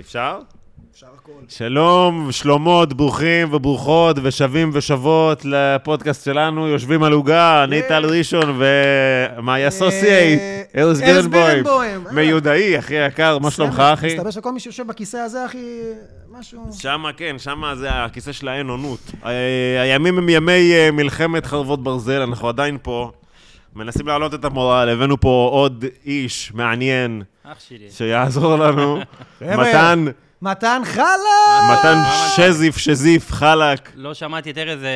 אפשר? אפשר הכל. שלום, שלומות, ברוכים וברוכות ושבים ושוות לפודקאסט שלנו, יושבים על עוגה, אני טל ראשון ומאי אסוסייט, אה, ארז ארז בירנבוים, בירנבוים, אה. מיודעי, אחי יקר, מה שלומך, אחי? מסתבר שכל מי שיושב בכיסא הזה, אחי, משהו... שמה כן, שמה זה הכיסא של האין-אונות. אה, הימים הם ימי אה, מלחמת חרבות ברזל, אנחנו עדיין פה, מנסים להעלות את המורל, הבאנו פה עוד איש מעניין אח שלי. שיעזור לנו, חבר'ה. מתן, מתן חלה! מתן שזיף, שזיף, חלק. לא שמעתי את ארז אה,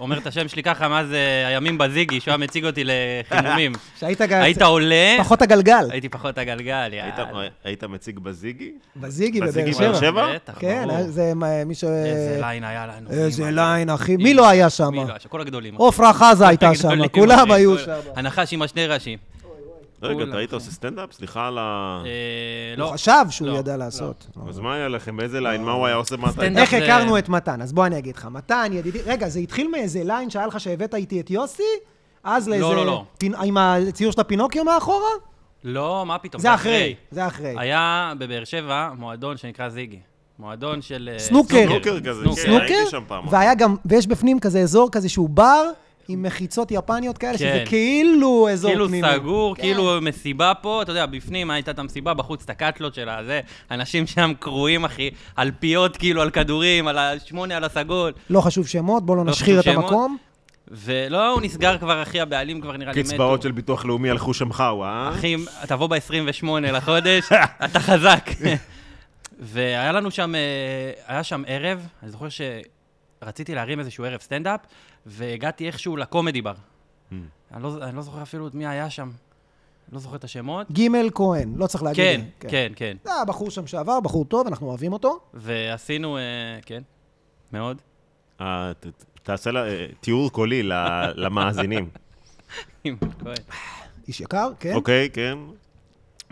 אומר את השם שלי ככה מאז אה, הימים בזיגי, שהוא היה מציג אותי לחימומים. שהיית גם... היית עולה, פחות הגלגל. הייתי פחות הגלגל, היית- יאללה. היית מציג בזיגי? בזיגי בזיגי בבאר באר שבע. שבע. בטח, כן, נכון. ברור. זה מה, מי ש... איזה ליין היה לנו. איזה מי ליין, אחי. מי מי לא היה שם? מי לא היה שם? כל הגדולים. עופרה לא חזה הייתה שם, הגדולים, כולם אחי, היו כל- שם. הנחש עם השני ראשים. לא, רגע, כולם. אתה היית עושה סטנדאפ? סליחה על ה... אה, הוא לא. חשב שהוא לא, ידע לעשות. אז מה היה לכם? באיזה ליין? מה הוא היה עושה? מה אתה אה, היית? סטנדאפ. איך זה- הכרנו את מתן? אז בוא אני אגיד לך. מתן, ידידי... רגע, זה התחיל מאיזה ליין שהיה לך שהבאת איתי את יוסי? אז לאיזה... לא, לא. פינ- עם הציור של הפינוקיו מאחורה? לא, מה פתאום. זה אחרי. זה אחרי. היה בבאר שבע מועדון שנקרא זיגי. מועדון של... אה, סנוקר. סנוקר כזה, סנוקר. כן. סנוקר, הייתי שם פעם. והיה גם, ויש בפנים כזה אזור כזה שהוא בר עם מחיצות יפניות כאלה, שזה כן. כאילו אזור כאילו פנימי. סגור, כאילו מסיבה פה, אתה יודע, בפנים הייתה את המסיבה, בחוץ את הקאטלות שלה, זה, אנשים שם קרועים, אחי, על פיות, כאילו, על כדורים, על השמונה, על הסגול. לא חשוב שמות, בואו לא לא נשחיר את חשוב שמות. המקום. ולא, הוא נסגר כבר, אחי, הבעלים כבר נראה לי מתו. קצבאות של ביטוח לאומי הלכו שם חאווה, אה? אחי, תבוא ב-28 לחודש, אתה חזק. והיה לנו שם, אה, היה שם ערב, אני זוכר שרציתי להרים איזשהו ערב סטנדאפ, והגעתי איכשהו לקומדי בר. Hmm. אני לא, אני לא זוכר אפילו את מי היה שם. לא זוכר את השמות. ג' כהן, לא צריך להגיד. כן, לי. כן, כן. זה הבחור שם שעבר, בחור טוב, אנחנו אוהבים אותו. ועשינו, אה, כן, מאוד. אה, ת- ת- תעשה לה- אה, תיאור קולי ל- למאזינים. עם כהן. איש יקר, כן. אוקיי, כן.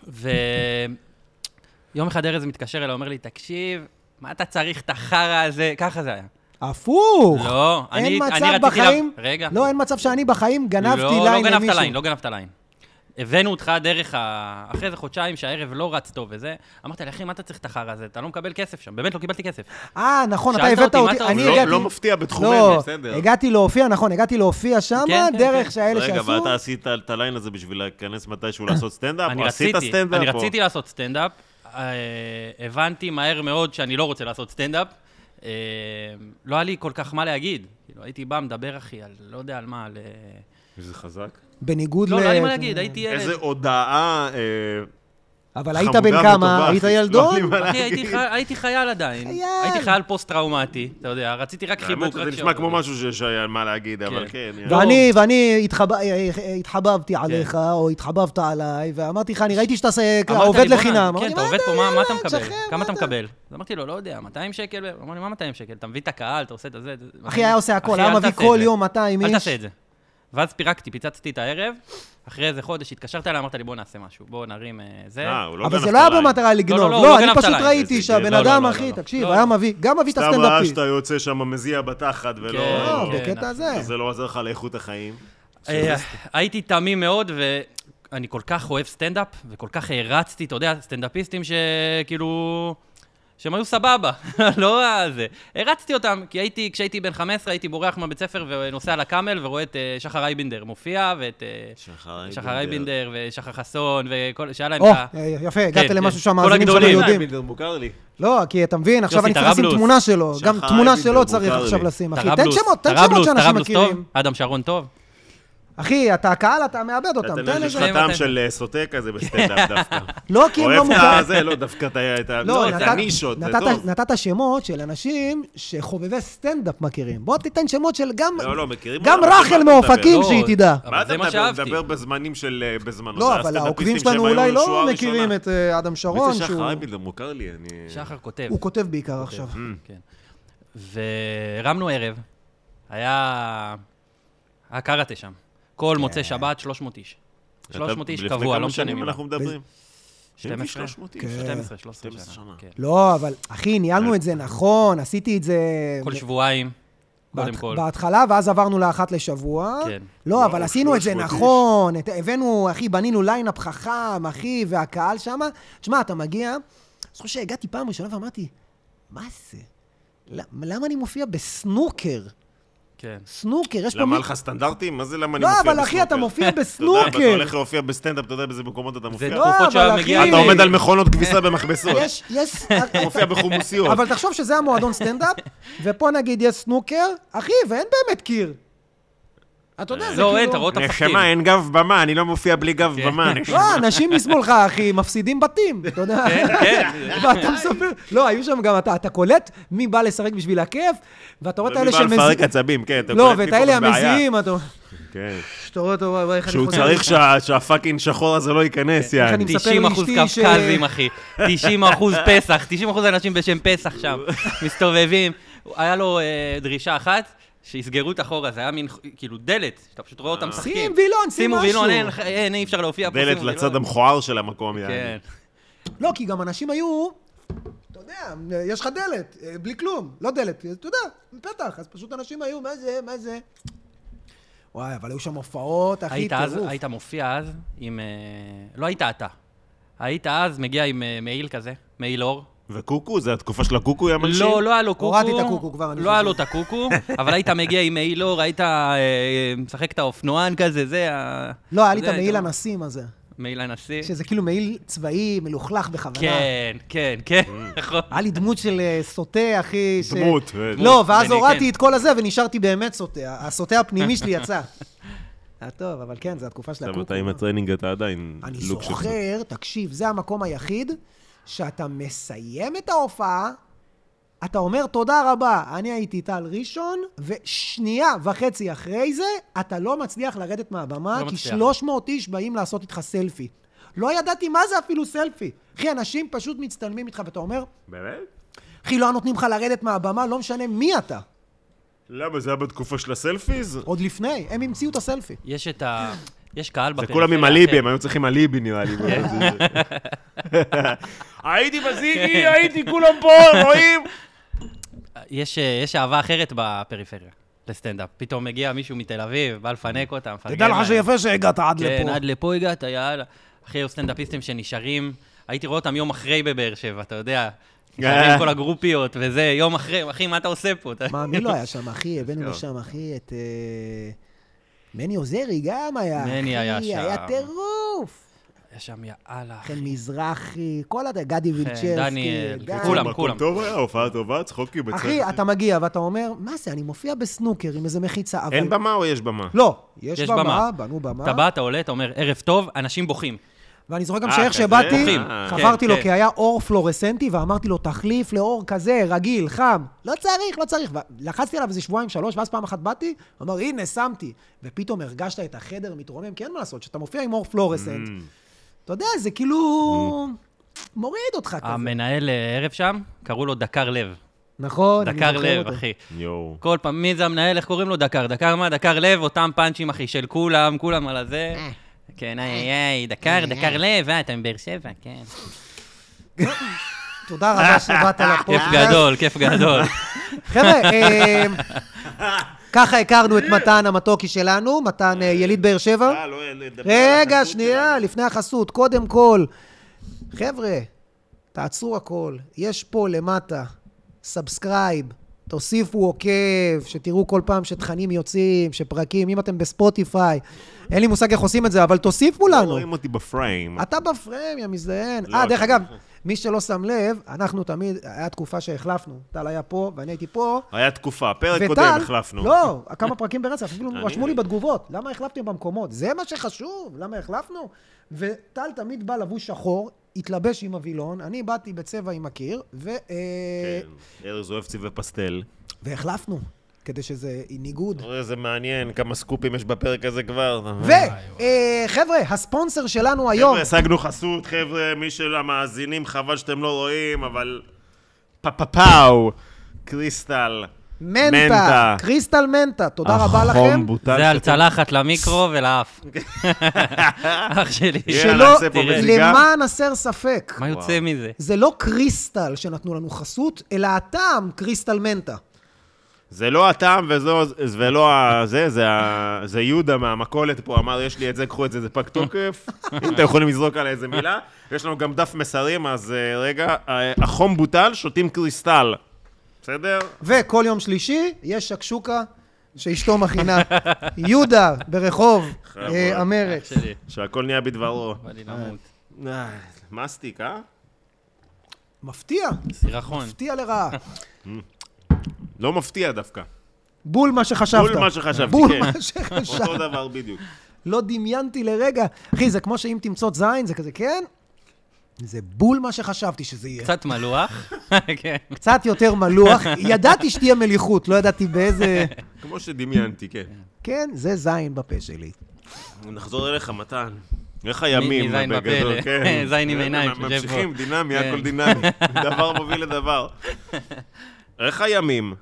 ויום אחד ארז מתקשר אליי, אומר לי, תקשיב, מה אתה צריך את החרא הזה? ככה זה היה. הפוך! לא, אני, אין אני מצב רציתי... בחיים, לה... רגע. לא, אין מצב שאני בחיים גנבתי ליין לא, לא גנבת למישהו. ליין, לא גנבת ליין. הבאנו אותך דרך ה... אחרי איזה חודשיים שהערב לא רץ טוב וזה, אמרתי לי, אחי, מה אתה צריך את החרא הזה? אתה לא מקבל כסף שם. באמת, לא קיבלתי כסף. אה, נכון, אתה שאלת הבאת אותי, מה אותי, אתה אני עושה? לא- הגעתי... לא מפתיע בתחומנו, לא, בסדר. הגעתי להופיע, נכון, הגעתי להופיע שמה, כן, כן, דרך כן. שאלה רגע, שעשו. ואתה עשית את הליין הזה בשביל להיכנס מתישהו לעשות סטנדאפ? אני או עשית רציתי, סטנדאפ? אני או- רציתי לעשות סטנדאפ. אה, הבנתי מהר מאוד שאני לא רוצה לעשות סטנדאפ. אה, לא היה לי כל כך מה להגיד. כאילו, הייתי בא, מדבר, אחי, על לא יודע על מה, על... אה, זה חזק. בניגוד לא, לא היה לי מה להגיד, הייתי ילד. איזה הודעה אה, אבל היית חמודה בן כמה? וטובה. היית לא ילדון? היה לי מה אחי, להגיד. הייתי חי- הייתי חייל עדיין. חייל. הייתי חייל פוסט-טראומטי, אתה יודע, רציתי רק חיבוק. האמת שזה רק נשמע ש- כמו משהו שיש היה מה להגיד, אבל כן. כן. לא. ואני, ואני התחב... התחבבתי עליך, או התחבבת עליי, ואמרתי לך, אני ראיתי שאתה עושה- אמרת לי, עובד "בואנה, לחינם. אמרתי, כן, אתה "מה עובד פה, מה מה אתה יאללה, מקבל? תשחרר, כמה מה אתה מקבל? אז אמרתי לו, לא יודע, 200 שקל? הוא אמר לי, מה 200 שקל? אתה מביא את הקהל, אתה עושה את הזה? אחי היה עושה הכל, אחי, היה אל מביא תעשה את כל זה. יום 200 איש. אל תעשה את זה. ואז פירקתי, פיצצתי את הערב, אחרי איזה חודש התקשרת אליי, אמרת לי, בוא נעשה משהו, בוא נרים אה, זה. אה, הוא לא אבל גנב זה את לא היה הליין. במטרה לגנוב. לא, לא, לא, הוא לא אני גנב את פשוט הליין. איזה ראיתי גאה. שהבן לא, לא, אדם, לא, אחי, לא, לא. תקשיב, לא, היה לא. מביא, גם מביא את סתם ראה הסטנדאפיסט. שאתה יוצא שם מזיע בתחת, ולא... אה, כן, לא, כן, בקטע נכון. הזה. זה לא עוזר לך לאיכות החיים. אה, הייתי תמים מאוד, ואני כל כך אוהב סטנדאפ, וכל כך הערצתי, אתה יודע, סטנדאפיסטים שכאילו... שהם היו סבבה, לא ה- זה. הרצתי אותם, כי הייתי, כשהייתי בן 15 הייתי בורח מהבית ספר ונוסע לקאמל ורואה את אה, שחר אייבינדר מופיע, ואת אה, שחר שחר אייבינדר. אייבינדר ושחר חסון, וכל, שהיה להם או, את ה... אה, יפה, הגעת כן, למשהו כן. שהמאזינים כל שלנו הגדולים. יודעים. מוכר לי. לא, כי אתה מבין, עכשיו יוסי אני צריך לשים טרבלוס. תמונה שלו. שחר גם תמונה אייבינדר, שלו צריך מוכר עכשיו לי. לשים. אחי, תן טרבלוס, שמות, תן שמות טרבלוס, שאנשים טרבלוס מכירים. טוב, אדם שרון טוב. אחי, אתה הקהל, אתה מאבד אותם, תן יש איזה... לך טעם של אה, סוטה כזה בסטנדאפ דווקא. לא, כי הם לא אוהב את מוכרים. הזה, לא, דווקא את ה- את ה... לא, את נתת- הנישות, זה נתת- טוב. נתת שמות של אנשים שחובבי סטנדאפ מכירים. בוא תיתן שמות של גם... לא, לא, מכירים גם אותם, רחל מה אתה מדבר? מאופקים לא, שהיא תדע. אבל מה זה אתה מה מדבר? שאהבתי. מדבר בזמנים של... אה, בזמנו. זה לא, אבל העוקבים הסטנדאפיסטים שהם שלנו היו אולי שורה לא ראשונה. מכירים את אה, אדם שרון, מי זה שהוא... שחר אייבינדר? מוכר לי, אני... שחר כותב. הוא כותב בעיקר אוקיי. עכשיו. Mm. כן. והרמנו ערב, היה... היה קראטה שם. כל מוצאי שבת, 300 איש. 300 איש כן. לפני קבוע, כמה לא משנה שנים ממה. אנחנו מדברים? 12? 300 כן. איש. 12, 13 12 שנה. שנה. כן. לא, אבל אחי, ניהלנו את זה נכון, עשיתי את זה... כל שבועיים, קודם בהת- כל. בהתחלה, ואז עברנו לאחת לשבוע. כן. לא, וואו, אבל עשינו את זה 300 איש. נכון. את- הבאנו, אחי, בנינו ליינאפ חכם, אחי, והקהל שמה. תשמע, אתה מגיע, זוכר שהגעתי פעם ראשונה ואמרתי, מה זה? למ- למה אני מופיע בסנוקר? כן. סנוקר, יש למה פה... לא, מי- אין לך סטנדרטים? מה זה למה אני לא, מופיע בסנוקר? אבל אחי, אתה מופיע אתה יודע, אתה בסנוקר. הולך להופיע בסטנדאפ, אתה יודע באיזה מקומות אתה מופיע. זה לא, תקופות שהיה אבל מגיע... אחי- אתה עומד על מכונות כביסה במכבסות. יש, יש... אה, אתה מופיע בחומוסיות. אבל תחשוב שזה המועדון סטנדאפ, ופה נגיד יש סנוקר, אחי, ואין באמת קיר. אתה יודע, זה כאילו... לא, אין, אתה רואה את הפחדים. נשמה, אין גב במה, אני לא מופיע בלי גב כן. במה. נשמה. לא, אנשים משמאלך, אחי, מפסידים בתים, אתה יודע. כן, כן. ואתה מספר, לא, היו שם גם, אתה, אתה קולט מי בא לשחק בשביל הכיף, ואתה רואה את האלה מי בא לפרק שמזיעים. עצבים, כן. אתה לא, קולט ואת מי פה האלה בבעיה. המזיעים, אתה אומר, כן. שאתה רואה אותו, וואי, וואי, איך אני שהוא חוזר. צריך שה- שהפאקינג שחור הזה לא ייכנס, כן. אני יעני. מספר 90 אחוז לאשתי ש- קפקזים, אחי. 90 אחוז פסח. 90 אחוז אנשים בשם פסח שם, מסתובבים. היה לו אה, דרישה אחת, שיסגרו את החור הזה. היה מין, כאילו, דלת, שאתה פשוט רואה אותם משחקים. אה. שים וילון, שים שימו משהו. וילון, אין, לך- אין, אי אפשר להופיע פה. דלת שימו וילון. לצד המכוער של המקום, כן. יעני. לא, כי גם אנשים היו, אתה יודע, יש לך דלת, אה, בלי כלום, לא דלת, אתה יודע, פתח, אז פשוט אנשים היו, מה זה, מה זה. וואי, אבל היו שם הופעות, אחי, היית אז, טירוף. היית מופיע אז עם... אה, לא היית אתה. היית אז מגיע עם אה, מעיל כזה, מעיל אור. וקוקו, זה התקופה של הקוקו, יא מלשין? לא, לא היה לו קוקו. הורדתי את הקוקו כבר, אני לא היה חושב. לו את הקוקו, אבל היית מגיע עם מעיל אור, היית אה, משחק את האופנוען כזה, זה ה... לא, היה לי את זה, המעיל אתה- הנסים הזה, מעיל הנשיא. שזה כאילו מעיל צבאי, מלוכלך בכוונה. כן, כן, כן, Mm. נכון. היה לי דמות של אה, סוטה, אחי. ש- דמות, אה, לא, דמות. ואז בני, הורדתי כן. את כל הזה ונשארתי באמת סוטה. הסוטה הפנימי שלי יצא. היה טוב, אבל כן, זו התקופה של אתה הקוקו. אתה עם הטרנינג, אתה עדיין אני לוק של- זוכר, תקשיב, זה המקום היחיד שאתה מסיים את ההופעה, אתה אומר תודה רבה, אני הייתי טל ראשון, ושנייה וחצי אחרי זה, אתה לא מצליח לרדת מהבמה, לא כי מצליח. 300 איש באים לעשות איתך סלפי. לא ידעתי מה זה אפילו סלפי. אחי, אנשים פשוט מצטלמים איתך, ואתה אומר, באמת? אחי, לא נותנים לך לרדת מהבמה, לא משנה מי אתה. למה, זה היה בתקופה של הסלפיז? עוד לפני, הם המציאו את הסלפי. יש את ה... יש קהל זה בפריפריה. כן. כולם עם אחי. אליבי, הם היו צריכים אליבי נראה לי. הייתי בזיגי, הייתי כולם פה, רואים? יש, אה, יש אהבה אחרת בפריפריה, לסטנדאפ. פתאום מגיע מישהו מתל אביב, בא לפנק אותם, מפרגן תדע להם. לך שיפה שהגעת עד כן, לפה. עד לפה הגעת, יאללה. אחי, היו סטנדאפיסטים שנשארים, הייתי רואה אותם יום אחרי בבאר שבע, אתה יודע. אה. נשארים עם כל הגרופיות וזה, יום אחרי, אחי, מה אתה עושה פה? אתה- מה, מי לא היה שם, אחי? הבאנו טוב. לשם, אחי, את... אה, מני עוזרי גם היה. מני היה אחי, שם. היה טירוף. היה שם, יאללה. אחי. כן, חן מזרחי, כל הד... גדי וילצ'רסקי. דניאל, גדי. כולם. מקום טוב היה, הופעה טובה, צחוקים בצחק. אחי, אתה מגיע ואתה אומר, מה זה, אני מופיע בסנוקר עם איזה מחיצה, אבל... אין במה או יש במה? לא, יש יש במה, במה. בנו אתה במה. בא, אתה עולה, אתה אומר, ערב טוב, אנשים בוכים. ואני זוכר גם אה, שאיך כזה? שבאתי, בוכים. חברתי כן, לו, כן. כי היה אור פלורסנטי, ואמרתי לו, תחליף לאור כזה, רגיל, חם. לא צריך, לא צריך. ולחצתי עליו איזה שבועיים, שלוש, ואז פעם אחת באתי, הוא אמר, הנה, שמתי. ופתאום הרגשת את החדר מתרומם, כי אין מה לעשות, כשאתה מופיע עם אור Mm, פלורסנט, Mm. אתה יודע, זה כאילו... מוריד אותך כזה. המנהל אה, ערב שם, קראו לו דקר לב. נכון, אני דקר זוכר לב, אותו. אחי. יואו. כל פעם, מי זה המנהל, איך קוראים לו? דקר. דקר מה? דקר לב, אותם פאנצ'ים, אחי, של כולם, כולם על הזה. כן, איי, איי, דקר, דקר לב, אה, אתה מבאר שבע, כן. תודה רבה שבאת כיף לפודקאסט. גדול, כיף גדול. חבר'ה, אה, ככה הכרנו את מתן המתוקי שלנו, מתן אה, יליד באר שבע. אה, לא, רגע, שנייה, לפני החסות. קודם כל, חבר'ה, תעצרו הכל. יש פה למטה, סאבסקרייב, תוסיפו עוקב, שתראו כל פעם שתכנים יוצאים, שפרקים, אם אתם בספוטיפיי. אין לי מושג איך עושים את זה, אבל תוסיפו לא לנו. רואים אותי בפריים. אתה בפריים, יא מזדיין. לא, אה, דרך אתה- אגב, מי שלא שם לב, אנחנו תמיד, היה תקופה שהחלפנו. טל היה פה, ואני הייתי פה. היה תקופה, פרק וטל, קודם החלפנו. לא, כמה פרקים ברצף, אפילו אני- רשמו לי בתגובות, למה החלפתם במקומות? זה מה שחשוב, למה החלפנו? וטל תמיד בא לבוש שחור, התלבש עם הווילון, אני באתי בצבע עם הקיר, ו... אה, כן, ארז אוהב צבעי פסטל. והחלפנו, כדי שזה ניגוד. אוי, זה מעניין, כמה סקופים יש בפרק הזה כבר. אתה מבין? וחבר'ה, אה, הספונסר שלנו היום, חבר'ה, השגנו חסות, חבר'ה, מי של המאזינים, חבל שאתם לא רואים, אבל... פאפאפאו, קריסטל. מנטה, קריסטל מנטה, תודה אה, רבה לכם. החום בוטל. זה על צלחת למיקרו ולאף. אח שלי. כן, שלא, נעשה פה מזיגה. לא למען הסר ספק, מה יוצא מזה? זה לא קריסטל שנתנו לנו חסות, אלא הטעם קריסטל מנטה. זה לא הטעם וזו, ולא ה- זה, זה, ה- זה יהודה מהמכולת פה אמר, יש לי את זה, קחו את זה, זה פג תוקף, אם אתם יכולים לזרוק על איזה מילה. יש לנו גם דף מסרים, אז אה, רגע, אה, החום בוטל, שותים קריסטל. בסדר? וכל יום שלישי יש שקשוקה שאשתו מכינה. יהודה ברחוב חבוד. אה, אח המרץ. שלי, שהכל נהיה בדברו. בא לי למות. אה, מסטיק, אה? מפתיע, נכון. סירחון. מפתיע לרעה. לא מפתיע דווקא. בול מה שחשבת. בול מה שחשבתי, בול כן. מה שחשבת. אותו דבר בדיוק. לא דמיינתי לרגע. אחי, זה כמו שאם תמצוץ זין, זה כזה, כן? זה בול מה שחשבתי שזה יהיה. קצת מלוח. כן. קצת יותר מלוח. ידעתי שתהיה מליחות, לא ידעתי באיזה... כמו שדמיינתי, כן. כן, זה זין בפה שלי. נחזור אליך, מתן. איך הימים, מזין בגדול, בפה, כן. זין עם עיניים שיושב פה. ממשיכים, דינמי, כן. הכל דינמי. דבר מוביל לדבר. איך הימים?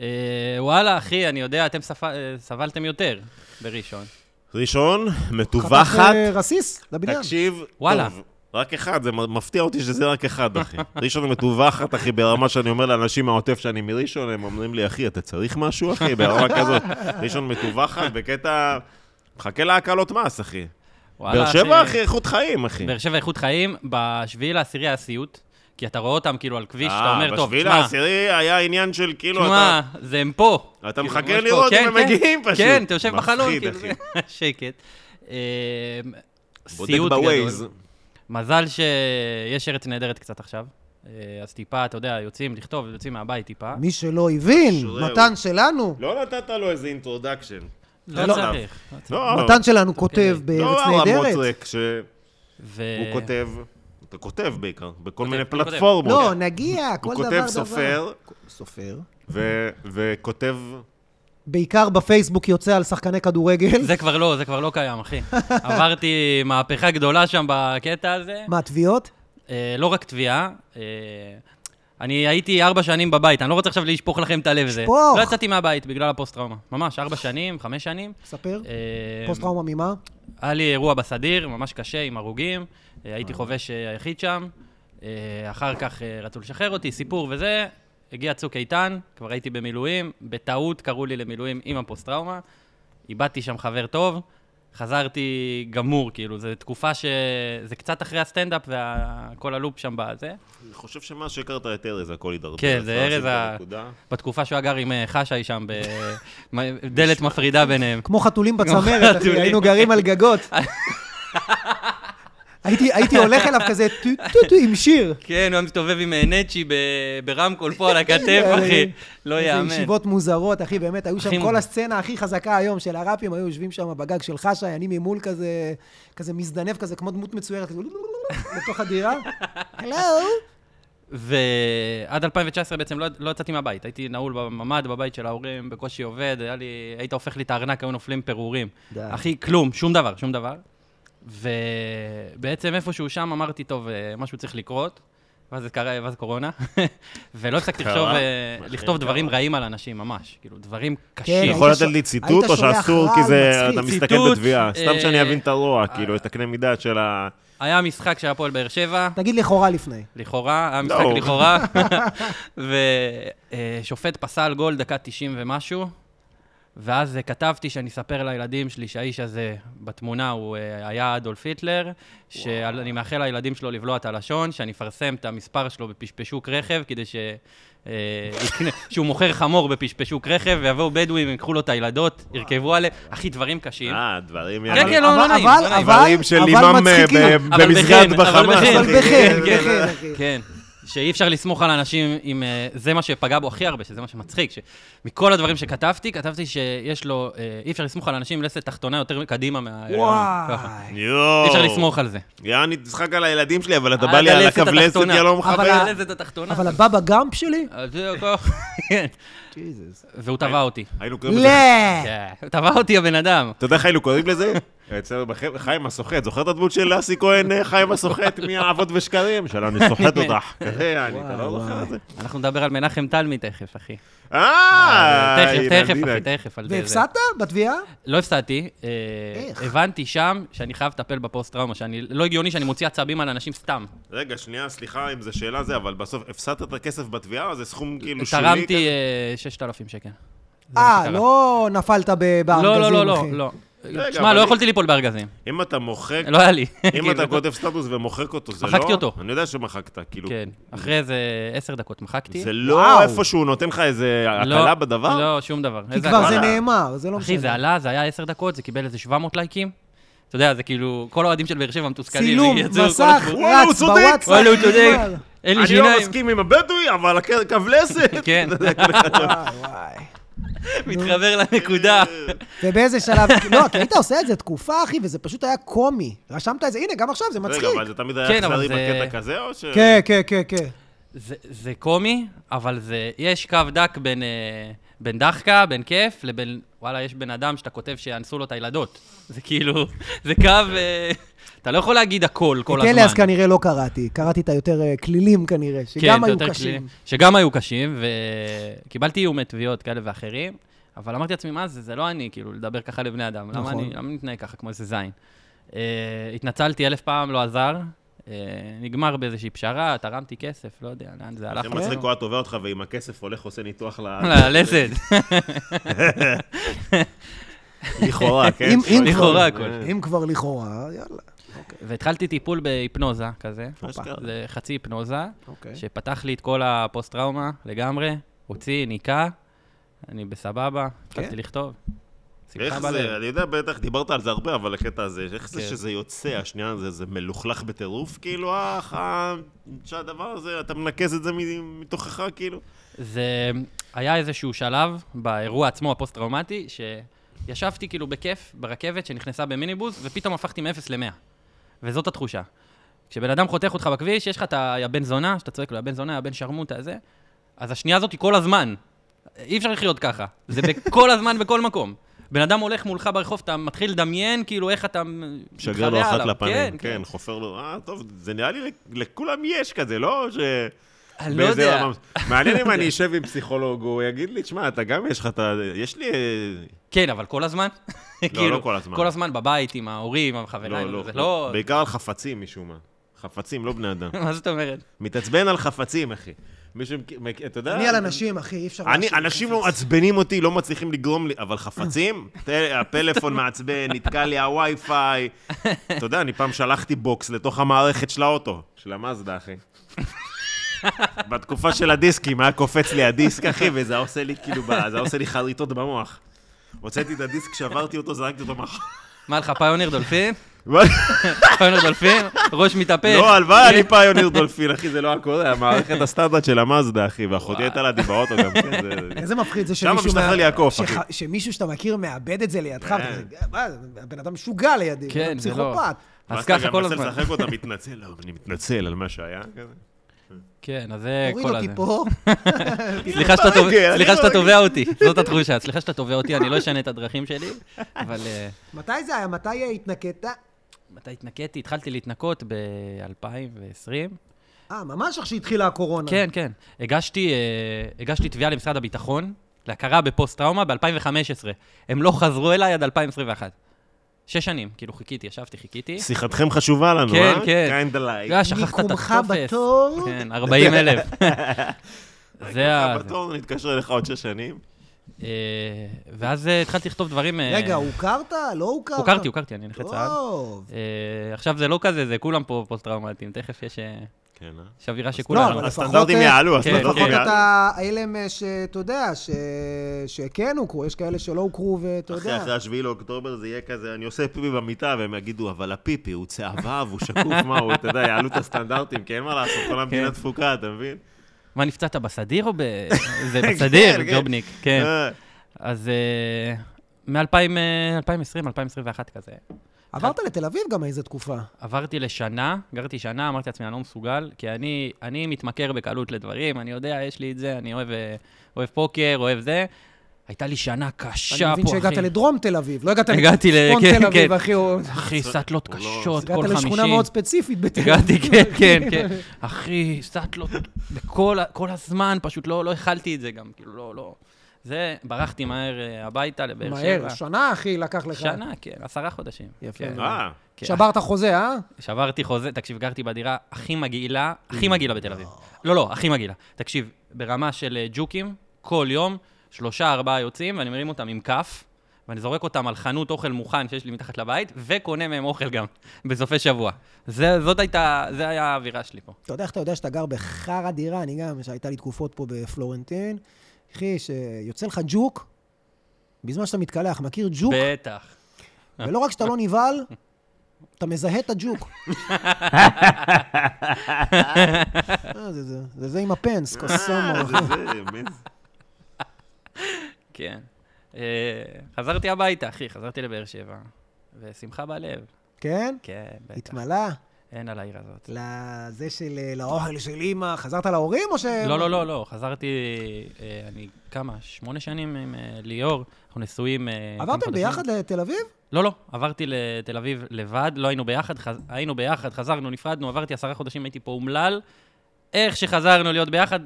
אה, וואלה, אחי, אני יודע, אתם ספ- אה, סבלתם יותר בראשון. ראשון, חטף, מטווחת. אה, רסיס לבניין. תקשיב, וואלה. טוב. רק אחד, זה מפתיע אותי שזה רק אחד, אחי. ראשון מטווחת, אחי, ברמה שאני אומר לאנשים מהעוטף שאני מראשון, הם אומרים לי, אחי, אתה צריך משהו, אחי? ברמה כזאת. ראשון מטווחת, בקטע... מחכה להקלות מס, אחי. וואלה, באר שבע, אחי, איכות חיים, אחי. באר שבע איכות חיים, בשביעי לעשירי היה סיוט, כי אתה רואה אותם כאילו על כביש, אתה אה, אומר, טוב, בשביל תשמע, העשירי היה עניין של כאילו, תשמע, אתה... זה הם פה. אתה כאילו, מחכה ממש פה. לראות אם כן, הם כן. מגיעים פשוט. כן, אתה יושב בחלון, מפחיד, כאילו, אחי. זה שקט. אה, בודק סיוט בווייז. גדול. מזל שיש ארץ נהדרת קצת עכשיו. אה, אז טיפה, אתה יודע, יוצאים לכתוב, יוצאים מהבית טיפה. מי שלא הבין, שרר. מתן שלנו, לא נתת לו איזה אינטרודקשן. לא לא. צריך. לא צריך. לא, מתן שלנו כותב בארץ לא הרם נהדרת. מוצרק, שהוא ו- כותב, אתה כותב בעיקר, בכל מיני אה. כותב, הוא כותב. פלטפורמות. לא, נגיע, כל הוא דבר דבר. כותב סופר, סופר. ו- וכותב... בעיקר בפייסבוק יוצא על שחקני כדורגל. זה כבר לא, זה כבר לא קיים, אחי. עברתי מהפכה גדולה שם בקטע הזה. מה, תביעות? אה, לא רק תביעה, אה, אני הייתי ארבע שנים בבית, אני לא רוצה עכשיו לשפוך לכם את הלב. זה. שפוך. לא יצאתי מהבית בגלל הפוסט-טראומה. ממש, ארבע שנים, חמש שנים. ספר. אה, פוסט-טראומה ממה? היה לי אירוע בסדיר, ממש קשה, עם הרוגים. אה, הייתי חובש אה, היחיד שם. אה, אחר כך אה, רצו לשחרר אותי, סיפור וזה. הגיע צוק איתן, כבר הייתי במילואים. בטעות קראו לי למילואים עם הפוסט-טראומה. איבדתי שם חבר טוב. חזרתי גמור, כאילו, זו תקופה ש... זה קצת אחרי הסטנדאפ וכל הלופ שם בזה. אני חושב שמאז שהכרת את ארז, הכל התערבב. כן, זה אתה ארז ה- בנקודה. בתקופה שהוא היה גר עם אה, חשאי שם, בדלת מפרידה ביניהם. כמו חתולים בצמרת, אחי, חתולים. היינו גרים על גגות. הייתי הייתי הולך אליו כזה טו טו טו עם שיר. כן, הוא היה מסתובב עם אה, נצ'י ב- ברמקול פה על הכתף, אחי. לא איזה יאמן. ישיבות מוזרות, אחי, באמת, היו הכי שם כל מוזר. הסצנה הכי חזקה היום של הראפים, היו יושבים שם בגג של חשאי, אני ממול כזה, כזה מזדנב כזה, כמו דמות מצוירת, כזה, לתוך הדירה. הלו? ועד 2019 בעצם לא, לא יצאתי מהבית, הייתי נעול בממ"ד, בבית של ההורים, בקושי עובד, היה לי, היית הופך לי את הארנק, היו נופלים פירורים. די. אחי, כלום, שום דבר, שום דבר. ובעצם איפשהו שם אמרתי, טוב, אה, משהו צריך לקרות, ואז זה קרה, ואז קורונה, ולא הפסקתי קרה? לחשוב, אה, מה לכתוב קרה? דברים רעים על אנשים, ממש, כאילו, דברים אתה קשים. היית יכול לתת שו- לי היית ציטוט, או שולח שאסור, רעל כי זה, מצחיק. אתה מסתכל ציטוט, בתביעה. סתם אה, שאני אבין את הרוע, כאילו, את הקנה מידה של ה... היה משחק של הפועל באר שבע, תגיד לכאורה לפני. לכאורה, היה משחק לא. לכאורה, ושופט פסל גול דקה 90 ומשהו, ואז אה, כתבתי שאני אספר לילדים שלי שהאיש הזה בתמונה הוא אה, היה אדולף היטלר, שאני מאחל לילדים שלו לבלוע את הלשון, שאני אפרסם את המספר שלו בפשפשוק רכב, כדי ש... אה, יקנה- שהוא מוכר חמור בפשפשוק רכב, ויבואו בדואים, ייקחו לו את הילדות, ירכבו עליהם, אחי, דברים קשים. אה, דברים... כן, כן, לא, אבל- לא נעים, אבל- לא נעים. אבל- דברים של אימאם אה, מצחיקים. ב- אבל במסגד בחן, אבל בחמאס. בחן. אחי. אבל בחן, כן, בחן, אחי. כן, שאי אפשר לסמוך על אנשים אם... אה, זה מה שפגע בו הכי הרבה, שזה מה שמצחיק, שמכל הדברים שכתבתי, כתבתי שיש לו... אה, אי אפשר לסמוך על אנשים עם לסת תחתונה יותר קדימה מה... ככה. וואי. יואו. אי אפשר לסמוך אה, על זה. יעני, תשחק על הילדים שלי, אבל אתה עד בא לי על הלסת הכבלסת, התחתונה. יא לא אבל מחבר. הלסת התחתונה. אבל הבבא גאמפ שלי? אז זה כוח. כן. ג'יזוס. והוא תבע אותי. היינו קוראים לא! כן. הוא תבע אותי הבן אדם. אתה יודע איך היינו קוראים לזה? אצלנו בחבר'ה, חיים הסוחט, זוכר את הדמות של אסי כהן, אה, חיים הסוחט מהעבוד ושקרים? של אני סוחט אותך. כזה, אני, אתה לא וואו, זוכר וואו. את זה? אנחנו נדבר על מנחם תלמי תכף, אחי. אה, תכף, תכף, אילנדינה. אחי, תכף. על זה- והפסדת בתביעה? לא הפסדתי. אה, איך? הבנתי שם שאני חייב לטפל בפוסט-טראומה, שאני, לא הגיוני שאני מוציא עצבים על אנשים סתם. רגע, שנייה, סליחה אם זו שאלה זה, אבל בסוף הפסדת את הכסף בתביעה, או זה סכום כאילו שולי? תרמתי אה, 6,000 שקל. זה מה אה, שקרה. לא נפלת ב- בארגזים, לא, אחי. לא, לא, לא, לא. רגע, שמע, אבל לא אם- יכולתי ליפול בארגזים. אם אתה מוחק, לא היה לי. אם אתה כאילו, כותב סטטוס ומוחק אותו, זה לא... מחקתי אותו. אני יודע שמחקת, כאילו. כן, אחרי איזה עשר דקות מחקתי. זה לא וואו. איפה שהוא נותן לך איזה לא, הקלה בדבר? לא, שום דבר. כי איזה כבר הקלה. זה וואלה. נאמר, זה לא משנה. אחי, זה עלה, זה היה עשר דקות, זה קיבל איזה 700 לייקים. אתה יודע, זה כאילו, כל האוהדים של באר שבע מתוסכלים. צילום, יצאו כל מסך, התמונות. וואלה, הוא רץ צודק. בוואטסאפ. וואלה, הוא צודק. נגמר. אין לי אני לא שיניים. מסכים עם הבדואי, אבל הק- קו לסת. כן. אתה יודע, כל אחד- וואי, וואי. מתחבר לנקודה. אה, ובאיזה שלב, לא, כי היית עושה את זה תקופה, אחי, וזה פשוט היה קומי. רשמת את זה, הנה, גם עכשיו, זה רגע, מצחיק. אבל זה תמיד היה כן, אבל אכזרי זה- בקטע כזה, או ש... כן, כן, כן, כן. זה- זה קומי, אבל זה, יש קו דק בין, אה, בין דחקה, בין כיף, לבין, וואלה, יש בן אדם שאתה כותב שאנסו לו את הילדות. זה כאילו, זה קו, אה, אתה לא יכול להגיד הכל כל את הזמן. אלה אז כנראה לא קראתי, קראתי את היותר אה, כלילים כנראה, כן, שגם זה היו יותר קשים. כלי- שגם היו קשים, וקיבלתי איומי תביעות כאלה ואחרים, אבל אמרתי לעצמי, מה זה, זה לא אני, כאילו, לדבר ככה לבני אדם. למה נכון. אני למה אני מתנהג ככה, כמו איזה זין? אה, התנצלתי אלף פעם, לא עזר. אה, נגמר באיזושהי פשרה, תרמתי כסף, לא יודע, לאן זה הלך. זה מצחיק, הוא היה תובע אותך, ועם הכסף הולך עושה ניתוח ל... ללסת. לכאורה, כן. אה, אם- אם לכאורה כבר. הכל. אם כבר לכאורה, יאללה. והתחלתי טיפול בהיפנוזה כזה, אשכרה. זה חצי היפנוזה, אוקיי. שפתח לי את כל הפוסט-טראומה לגמרי, הוציא, ניקה, אני בסבבה, התחלתי לכתוב. איך זה, שמחה בלב. אני יודע, בטח דיברת על זה הרבה, אבל הקטע הזה, איך זה כן. שזה יוצא, השנייה הזה, זה מלוכלך בטירוף, כאילו, אך, אה, שהדבר הזה, אתה מנקז את זה מ- מתוכך, כאילו? זה היה איזשהו שלב באירוע עצמו, הפוסט-טראומטי, שישבתי כאילו בכיף ברכבת שנכנסה במיניבוס, ופתאום הפכתי מ-0 ל-100. וזאת התחושה. כשבן אדם חותך אותך בכביש, יש לך את ה- יא בן זונה, שאתה צועק לו, יא בן זונה, יא בן שרמוטה, זה, אז השנייה הזאת היא כל הזמן. אי אפשר לחיות ככה. זה כל הזמן, בכל מקום. בן אדם הולך מולך ברחוב, אתה מתחיל לדמיין כאילו איך אתה מ- שגר מתחרה לו אחת עליו. לפנים, כן, חופר לו, אה, טוב, זה נראה לי, לכ- לכולם יש כזה, לא? ש... אני לא באיזה יודע. לא רמה- מעניין אם אני אשב עם פסיכולוג, הוא יגיד לי, תשמע, אתה גם יש לך את ה... יש לי... אה, כן, אבל כל הזמן. כאילו, לא כל הזמן. כל הזמן בבית, עם ההורים, עם לא, החברים. לא. זה לא... בעיקר על חפצים, משום מה. חפצים, לא בני אדם. מה זאת אומרת? מתעצבן על חפצים, אחי. מישהו, מכיר- מכיר- אתה יודע... אני על אנשים, אחי, אי אפשר... אני, להשאיר. אנשים לא מעצבנים אותי, לא מצליחים לגרום לי, אבל חפצים? ת- הפלאפון מעצבן, נתקע לי הווי-פיי. אתה יודע, אני פעם שלחתי בוקס לתוך המערכת של האוטו, של המאזדה, אחי. בתקופה של הדיסקים, היה קופץ לי הדיסק, אחי, וזה היה עושה לי כאילו, ב- זה היה עושה לי חריטות במוח. הוצאתי את הדיסק, שברתי אותו, זרקתי אותו מאחור. מה לך, פיוניר דולפין? פיוניר דולפין? ראש מתהפך? לא, הלוואי, אני פיוניר דולפין, אחי, זה לא היה קורה, המערכת הסטנדרט של המאזדה, אחי, ואחותי הייתה לידי באוטו גם, כן, זה... איזה מפחיד זה שמה שמישהו... משתחרר מה- לי הקוף, אחי. שח- שמישהו שאתה מכיר מאבד את זה לידך, ואתה כן. כזה, מה, זה הבן אדם משוגע לידי, הוא כן, זה לא. פסיכופת. אז ככה כל הזמן. ואז אתה גם מנסה לשחק אותה, מתנצל, לא, אני מתנצל על מה שהיה. כזה. כן, אז זה תוריד כל הזה. אותי פה. סליחה שאתה תובע- רגע, אני סליחה שאתה לא- תובע אותי, זאת התחושה. סליחה שאתה תובע אותי, אני לא אשנה את הדרכים שלי, אבל אה, מתי זה היה? מתי התנקטת? מתי התנקיתי? התחלתי להתנקות ב-2020. אה, ממש איך שהתחילה הקורונה. כן, כן. הגשתי, אה, הגשתי תביעה למשרד הביטחון להכרה בפוסט-טראומה ב-2015. הם לא חזרו אליי עד 2021. שש שנים, כאילו חיכיתי, ישבתי, חיכיתי. שיחתכם חשובה לנו, אה? כן, כן. קיינד עליי. אתה יודע, שכחת את מיקומך הטופס. בתור. כן, 40 אלף. זה ה... בתור נתקשר אליך עוד שש שנים. אה, ואז אה, התחלתי לכתוב דברים... אה, רגע, הוכרת? לא הוכרת? הוכרתי, הוכרתי, אני נכה צה"ל. טוב. אה, עכשיו זה לא כזה, זה כולם פה פוסט-טראומטיים, תכף יש אה, כן, אה? יש אווירה לא, שכולנו. אבל לפחות... הסטנדרטים אה, יעלו, כן, הסטנדרטים לפחות כן. יעלו. אתה, אלה מ- שאתה יודע, ש- שכן הוכרו, יש כאלה שלא הוכרו ואתה אחרי יודע. אחרי השביעי לאוקטובר זה יהיה כזה, אני עושה פיפי במיטה, והם יגידו, אבל הפיפי הוא צהבהב, הוא שקוף, מה הוא, אתה יודע, יעלו את הסטנדרטים, כי אין מה לעשות, כל המדינה כן. תפוקה, אתה מבין? מה, נפצעת בסדיר או ב... זה כן, בסדיר, כן. ג'ובניק, כן. אה, אז אה, מ-2020, 2021 כזה. עברת לתל אביב גם איזה תקופה. עברתי לשנה, גרתי שנה, אמרתי לעצמי, אני לא מסוגל, כי אני, אני מתמכר בקלות לדברים, אני יודע, יש לי את זה, אני אוהב, אה, אוהב פוקר, אוהב זה. הייתה לי שנה קשה פה, אני אחי. מבין שהגעת לדרום תל אביב, לא הגעת הגעתי ל- לצפון כן, תל אביב, כן. אחי, או... אחי, סטלות קשות, הגעת כל לשכונה חמישי. מאוד ספציפית בתל אביב. הגעתי, כן, כן, כן. אחי, סטלות, בכל ה- כל הזמן, פשוט לא לא הכלתי את זה גם, כאילו, לא, לא. זה, ברחתי מהר אה, הביתה לבאר שבע. מהר, שנה, אחי, לקח לך. שנה, כן, עשרה חודשים. יפה כן, מאוד. אה, כן. שברת חוזה, אה? שברתי חוזה, תקשיב, גרתי בדירה הכי מגעילה, הכי מגעילה בתל אביב. לא, לא, הכי מגעילה. תקשיב, ברמה של אה, ג'וקים, כל יום, שלושה, ארבעה יוצאים, ואני מרים אותם עם כף, ואני זורק אותם על חנות אוכל מוכן שיש לי מתחת לבית, וקונה מהם אוכל גם, בסופי שבוע. זה, זאת הייתה, זה היה האווירה שלי פה. אתה יודע איך אתה יודע שאתה גר בחרא דירה? אני גם, שהייתה לי תקופות פה בפלורנטין. אחי, שיוצא לך ג'וק, בזמן שאתה מתקלח, מכיר ג'וק? בטח. ולא רק שאתה לא נבהל, אתה מזהה את הג'וק. אה, זה- זה- זה זה עם הפנס, קוסומו. אה, זה זה, מי זה? כן. אה, חזרתי הביתה, אחי, חזרתי לבאר שבע, ושמחה בלב. כן? כן, בטח. התמלא אין על העיר הזאת. לזה של... לאוכל של אימא. חזרת להורים או ש... לא, לא, לא, לא, חזרתי, אה, אני כמה, שמונה שנים עם אה, ליאור, אנחנו נשואים אה, כמה עברתם חודשים. ביחד לתל אביב? לא, לא, עברתי לתל אביב לבד, לא היינו ביחד, חז... היינו ביחד, חזרנו, נפרדנו, עברתי עשרה חודשים, הייתי פה אומלל. איך שחזרנו להיות ביחד,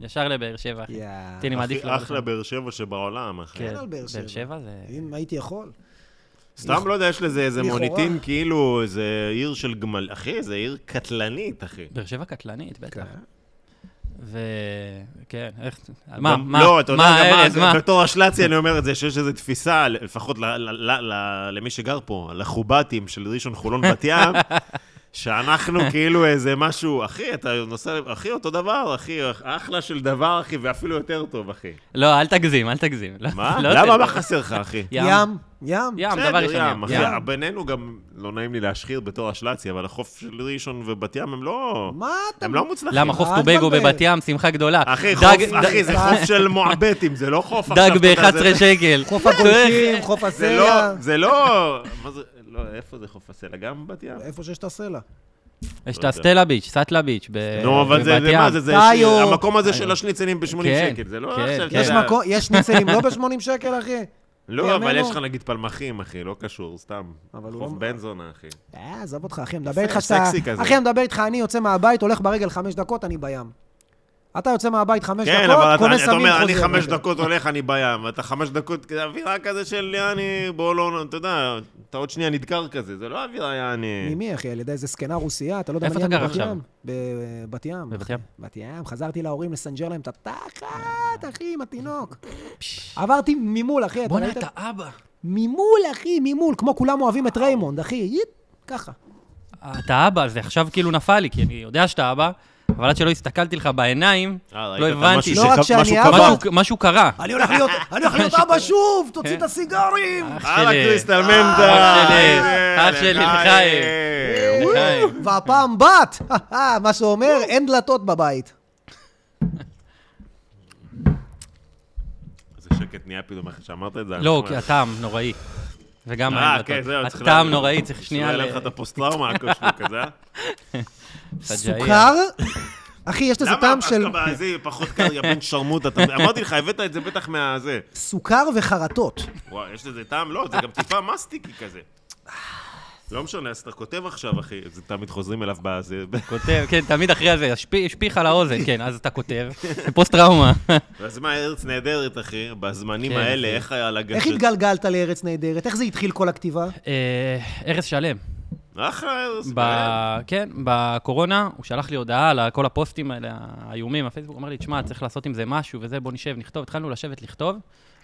ישר לבאר שבע, אחי. יאה. תן לי מעדיף לא הכי לעבור אחלה באר שבע שבעולם, אחי. כן, על באר שבע. באר שבע זה... אם הייתי יכול. סתם לא יודע, יש לזה איזה לכאורה. מוניטין, כאילו, איזה עיר של גמל... אחי, זה עיר קטלנית, אחי. באר שבע קטלנית, בטח. כן. וכן, איך... מה, גם- מה, לא, אתה יודע, מה, גם ארז, זה- מה? בתור השלצי אני אומר את זה, שיש איזו תפיסה, לפחות ל- ל- ל- ל- למי שגר פה, לחובטים של ראשון חולון בת ים, שאנחנו כאילו איזה משהו, אחי, אתה נוסע, אחי, אותו דבר, אחי, אחלה של דבר, אחי, ואפילו יותר טוב, אחי. לא, אל תגזים, אל תגזים. לא- מה? לא למה, זה- מה חסר לך, אחי? ים. ים, ים. ים, בסדר, דבר ראשון, ים, ים. אחי, בינינו גם, לא נעים לי להשחיר בתור השלצי, אבל החוף של ראשון ובת ים הם לא... מה אתה... הם לא מוצלחים. למה חוף אל טובגו תבלבל. בבת ים, שמחה גדולה. אחי, דג- חוף, דג- אחי, זה חוף של מועבטים, זה לא חוף עכשיו. דג אתה יודע, זה- ב-11 שקל. חוף הגולשים, חוף זה לא, הסלע. זה לא, מה זה, לא, איפה זה חוף הסלע? גם בת ים? איפה שיש את הסלע. יש את הסטלה ביץ', סטלה ביץ', ב- אוקיי. נו, אבל זה, בבת זה אה, ים. אה, מה זה, זה, טאיו. המקום הזה של השניצלים ב-80 כן, שקל, זה לא כן, עכשיו, אתה כן. יש יודע. מקום, יש ניצלים לא ב-80 שקל, אחי? לא, אבל בימינו. יש לך נגיד פלמחים, אחי, לא קשור, סתם. אבל הוא חוף לא- בן זונה, אחי. אה, עזוב אותך, אחי, מדבר יפה, איתך שאתה... סקסי כזה. אחי, אני מדבר איתך, אני יוצא מהבית, הולך ברגל חמש דקות, אני בים. אתה יוצא מהבית חמש כן, דקות, אבל קונה אתה- אתה סמים, אומר, אני חוזר. חמש דקות הולך, אני בים. אתה חמש דקות, כזה אווירה כזה של יעני, בוא לא, אתה יודע, אתה עוד שנייה נדקר כזה, זה לא אווירה יעני. ממי, אחי? על ידי איזה זקנה רוסייה? אתה לא יודע איפה מעניין אתה גר בבת עכשיו? ים? בבת ים. בבת ים? בת ים. חזרתי להורים לסנג'ר להם את התחת, אחי, עם התינוק. עברתי ממול, אחי. אתה בואנה, ראית? אתה אבא. ממול, אחי, ממול. כמו כולם אוהבים את ריימונד, אחי. ייט, ככה. אתה אבא, זה עכשיו כאילו נפל לי, כי אני יודע שאתה אבא, אבל עד שלא הסתכלתי לך בעיניים, אה, ראית לא את הבנתי. המשהו אה, לא רק שכב- שאני משהו אבא. קבע. משהו- משהו קרה. אני הולך להיות, אני הולך להיות אבא שוב, תוציא את הסיגרים! אח הלאה, שלי. קריסטל מנדה. אח שלי, אח שלי, לחיים. אה, לחיים. והפעם בת! אה, מה שאומר, אין דלתות בבית. איזה שקט נהיה פתאום אחרי שאמרת את זה. אני לא, ממש- כי הטעם נוראי. וגם אה, העמדות. כן, זהו, צריך הטעם לה- נוראי, צריך שנייה שלא יהיה לך את הפוסט-טראומה הכושלו כזה, אה? לסג'עיה. סוכר? אחי, יש לזה טעם של למה אתה זה פחות קל, יא בן שרמוט, אתה- אמרתי לך, הבאת את זה בטח מהזה. סוכר וחרטות. וואי, יש לזה טעם? לא, זה גם טיפה מסטיקי כזה. לא משנה, אז אתה כותב עכשיו, אחי, זה תמיד חוזרים אליו בזה, כותב, כן, תמיד אחרי זה, השפיך- השפיך על האוזן, כן, אז אתה כותב. פוסט טראומה. ואז מה ארץ נהדרת, אחי, בזמנים כן, האלה, אחי. איך היה לגשת? איך התגלגלת לארץ נהדרת? איך זה התחיל כל הכתיבה? אה, ארז שלם. אחלה ארץ, ב... כן, בקורונה הוא שלח לי הודעה על כל הפוסטים האלה, האיומים, הפייסבוק, אמר לי, תשמע, צריך לעשות עם זה משהו וזה, בוא נשב, נכתוב. התחלנו לשבת לכתוב,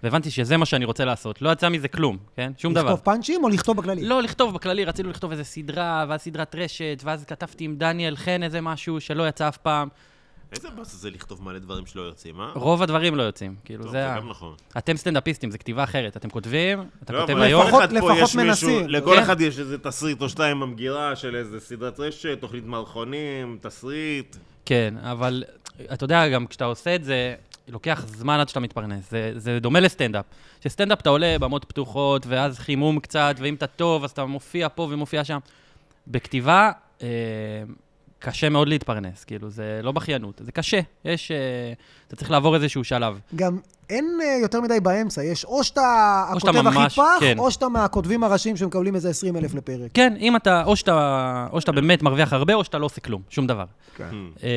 והבנתי שזה מה שאני רוצה לעשות. לא יצא מזה כלום, כן? שום דבר. לכתוב פאנצ'ים או לכתוב בכללי? לא, לכתוב בכללי, רצינו לכתוב איזה סדרה, ואז סדרת רשת, ואז כתבתי עם דניאל חן איזה משהו שלא יצא אף פעם. איזה באס זה לכתוב מלא דברים שלא יוצאים, אה? רוב הדברים לא יוצאים, כאילו, טוב, זה ה... גם נכון. אתם סטנדאפיסטים, זו כתיבה אחרת. אתם כותבים, אתה לא, כותב אבל היום, לכל אחד לפחות- פה לפחות יש מישהו- מנסים. לכל כן. אחד יש איזה תסריט או שתיים במגירה של איזה סדרת רשת, תוכנית מערכונים, תסריט. כן, אבל אתה יודע, גם כשאתה עושה את זה, לוקח זמן עד שאתה מתפרנס. זה, זה דומה לסטנדאפ. שסטנדאפ אתה עולה, במות פתוחות, ואז חימום קצת, ואם אתה טוב, אז אתה מופיע פה ומופיע שם. בכתיבה, אה, קשה מאוד להתפרנס, כאילו, זה לא בכיינות, זה קשה. יש... אה, אתה צריך לעבור איזשהו שלב. גם אין אה, יותר מדי באמצע, יש או שאתה או שאתה הכותב הכי ממש- פח, כן. או שאתה מהכותבים הראשיים שמקבלים איזה 20 אלף לפרק. כן, אם אתה, או שאתה, או שאתה באמת מרוויח הרבה, או שאתה לא עושה כלום, שום דבר. כן. אה,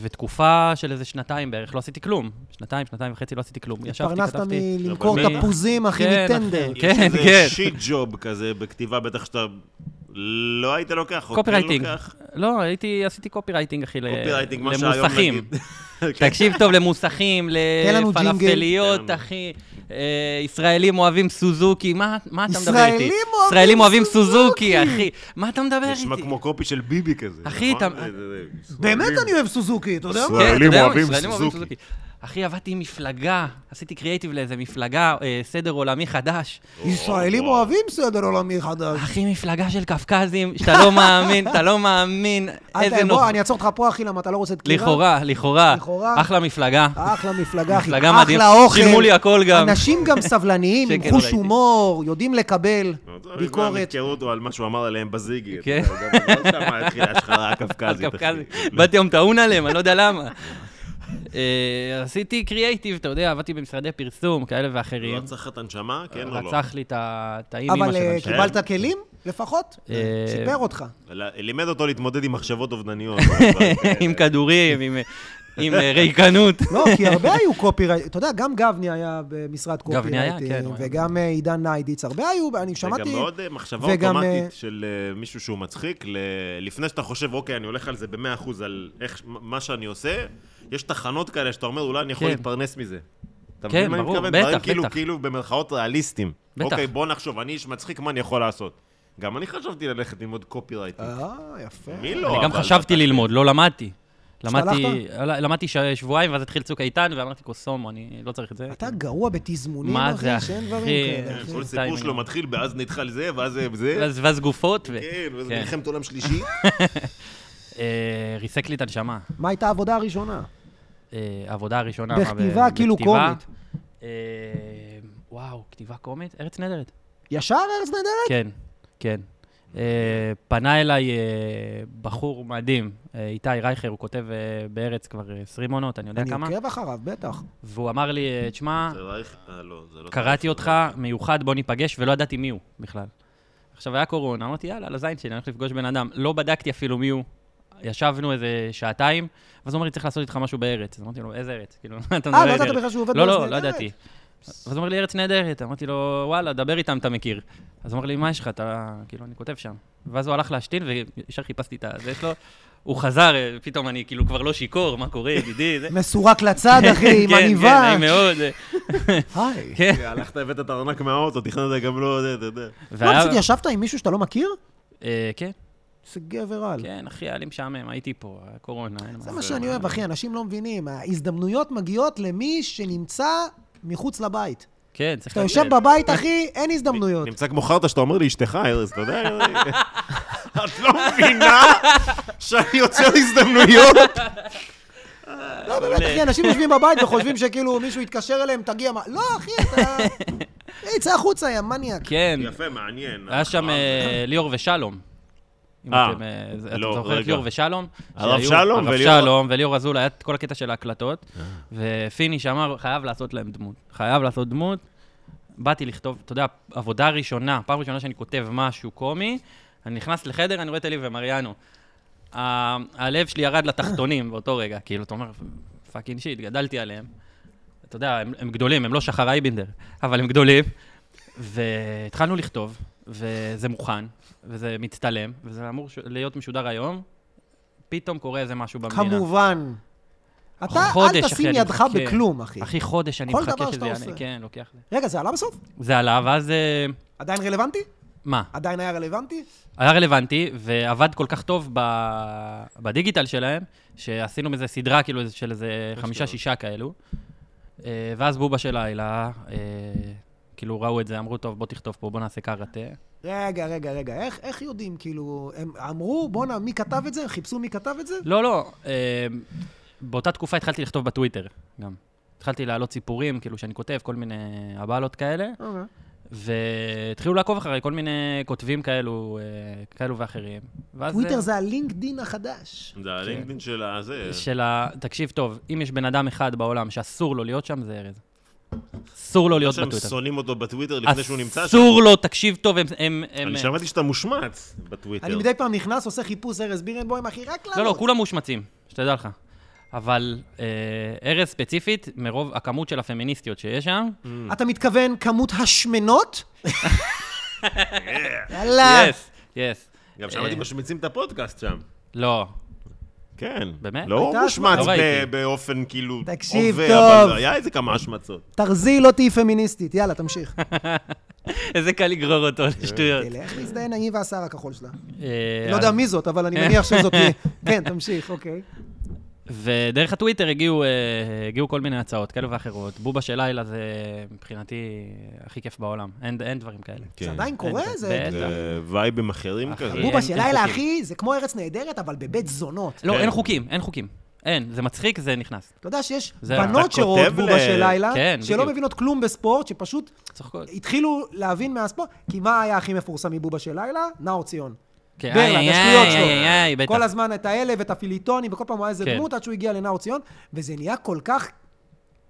ותקופה של איזה שנתיים בערך, לא עשיתי כלום. שנתיים, שנתיים וחצי לא עשיתי כלום. ישבתי, התפרנסת כתבתי. מלמכור אבל מי- תפוזים, אחי, כן, מטנדר. אחי. יש כן, איזה כן. שיט ג'וב כזה בכתיבה, בטח שאתה לא היית לוקח, או כן קופירייטינג. לוקח. לא, הייתי, עשיתי קופירייטינג, אחי, ל- קופירייטינג, מה שהיום אה, למוסכים. נגיד. כן. תקשיב טוב, למוסכים, לנו לפלאפליות, ג'ינגל. אחי. אה, ישראלים אוהבים סוזוקי, מה מה אתה מדבר איתי? ישראלים אוהבים ישראלים אוהבים סוזוקי. סוזוקי, אחי. מה אתה מדבר איתי? נשמע כמו קופי של ביבי כזה. אחי, נכון? אתה- זה- זה- זה- באמת כן. ישראלים. אני אוהב סוזוקי, אתה יודע מה? סוזוקי. ישראלים אתה יודע מה? אוהבים ישראלים סוזוקי. אחי, עבדתי עם מפלגה, עשיתי קריאיטיב לאיזה מפלגה, אה, סדר עולמי חדש. ישראלים לא. וואו. אוהבים סדר עולמי חדש. אחי, מפלגה של קפקזים, שאתה לא מאמין, אתה לא מאמין, איזה אל- נוח. בוא, אני אעצור אותך פה, אחי, למה אתה לא רוצה דקירה? לכאורה, לכאורה. לכאורה. אחלה מפלגה. אחלה מפלגה, אחי. מפלגה מדהים. אחלה אוכל. שילמו לי הכל גם. אנשים גם סבלניים, עם שקל לא, חוש ראיתי. הומור, יודעים לקבל לא, כבר ביקורת. יתקרו אותו על מה שהוא אמר עליהם בזיגי. כן. אתה יודע, גם לא סתם התחילה השחרה הקפקזית, אחי. קפקזי. באתי היום טעון עליהם, אני לא יודע למה. אה, עשיתי קריאייטיב, אתה יודע, עבדתי במשרדי פרסום כאלה ואחרים. רצח את הנשמה, כן או לא? רצח לי את ה- את האימא אבל של אה, אנשי. קיבלת כלים, לפחות? אה, סיפר אותך. אלא- לימד אותו להתמודד עם מחשבות אובדניות. כן. עם כדורים, עם- עם אה, ריקנות. לא, כי הרבה היו קופירייט, אתה יודע, גם גבני היה במשרד גבני קופירייט. היה, כן, הוא היה. וגם אה, עידן ניידיץ, הרבה היו, שמעתי... אני זה שמעתי... גם מאוד אה, מחשבה וגם, אה, אוטומטית של אה, מישהו שהוא מצחיק, ל- לפני שאתה חושב, אוקיי, אני הולך על זה ב-100% על איך, מה שאני עושה, יש תחנות כאלה שאתה אומר, אולי אני יכול כן. להתפרנס מזה. אתה כן, מבין מה אני ברור, מתכוון? בטח, דברים כאילו, בטח. כאילו במרכאות ריאליסטיים. בטח. אוקיי, בוא נחשוב, אני איש מצחיק, מה אני יכול לעשות? גם אני חשבתי ללכת ללמוד קופירייטינג. אה, יפה. מי לא? אני גם אבל- חשבתי ללמוד, לא למדתי. השתלחת? למדתי, למדתי ש- שבועיים, ואז התחיל צוק איתן, ואמרתי, קוסומו, אני לא צריך את זה. אתה גרוע בתזמונים, מה זה, אחי, שאין דברים אחי? אה, כאלה. כן, אחי. כל טיימינג. סיפור שלו מתחיל, ואז נדחה לזה, ואז זה, וזה. ואז ואז גופות, ו... כן, ואז כן. מלחמת עולם שלישי. אה, ריסק לי את הנשמה. מה הייתה העבודה הראשונה? אה, העבודה הראשונה. מה, בכתיבה, ב- כאילו בכתיבה. קומית. אה, וואו, כתיבה קומית? ארץ נהדרת. ישר ארז נדרת? כן, כן. אה, פנה אליי אה, בחור מדהים, אה, איתי רייכר, הוא כותב אה, בארץ כבר אה, 20 עונות, אני יודע אני כמה. עוקב אחריו, בטח. והוא אמר לי, אה, תשמע, זה רייך- אה, לא, זה לא- קראתי אותך מיוחד, בוא ניפגש, ולא ידעתי מי הוא בכלל. עכשיו, היה קורונה, אמרתי, יאללה, לזין שלי, אני הולך לפגוש בן אדם. לא בדקתי אפילו מי הוא. ישבנו איזה שעתיים, ואז הוא אומר לי, צריך לעשות איתך משהו בארץ. אז אמרתי לו, איזה ארץ? כאילו, אתה מדבר אה, לא איזה ידעת ארץ?" בכלל שהוא עובד לא, בארץ לא, לא נהדרת? ידעתי. אז הוא אומר לי, ארץ נהדרת. אמרתי לו, וואלה, דבר איתם, אתה מכיר. אז הוא אמר לי, מה יש לך? אתה... כאילו, אני כותב שם. ואז הוא הלך להשתין, וישר חיפשתי את ה... זה שלו. הוא חזר, אה, פתאום אני כאילו כבר לא שיכור, מה קורה, ידידי? זה- מסורק לצד, אחי, עם כן, כן, עניבה. לא, נעים מאוד. אה, היי. כן. הלכת, הבאת את הארנק מהאוטו, תכננת גם לא, זה, אתה יודע. לא, והיה- פשוט ישבת עם מישהו שאתה לא מכיר? אה, כן. זה גבר על. כן, אחי, היה לי משעמם, הייתי פה, היה קורונה, אין מה זה מה שאני אוהב, אחי, אנשים לא מבינים. ההזדמנויות מגיעות למי שנמצא מחוץ לבית. כן, צריך... כשאתה יושב בבית, אחי, אין הזדמנויות. נמצא כמו חרטא שאתה אומר לאשתך, ארז, אתה יודע? "כן". את לא מבינה שאני יוצר הזדמנויות? לא, באמת, אחי, אנשים יושבים בבית וחושבים שכאילו מישהו יתקשר אליהם, תגיע מה... לא, אחי, אתה... היי, צא החוצה, יא מניאק. כן, יפה, מעניין. היה שם אה, ליאור ושלום. אם אה, אתם, אה, זה- אתה לא, זוכר את רגע. ליאור ושלום? הרב שהיו- שלום הרב וליאור- אה. שלום וליאור אזול, היה את כל הקטע של ההקלטות, ופיני שאמר, חייב לעשות להם דמות. חייב לעשות דמות. באתי לכתוב, אתה יודע, עבודה ראשונה, פעם ראשונה שאני כותב משהו קומי, אני נכנס לחדר, אני רואה את אלי ומריאנו. ה- הלב שלי ירד לתחתונים באותו רגע, כאילו, אתה אומר, פאקינג שיט, גדלתי עליהם. אתה יודע, הם, הם גדולים, הם לא שחר אייבינדר, אבל הם גדולים. והתחלנו לכתוב, וזה מוכן, וזה מצטלם, וזה אמור ש... להיות משודר היום. פתאום קורה איזה משהו במדינה. כמובן. אתה, חודש, אל אחי, תשים אני ידך מחכה. בכלום, אחי. אחי, חודש אני כל מחכה דבר שזה שאתה יענה. עושה. כן, לוקח זה. רגע, זה עלה בסוף? זה עלה, ואז... אה, עדיין רלוונטי? מה? עדיין היה רלוונטי? היה רלוונטי, ועבד כל כך טוב ב... בדיגיטל שלהם, שעשינו מזה סדרה כאילו איזה- של איזה חמישה-שישה כאלו. אה, ואז בובה של לילה, אה, כאילו ראו את זה, אמרו, טוב, בוא תכתוב פה, בוא נעשה קראטה. רגע, רגע, רגע, איך, איך יודעים, כאילו, הם אמרו, בואנה, מי כתב את זה? חיפשו מי כתב את זה? לא, לא, אה, באותה תקופה התחלתי לכתוב בטוויטר גם. התחלתי להעלות סיפורים, כאילו, שאני כותב כל מיני הבלות כאלה, והתחילו לעקוב אחרי כל מיני כותבים כאלו, אה, כאלו ואחרים. ואז, טוויטר אה, זה הלינקדין החדש. זה כן. הלינקדאין של הזה. של ה... תקשיב טוב, אם יש בן אדם אחד בעולם שאסור לו להיות שם, זה ארז. אסור לו להיות שהם בטוויטר. שונאים אותו בטוויטר לפני שהוא נמצא שם. אסור לו, תקשיב טוב, הם... הם, הם אני שמעתי שאתה מושמץ בטוויטר. אני מדי פעם נכנס, עושה חיפוש ארז בירנבוים, אחי, רק לעלות. לא, לא, כולם מושמצים, שתדע לך. אבל אה, ארז ספציפית, מרוב הכמות של הפמיניסטיות שיש שם, אתה מתכוון כמות השמנות? יאללה. יס, יס. גם שמעתי אה. משמיצים את הפודקאסט שם. לא, כן. באמת? לא הייתה מושמץ השמצה. לא ב- ראיתי. באופן כאילו... תקשיב עובר, טוב. אבל היה איזה כמה השמצות. תרזי, לא תהיי פמיניסטית. יאללה, תמשיך. איזה קל לגרור אותו לשטויות. תלך להזדיין, אני והשיער הכחול שלה. אה, כן. לא יודע מי זאת, אבל אני מניח שזאת היא. כן, תמשיך, אוקיי. ודרך הטוויטר הגיעו, אה, הגיעו כל מיני הצעות כאלו ואחרות. בובה של לילה זה מבחינתי הכי כיף בעולם. אין, אין דברים כאלה. זה עדיין קורה? כן. זה... אין, בטח. זה וייבים אחרים אחי. כזה. אין- בובה אין של לילה, חוקים. אחי, זה כמו ארץ נהדרת, אבל בבית זונות. לא, כן. אין חוקים, אין חוקים. אין, זה מצחיק, זה נכנס. אתה יודע שיש זה- בנות אתה שרואות כותב בובה ל- של לילה, כן, שלא בדיוק. מבינות כלום בספורט, שפשוט צוחקות. התחילו להבין מהספורט, כי מה היה הכי מפורסם מבובה של לילה? נאור ציון. כן, ברלנד, איי, השטויות איי, שלו. איי, איי, בטח. כל הזמן את האלה ואת הפיליטונים, וכל פעם הוא היה איזה כן. דמות עד שהוא הגיע לנאור ציון, וזה נהיה כל כך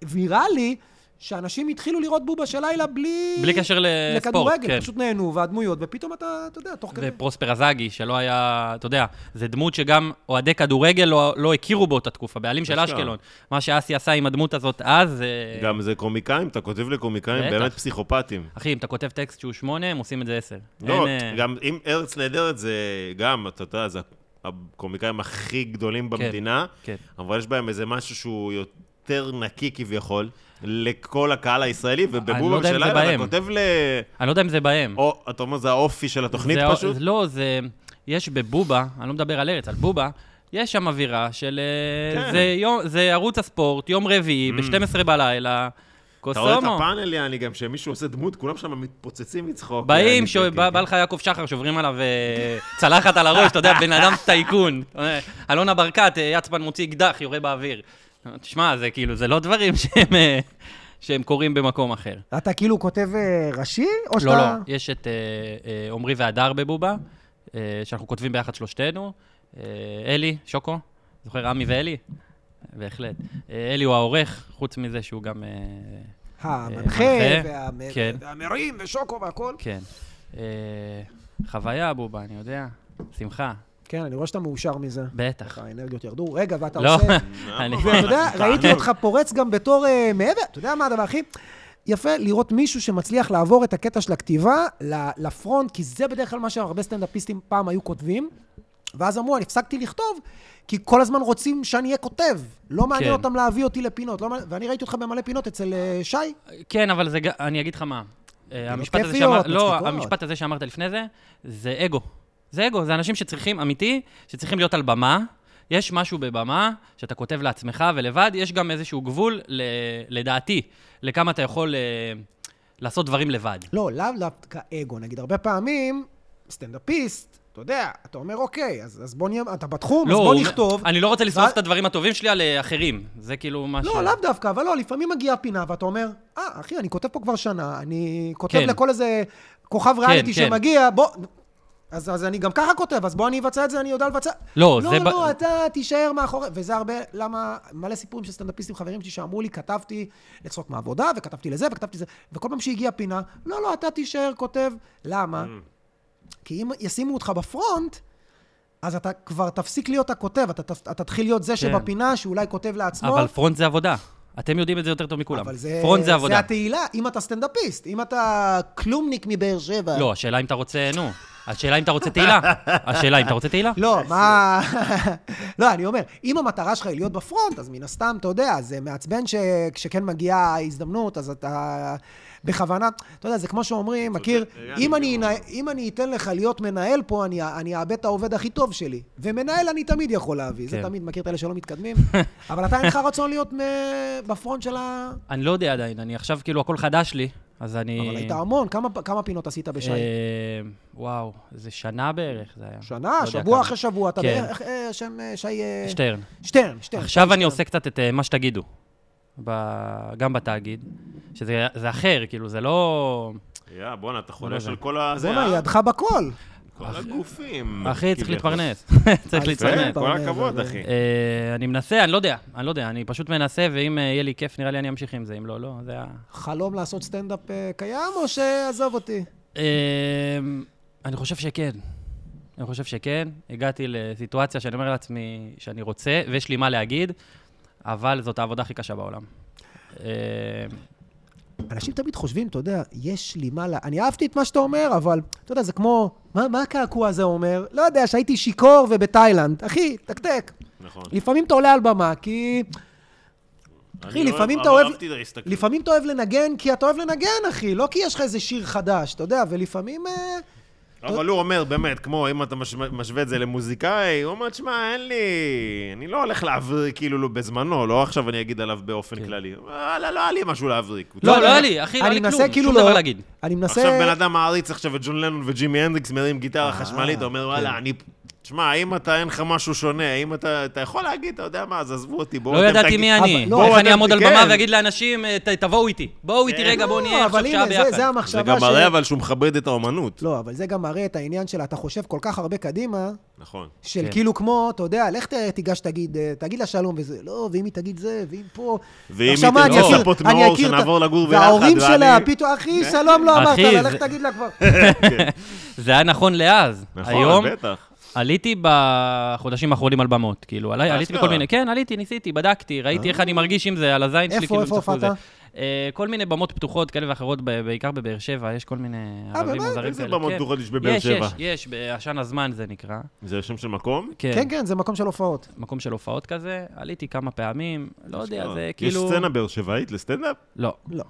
ויראלי, שאנשים התחילו לראות בובה של לילה בלי... בלי קשר לספורט, לכדורגל, כן. פשוט נהנו, והדמויות, ופתאום אתה, אתה יודע, תוך כדי. ופרוספר אזאגי, שלא היה, אתה יודע, זה דמות שגם אוהדי כדורגל לא, לא הכירו באותה תקופה, בעלים של אשכרה. אשקלון. מה שאסי עשה עם הדמות הזאת אז, אה, גם זה קומיקאים, אתה כותב לקומיקאים בטח. באמת פסיכופטים. אחי, אם אתה כותב טקסט שהוא שמונה, הם עושים את זה עשר. לא, אין, אה, גם אם ארץ נהדרת זה גם, אתה יודע, זה הקומיקאים הכי גדולים במדינה, כן. אבל יש בהם איזה משהו שהוא יותר נקי כביכול, לכל הקהל הישראלי, אני לא ובבובה יודע אם של זה לילה בהם. אתה כותב ל... אני לא יודע אם זה בהם. או, אתה אומר, זה האופי של התוכנית זה- פשוט? זה לא, זה... יש בבובה, אני לא מדבר על ארץ, על בובה, יש שם אווירה של... אה, כן. Mm. זה, יום, זה ערוץ הספורט, יום רביעי, ב-12 בלילה, אתה רואה את קוסומו. הפאנל, יעני, גם שמישהו עושה דמות, כולם שם מתפוצצים מצחוק. באים, יעני, ש- כן, בא כן, בא לך יעקב שחר, שוברים עליו אה, צלחת על הראש, אתה יודע, בן אדם טייקון. אה, אלונה ברקת, אה, יצפן מוציא אקדח, יורה באוויר. תשמע, זה כאילו, זה לא דברים שהם, אה, שהם קורים במקום אחר. אתה כאילו כותב אה, ראשי, או שאתה... לא, לא, יש את אה, אה, עמרי והדר בבובה, אה, שאנחנו כותבים ביחד שלושתנו. אה, אלי, שוקו, זוכר עמי ואלי? בהחלט. אה, אלי הוא העורך, חוץ מזה שהוא גם... אה, המנחה, אה, והמ- כן. והמרים, ושוקו והכל. כן. אה, חוויה בובה, אני יודע. שמחה, כן, אני רואה שאתה מאושר מזה. בטח. האנרגיות ירדו. רגע, ואתה Mm. לא, עושה... אני... ואתה יודע, תענוג. ראיתי אותך פורץ גם בתור אה, מעבר, אתה יודע מה הדבר הכי יפה? לראות מישהו שמצליח לעבור את הקטע של הכתיבה ל- לפרונט, כי זה בדרך כלל מה שהרבה סטנדאפיסטים פעם היו כותבים. ואז אמרו, אני הפסקתי לכתוב, כי כל הזמן רוצים שאני אהיה כותב. לא מעניין כן. אותם להביא אותי לפינות. לא מעניין- ואני ראיתי אותך במלא פינות אצל אה, שי. כן, אבל זה... ג- אני אגיד לך מה. אה, המשפט הזה כיפיות, שאמר- לא, מצחיקות. המשפט הזה שאמרת לפני זה, זה אגו. זה אגו, זה אנשים שצריכים, אמיתי, שצריכים להיות על במה. יש משהו בבמה שאתה כותב לעצמך ולבד, יש גם איזשהו גבול, ל- לדעתי, לכמה אתה יכול אה, לעשות דברים לבד. לא, לאו דווקא אגו. נגיד, הרבה פעמים, סטנדאפיסט, אתה יודע, אתה אומר, אוקיי, אז אז בוא נהיה, אתה בתחום, אז לא, בוא הוא- נכתוב. אני לא רוצה לשרוף ואז- את הדברים הטובים שלי על אה, אחרים. זה כאילו מה ש... לא, לאו דווקא, אבל לא, לפעמים מגיעה פינה ואתה אומר, אה, אחי, אני כותב פה כבר שנה, אני כותב כן. לכל איזה כוכב ריאליטי כן. שמגיע, בוא... אז, אז אני גם ככה כותב, אז בוא אני אבצע את זה, אני יודע לבצע. לא, לא, זה לא, ב- לא, אתה תישאר מאחורי... וזה הרבה, למה... מלא סיפורים של סטנדאפיסטים חברים שלי שאמרו לי, כתבתי לצחוק מהעבודה, וכתבתי לזה, וכתבתי לזה, וכל פעם שהגיעה פינה, לא, לא, אתה תישאר כותב. למה? כי אם ישימו אותך בפרונט, אז אתה כבר תפסיק להיות הכותב, אתה, תפ- אתה תתחיל להיות זה שבפינה, שאולי כותב לעצמו. כן. אבל פרונט זה עבודה. אתם יודעים את זה יותר טוב מכולם. לא. אבל זה, פרונט זה עבודה. זה התהילה, אם אתה סטנדאפיסט, אם אתה כלומניק מבאר שבע. לא, השאלה אם אתה רוצה, נו. השאלה אם אתה רוצה תהילה. השאלה אם אתה רוצה תהילה. לא, מה... לא, אני אומר, אם המטרה שלך היא להיות בפרונט, אז מן הסתם, אתה יודע, זה מעצבן שכשכן מגיעה ההזדמנות, אז אתה בכוונה... אתה יודע, זה כמו שאומרים, מכיר, אם אני אנ- אם אני אתן לך להיות מנהל פה, אני א- אני אאבד את העובד הכי טוב שלי. ומנהל אני תמיד יכול להביא. זה כן. תמיד, מכיר את אלה שלא מתקדמים? אבל אתה אין לך רצון להיות מ- בפרונט של ה... אני לא יודע עדיין, אני עכשיו, כאילו, הכל חדש לי, אז אני... אבל היית המון, כמה- כמה פינות עשית בשי? אה, וואו, זה שנה בערך זה היה. לא שנה, יודע שבוע כמה. אחרי שבוע, אתה כן. בערך, איך אה, שם אה, שי... אה, שטרן. שטרן, שטרן. עכשיו אני עושה קצת את אה, מה שתגידו. ב- גם בתאגיד, שזה זה אחר, כאילו, זה לא... יא, בואנה, אתה לא חולש זה. על כל ה... זה, בוא'נה, אה? ידך בכל. כל הגופים. אחי, צריך כביכול. להתפרנס. צריך אה, כן, להתפרנס. כל הכבוד, זה- אחי. אה, אני מנסה, אני לא יודע, אני לא יודע, אני פשוט מנסה, ואם אה, יהיה לי כיף, נראה לי אני אמשיך עם זה, אם לא, לא, זה ה... חלום לעשות סטנדאפ אה, קיים, או שעזוב אותי? אה, אני חושב שכן. אני חושב שכן. הגעתי לסיטואציה שאני אומר לעצמי שאני רוצה, ויש לי מה להגיד, אבל זאת העבודה הכי קשה בעולם. אה, אנשים תמיד חושבים, אתה יודע, יש לי מה ל... אני אהבתי את מה שאתה אומר, אבל אתה יודע, זה כמו, מה, מה הקעקוע הזה אומר? לא יודע, שהייתי שיכור ובתאילנד. אחי, תקתק. נכון. לפעמים אתה עולה על במה, כי... אחי, אני לא לפעמים אוהב- אתה אוהב- אהבתי את ההסתכלות. לפעמים אתה אוהב לנגן כי אתה אוהב לנגן, אחי, לא כי יש לך איזה שיר חדש, אתה יודע, ולפעמים... אה, לא, אבל הוא אומר, באמת, כמו אם אתה מש- משווה את זה למוזיקאי, הוא אומר, תשמע, אין לי... אני לא הולך להבריק כאילו לא- בזמנו, לא עכשיו אני אגיד עליו כן. באופן כללי. וואלה, לא היה לי משהו להבריק. הוא לא, צודק. לא היה לי, אחי, לא היה לי אני מנסה כלום, כאילו שום לא- דבר להגיד. אני מנסה... עכשיו בן אדם מעריץ עכשיו את ג'ון לנון וג'ימי הנדריקס מרים אה, גיטרה חשמלית, כן. הוא אומר, וואלה, אני... תשמע, אם אתה, אין לך משהו שונה, אם אתה, אתה יכול להגיד, אתה יודע מה, אז עזבו אותי, בואו... לא אתם ידעתי תגיד- מי אבל- אני. לא, איך אבל אני אתם- אעמוד על כן. במה ואגיד לאנשים, אה, ת- תבואו איתי. בואו איתי כן. רגע, בואו לא, נהיה אבל עכשיו שעה הנה, זה- ביחד. זה זה המחשבה גם ש- מראה אבל שהוא מכבד את האומנות. לא, אבל זה גם מראה את העניין של אתה חושב כל כך הרבה קדימה, נכון. של כן. כאילו כמו, אתה יודע, לך ת- תיגש, תגיד, אה, תגיד לה שלום וזה, לא, ואם היא תגיד זה, ואם פה... ואם עכשיו, היא מה, אני תרצה אכיר- לפות אני מאור, אכיר את ה- שנעבור לגור ביחד, וההורים ואני- כן. שלה, פתאום, אחי, שלום לא אמרת אחי, לה, לך זה- כן. תגיד לה כבר. זה היה נכון לאז. נכון, היום בטח. עליתי בחודשים האחרונים על במות, כאילו, עלי- עליתי אשכרה. אה. בכל מיני, כן, עליתי, ניסיתי, בדקתי, ראיתי איך אני מרגיש עם זה, על הזין שלי, איפה, כאילו, איפה אם צפו הופעת? זה. אה, כל מיני במות פתוחות כאלה ואחרות, ב- בעיקר בבאר שבע, יש כל מיני ערבים באמת? מוזרים כאלה. אה, איזה במות כן. פתוחות יש בבאר יש, שבע? יש, יש, בעשן הזמן זה נקרא. זה שם של מקום? כן, כן, זה מקום של הופעות. מקום של הופעות כזה, עליתי כמה פעמים, לא יודע, זה יש כאילו... סצנה באר שבעית לסטנדאפ? לא, לא.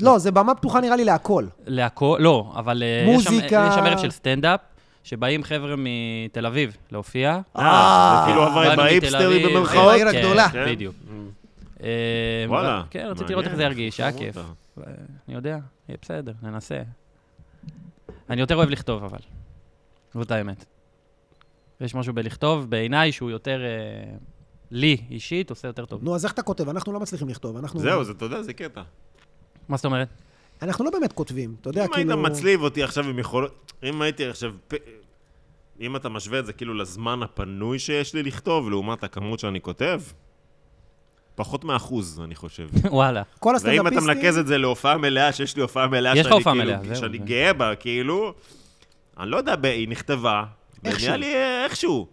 לא, זה במה פתוחה נראה לי להכל. להכל, לא, אבל אה, יש שם- מוזיקה. יש שם ערב של סטנדאפ, שבאים חבר'ה מתל אביב להופיע. אה, זה כאילו עבר באנו עם מתל האיפסטרי אביב, במרכאות? העיר כן, הגדולה. כן. בדיוק. אה, וואלה, אבל- כן, רציתי לראות מעניין, איך זה ירגיש, היה כיף. חמודה. אה, אני יודע, יהיה בסדר, ננסה. אני יותר אוהב לכתוב, אבל. זאת האמת. יש משהו בלכתוב, בעיניי, שהוא יותר... אה, לי, אישית, עושה יותר טוב. נו, אז איך אתה כותב? אנחנו לא מצליחים לכתוב. אנחנו- זהו, זה- אתה יודע, זה קטע. מה זאת אומרת? אנחנו לא באמת כותבים, אתה יודע, אם היית כאילו... מצליב אותי עכשיו עם יכולות... אם הייתי עכשיו... פ- אם אתה משווה את זה כאילו לזמן הפנוי שיש לי לכתוב, לעומת הכמות שאני כותב, פחות מאחוז, אני חושב. וואלה. כל ואם אתה הסטנדאפיסטים... מנקז את זה להופעה מלאה, שיש לי הופעה מלאה יש לך שאני הופעה כאילו- מלאה, זהו, שאני זה. גאה בה, כאילו, אני לא יודע, ב- היא נכתבה, איכשהו. ונראה לי אה, איכשהו.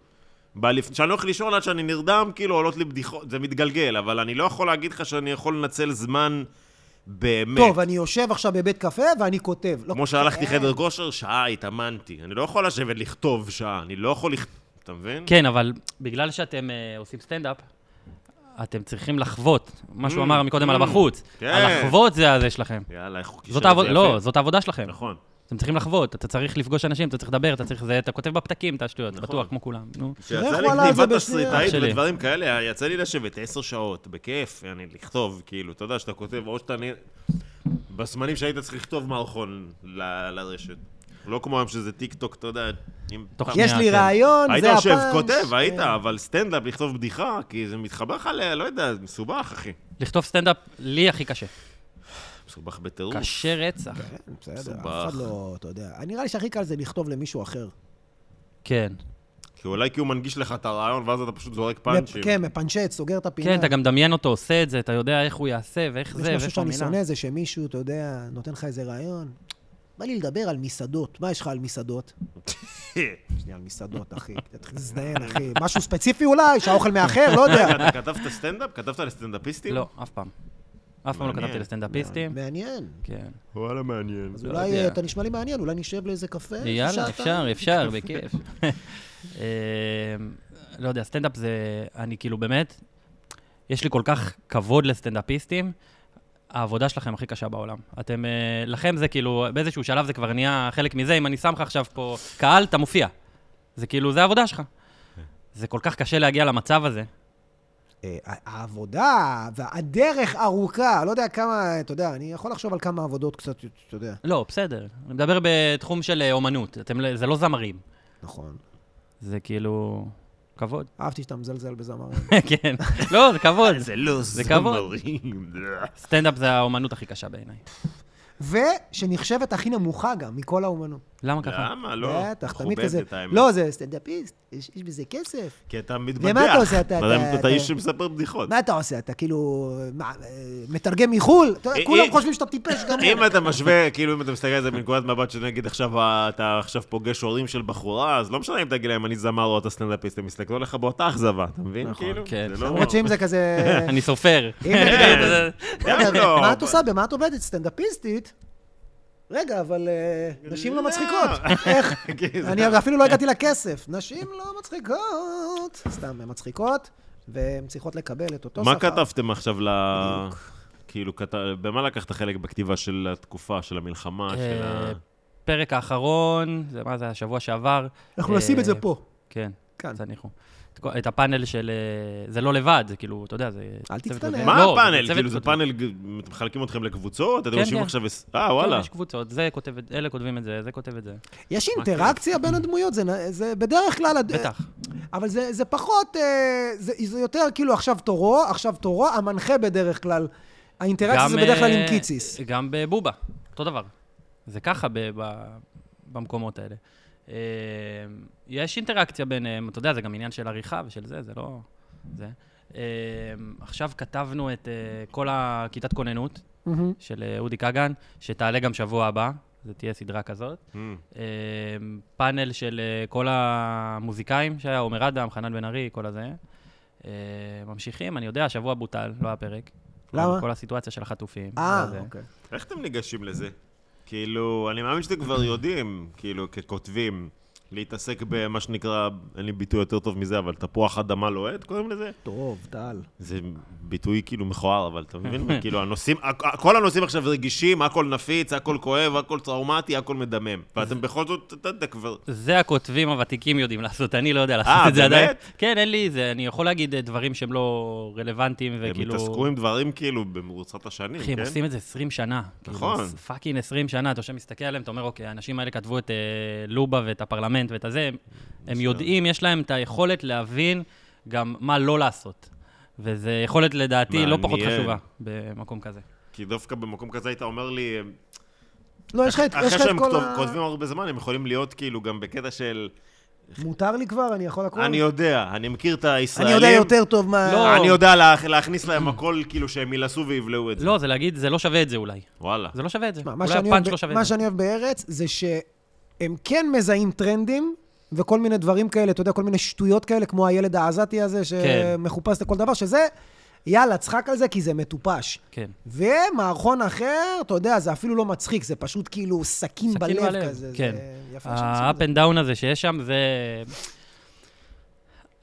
בא לפ- כשאני הולך לישון עד שאני נרדם, כאילו עולות לי בדיחות, זה מתגלגל, אבל אני לא יכול להגיד לך שאני יכול לנצל זמן באמת. טוב, אני יושב עכשיו בבית קפה ואני כותב. לא, כמו שהלכתי חדר כושר, שעה התאמנתי. אני לא יכול לשבת לכתוב שעה, אני לא יכול לכתוב, אתה מבין? כן, אבל בגלל שאתם אה, עושים סטנדאפ, אתם צריכים לחוות. מה שהוא Mm, אמר מקודם על mm, הבחוץ. כן. הלחוות זה הזה שלכם. יאללה, איך הוא קישר זאת את זה העבודה, יפה. לא, זאת העבודה שלכם. נכון. אתם צריכים לחוות, אתה צריך לפגוש אנשים, אתה צריך לדבר, אתה צריך זה, אתה כותב בפתקים את השטויות, נכון. בטוח, כמו כולם. נו. כשיצא איך לי הוא עלה על זה כתיבת בשנייה? תסריטאית אח שלי. ודברים כאלה, יצא לי לשבת עשר שעות, בכיף, אני לכתוב, כאילו, אתה יודע, שאתה כותב, או שאתה... נ- בזמנים שהיית צריך לכתוב מערכון ל- לרשת. לא כמו היום שזה טיק טוק, אתה יודע, אם... תוך פעם- שנייה, יש לי כן. רעיון, היית זה כן. הפאנץ'. יושב, כותב, היית, אבל סטנדאפ, לכתוב בדיחה, כי זה מתחבר לך ל... לא יודע, זה מסובך, אחי. לכתוב סטנדאפ, לי הכי קשה. מסובך בטירוף. קשה רצח. כן, בסדר, אף אה? מסובך. אחד לא, אתה יודע. נראה לי שהכי קל זה לכתוב למישהו אחר. כן. כי אולי כי הוא מנגיש לך את הרעיון, ואז אתה פשוט זורק פאנצ'ים. מפ- כן, מפנצ'ט, סוגר את הפינה. כן, אתה גם מדמיין אותו, עושה את זה, אתה יודע איך הוא יעשה ואיך יש זה, משהו ואיפה שאני המילה. שונא, זה שמישהו, אתה יודע, נותן לך איזה רעיון. בא לי לדבר על מסעדות. מה יש לך על מסעדות? יש לי על מסעדות, אחי. תתחיל להזדיין, אחי. משהו ספציפי אולי, שהאוכל מאחר, לא יודע. רגע, אתה כתבת סטנדאפ? כתבת לסטנדאפיסטים? לא, אף פעם. אף פעם לא מעניין. כתבתי לסטנדאפיסטים. מעניין. כן. וואלה, מעניין. אז לא אולי יודע. אה, אתה נשמע לי מעניין, אולי נשב לאיזה קפה? אה, איזה יאללה, שעתיים? אפשר, אפשר, בכיף. אה, לא יודע, סטנדאפ זה... אני כאילו באמת, יש לי כל כך כבוד לסטנדאפיסטים, העבודה שלכם הכי קשה בעולם. אתם, אה, לכם זה כאילו, באיזשהו שלב זה כבר נהיה חלק מזה, אם אני שם לך עכשיו פה קהל, אתה מופיע. זה כאילו, זה העבודה שלך. זה כל כך קשה להגיע למצב הזה. אה, העבודה והדרך ארוכה, לא יודע כמה, אתה יודע, אני יכול לחשוב על כמה עבודות קצת, אתה יודע. לא, בסדר. אני מדבר בתחום של אה, אומנות. אתם, לא- זה לא זמרים. נכון. זה כאילו... כבוד. אהבתי שאתה מזלזל בזמרים. כן. לא, זה כבוד. זה לא זה כבוד. זמרים. סטנדאפ זה האומנות הכי קשה בעיניי. ושנחשבת הכי נמוכה גם מכל האומנות. למה ככה? למה? לא. בטח, תמיד מכובדת, כזה. האמת. לא, זה סטנדאפיסט, יש יש בזה כסף. כי אתה מתבדח. ומה אתה עושה? אתה- אבל אתה- אתה איש שמספר בדיחות. מה אתה עושה? אתה כאילו מה, אה, מתרגם מחו"ל? אתה יודע, אה, כולם אה, חושבים שאתה טיפש גם אם אתה משווה, כאילו אם אתה מסתכל על זה מנקודת מבט שנגיד עכשיו אה, אתה עכשיו פוגש הורים של בחורה, אז לא משנה אם תגיד להם אני זמר או אתה סטנדאפיסט, הם יסתכלו עליך באותה אכזבה, אתה מבין? נכון, כאילו, כן. זה לא- למרות שאם זה כזה... אני סופר. אם נגיד- כן. יש רגע, לו- מה את עושה? במה את עובדת? סטנדאפיסטית? רגע, אבל אה, נשים לא לא. מצחיקות. איך? כי כאילו, זה- אני אפילו לא הגעתי לכסף. נשים לא מצחיקות. סתם, הן מצחיקות, והן צריכות לקבל את אותו מה שכר. כתבתם עכשיו ל... לא בדיוק. כאילו, כת- במה לקחת חלק בכתיבה של התקופה, של המלחמה, של ה... אה, פרק האחרון, זה מה זה, השבוע שעבר. אנחנו לא אה, נשים את זה פה. כן, כאן. תניחו. את כל- את הפאנל של... אה, זה לא לבד, זה כאילו, אתה יודע, זה... אל צוות תצטנע. כותבים. מה לא, הפאנל? צוות כאילו, זה כותבים. פאנל, ג- אתם מחלקים אתכם לקבוצות? אתם כן, יושבים כן. עכשיו... וס- אה, כן, וואלה. יש קבוצות, זה כותב את... אלה כותבים את זה, זה כותב את זה. יש אינטראקציה בין הדמויות, זה נ- זה בדרך כלל... הד- בטח. אבל זה, זה פחות, אה, זה, זה יותר כאילו עכשיו תורו, עכשיו תורו, המנחה בדרך כלל. האינטראקציה גם, זה בדרך כלל עם אה, קיציס. גם בבובה, אותו דבר. זה ככה ב- ב- במקומות האלה. אה, יש אינטראקציה ביניהם, אתה יודע, זה גם עניין של עריכה ושל זה, זה לא... זה. אה, עכשיו כתבנו את אה, כל הכיתת כוננות מהמם. של אה, אודי כגן, שתעלה גם שבוע הבא, זה תהיה סדרה כזאת. אמ, אה, פאנל של אה, כל המוזיקאים שהיה, עומר אדם, חנן בן ארי, כל הזה. אה, ממשיכים, אני יודע, השבוע בוטל, לא היה פרק. למה? כל הסיטואציה של החטופים. לא אה, וזה. אוקיי. איך אתם ניגשים לזה? כאילו, אני מאמין שאתם כבר יודעים, כאילו, ככותבים, להתעסק במה שנקרא, אין לי ביטוי יותר טוב מזה, אבל תפוח אדמה לוהט, קוראים לזה? טוב, טל. זה ביטוי כאילו מכוער, אבל אתה מבין? כאילו, הנושאים, הכ- כל הנושאים עכשיו רגישים, הכל נפיץ, הכל כואב, הכל טראומטי, הכל מדמם. ואתם בכל זאת, אתה יודע, כבר... זה הכותבים הוותיקים יודעים לעשות, אני לא יודע לעשות אה, את זה באמת? עדיין. כן, אין לי זה, אני יכול להגיד אה, דברים שהם לא רלוונטיים, הם וכאילו... התעסקו עם דברים כאילו במרוצת השנים, אחי, הם כן? עושים את זה 20 שנה. כאילו, נכון. פאקינג 20 שנה, אתה יושב מסתכל עליהם, אתה אומר, אוקיי, האנשים האלה כתבו את אה, לובה ואת הפרלמנט ואת הזה, הם- הם יודעים, יש להם את היכולת להבין גם מה לא לעשות. וזו יכולת, לדעתי, לא פחות מעניין. חשובה במקום כזה. כי דווקא במקום כזה היית אומר לי, לא, יש לך את אחרי יש לך את שהם כל כתוב- ה... כותבים הרבה זמן, הם יכולים להיות כאילו גם בקטע של... מותר לי כבר? אני יכול הכול? אני יודע, אני מכיר את אני הישראלים. יודע יותר טוב מה... לא. אני יודע לה- להכניס להם הכל, כאילו שהם יילסו ויבלעו את זה. לא, זה להגיד, זה לא שווה את זה אולי. וואלה. זה לא שווה את זה. מה, מה אולי שאני הפאנץ' אוהב לא ב- שווה מה את זה. שאני אוהב בארץ זה שהם כן מזהים טרנדים וכל מיני דברים כאלה, אתה יודע, כל מיני שטויות כאלה, כמו הילד העזתי הזה שמחופש לכל דבר, שזה, יאללה, צחק על זה כי זה מטופש. כן. ומערכון אחר, אתה יודע, זה אפילו לא מצחיק, זה פשוט כאילו סכין סכין בלב בלב, כזה. כן. זה יפה שהם עושים את ה-up זה. and down הזה שיש שם, זה...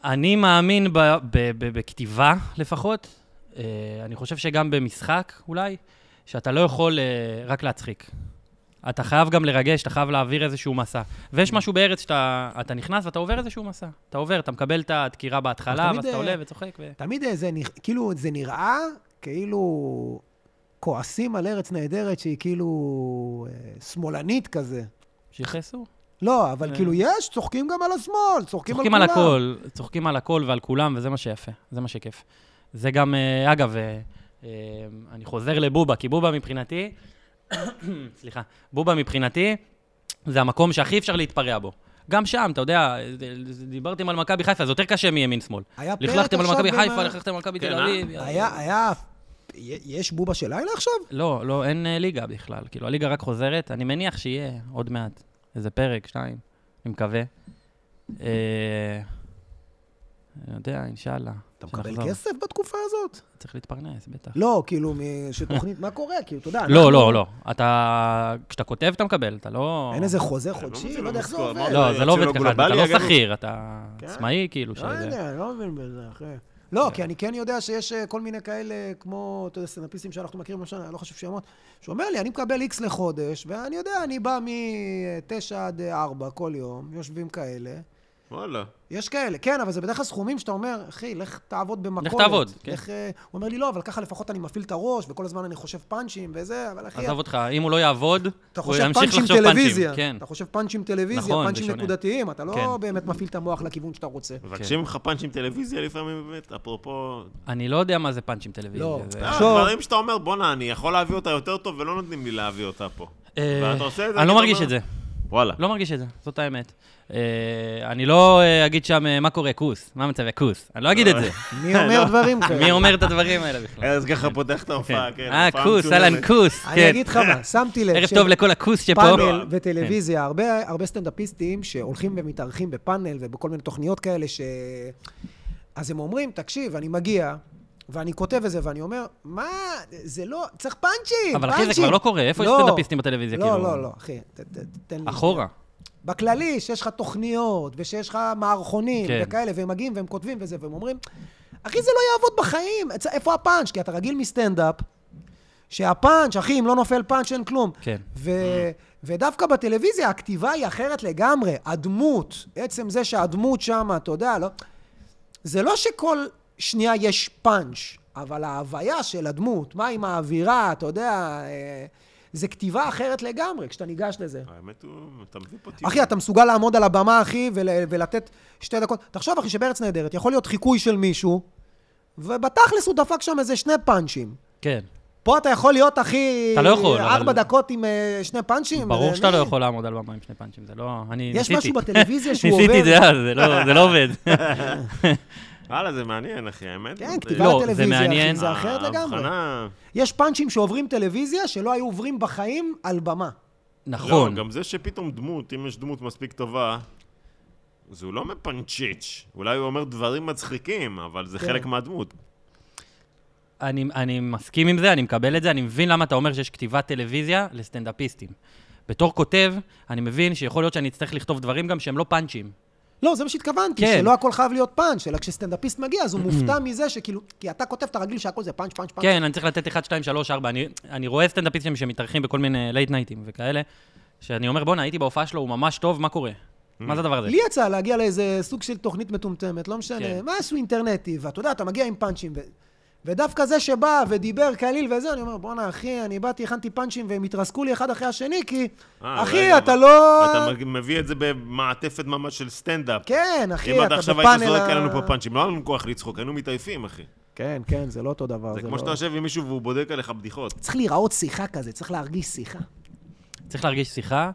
אני מאמין ב- ב- ב- בכתיבה לפחות, אה, אני חושב שגם במשחק אולי, שאתה לא יכול אה, רק להצחיק. אתה חייב גם לרגש, אתה חייב להעביר איזשהו מסע. ויש משהו בארץ שאתה אתה נכנס ואתה עובר איזשהו מסע. אתה עובר, אתה מקבל את הדקירה בהתחלה, אבל תמיד, ואז אתה אה, עולה וצוחק. ו... תמיד זה, נרא- כאילו, זה נראה כאילו כועסים על ארץ נהדרת שהיא כאילו אה, שמאלנית כזה. שיכעסו. לא, אבל אה. כאילו יש, צוחקים גם על השמאל, צוחקים על צוחקים כולם. על הכל, צוחקים על הכל ועל כולם, וזה מה שיפה, זה מה שכיף. זה גם, אה, אגב, אה, אה, אני חוזר לבובה, כי בובה מבחינתי, סליחה, בובה מבחינתי, זה המקום שהכי אפשר להתפרע בו. גם שם, אתה יודע, אה, דיברתם על מכבי חיפה, זה יותר קשה מימין-שמאל. היה פרק לכלכתם על עכשיו מכבי במה- חיפה, לכלכתם על מכבי כן, תל אה? אביב. יאללה. היה, היה, יש בובה של לילה עכשיו? לא, לא, אין אה, ליגה בכלל. כאילו, הליגה רק חוזרת. אני מניח שיהיה עוד מעט איזה פרק, שניים, אני מקווה. אה... אני יודע, אינשאללה. אתה מקבל שנחזור. כסף בתקופה הזאת? צריך להתפרנס, בטח. לא, כאילו, מ- שתוכנית, מה קורה? כאילו, אתה יודע, אנחנו- לא, לא, לא. אתה... כשאתה כותב, אתה מקבל, אתה לא... אין איזה חוזה לא חודשי? מוצאים לא יודע איך זה במשכורת, עובד. מה? לא, זה לא עובד יוצא לו ככה, אתה לא גלובלי, אגב. שכיר, אתה כן? עצמאי, כאילו, לא שזה... יודע, לא מבין בזה, אחי. לא, כי אני כן יודע שיש אה, כל מיני כאלה, כמו, אתה יודע, סטנאפיסטים שאנחנו מכירים, למשל, אני לא חושב שמות, שאומר לי, אני מקבל איקס אה, לחודש, ואני יודע, אני בא מ-9 עד 4 כל יום, יושבים כאלה, לא- וואלה. יש כאלה, כן, אבל זה בדרך כלל סכומים שאתה אומר, אחי, לך תעבוד במכולת. תעבוד, כן. לך, אה, הוא אומר לי, לא, אבל ככה לפחות אני מפעיל את הראש, וכל הזמן אני חושב פאנצ'ים וזה, אבל אחי, עזוב אותך, אם הוא לא יעבוד, אתה הוא חושב ימשיך פאנצ'ים לחשוב פאנצ'ים. טלוויזיה. נכון. כן. אתה חושב פאנצ'ים טלוויזיה, נכון, זה פאנצ'ים שונה. נקודתיים, אתה כן. לא, לא באמת מפעיל את המוח לכיוון שאתה רוצה. מבקשים ממך פאנצ'ים טלוויזיה לפעמים, באמת, אפרופו... אני לא יודע מה זה פאנצ'ים טלוויזיה. לא. זה- אה, תחשוב. דברים שאתה אומר, בואנה, אני יכול להביא אותה יותר טוב ולא נותנים לי להביא אותה פה. אה, ואתה עושה את זה, כאילו אני לא אתה מרגיש אומר- את זה. וואלה. לא מרגיש את זה, זאת האמת. אה, אני לא אה, אגיד שם אה, מה קורה, כוס, מה מצבי כוס. אני לא אגיד את זה. מי אומר דברים כאלה? לא. מי אומר את הדברים האלה בכלל? אז ככה פותח את ההופעה, כן. כן. אה, הופעה כוס, מצולמת. אהלן כוס, אני כן. אגיד לך מה, שמתי לב. ערב ש- טוב לכל הכוס שפה. פאנל וטלוויזיה, הרבה, הרבה סטנדאפיסטים שהולכים ומתארחים בפאנל ובכל מיני תוכניות כאלה ש... אז הם אומרים, תקשיב, אני מגיע, ואני כותב את זה, ואני אומר, מה, זה לא, צריך פאנצ'ים, אבל אחי, פאנצ'ים. זה כבר לא קורה, איפה יש לא. סטנדאפיסטים בטלוויזיה? לא, כאילו? לא, לא, אחי, ת, ת, תן לי. אחורה. בכללי, שיש לך תוכניות, ושיש לך מערכונים, כן. כן. וכאלה, והם מגיעים והם כותבים וזה, והם אומרים, אחי, זה לא יעבוד בחיים, אצ- איפה הפאנץ'? כי אתה רגיל מסטנדאפ, שהפאנץ', אחי, אם לא נופל פאנץ', אין כלום. כן. ו... ודווקא בטלוויזיה הכתיבה היא אחרת לגמרי. הדמות, עצם זה שהדמות שמה, אתה יודע, לא... זה לא שכל שנייה יש פאנץ', אבל ההוויה של הדמות, מה עם האווירה, אתה יודע, אה, זה כתיבה אחרת לגמרי כשאתה ניגש לזה. האמת הוא, אתה מביא פה טיעון. אחי, אתה מסוגל לעמוד על הבמה, אחי, ול, ולתת שתי דקות. תחשוב, אחי, שבארץ נהדרת יכול להיות חיקוי של מישהו, ובתכלס הוא דפק שם איזה שני פאנצ'ים. כן. פה אתה יכול להיות, אחי, אתה לא יכול, ארבע אבל- דקות עם אה, שני פאנצ'ים. ברור זה- שאתה לא יכול לעמוד על במה עם שני פאנצ'ים, זה לא... אני יש ניסיתי. משהו בטלוויזיה שהוא ניסיתי את עובר. זה אז, זה לא- זה לא עובד. וואלה, זה מעניין, אחי, האמת. כן, זה- כתיבה לא, זה לטלוויזיה, מעניין. אחי, זה אחרת לגמרי. אה, ההבחנה... יש פאנצ'ים שעוברים טלוויזיה שלא היו עוברים בחיים על במה. נכון. לא, גם זה שפתאום דמות, אם יש דמות מספיק טובה, אז הוא לא מפנצ'יץ'. אולי הוא אומר דברים מצחיקים, אבל זה כן. חלק מהדמות. אני, אני מסכים עם זה, אני מקבל את זה, אני מבין למה אתה אומר שיש כתיבת טלוויזיה לסטנדאפיסטים. בתור כותב, אני מבין שיכול להיות שאני אצטרך לכתוב דברים גם שהם לא פאנצ'ים. לא, זה מה שהתכוונתי, כן. שלא הכל חייב להיות פאנץ', אלא כשסטנדאפיסט מגיע, אז הוא מופתע מזה שכאילו, כי אתה כותב, אתה רגיל שהכל זה פאנץ', פאנץ', פאנץ'. כן, אני צריך לתת 1, 2, 3, 4. אני, אני רואה סטנדאפיסטים שמתארחים בכל מיני לייט נייטים וכאלה, שאני אומר, בואנה, הייתי בהופעה שלו, הוא ממש טוב, מה קורה? מה זה הדבר הזה? לי יצא להגיע לאיזה סוג של תוכנית מטומטמת, לא משנה, כן. כן. משהו אינטרנטי, ואתה יודע, אתה מגיע עם פאנצ'ים, ו... ודווקא זה שבא ודיבר קליל וזה, אני אומר, בואנה, אחי, אני באתי, הכנתי פאנצ'ים והם התרסקו לי אחד אחרי השני, כי, אה, אחי, אולי אתה גם- לא... אתה מג- מביא את זה במעטפת ממש של סטנדאפ. כן, אם אחי, אתה אתה עכשיו היית בפאנל... זורק ה- עלינו פה פאנצ'ים, לא היה לנו כוח לצחוק, היינו מתעייפים, אחי. כן, כן, זה לא אותו דבר. זה כמו לא- שאתה יושב עם מישהו והוא בודק עליך בדיחות. צריך להיראות שיחה כזה, צריך להרגיש שיחה. צריך להרגיש שיחה,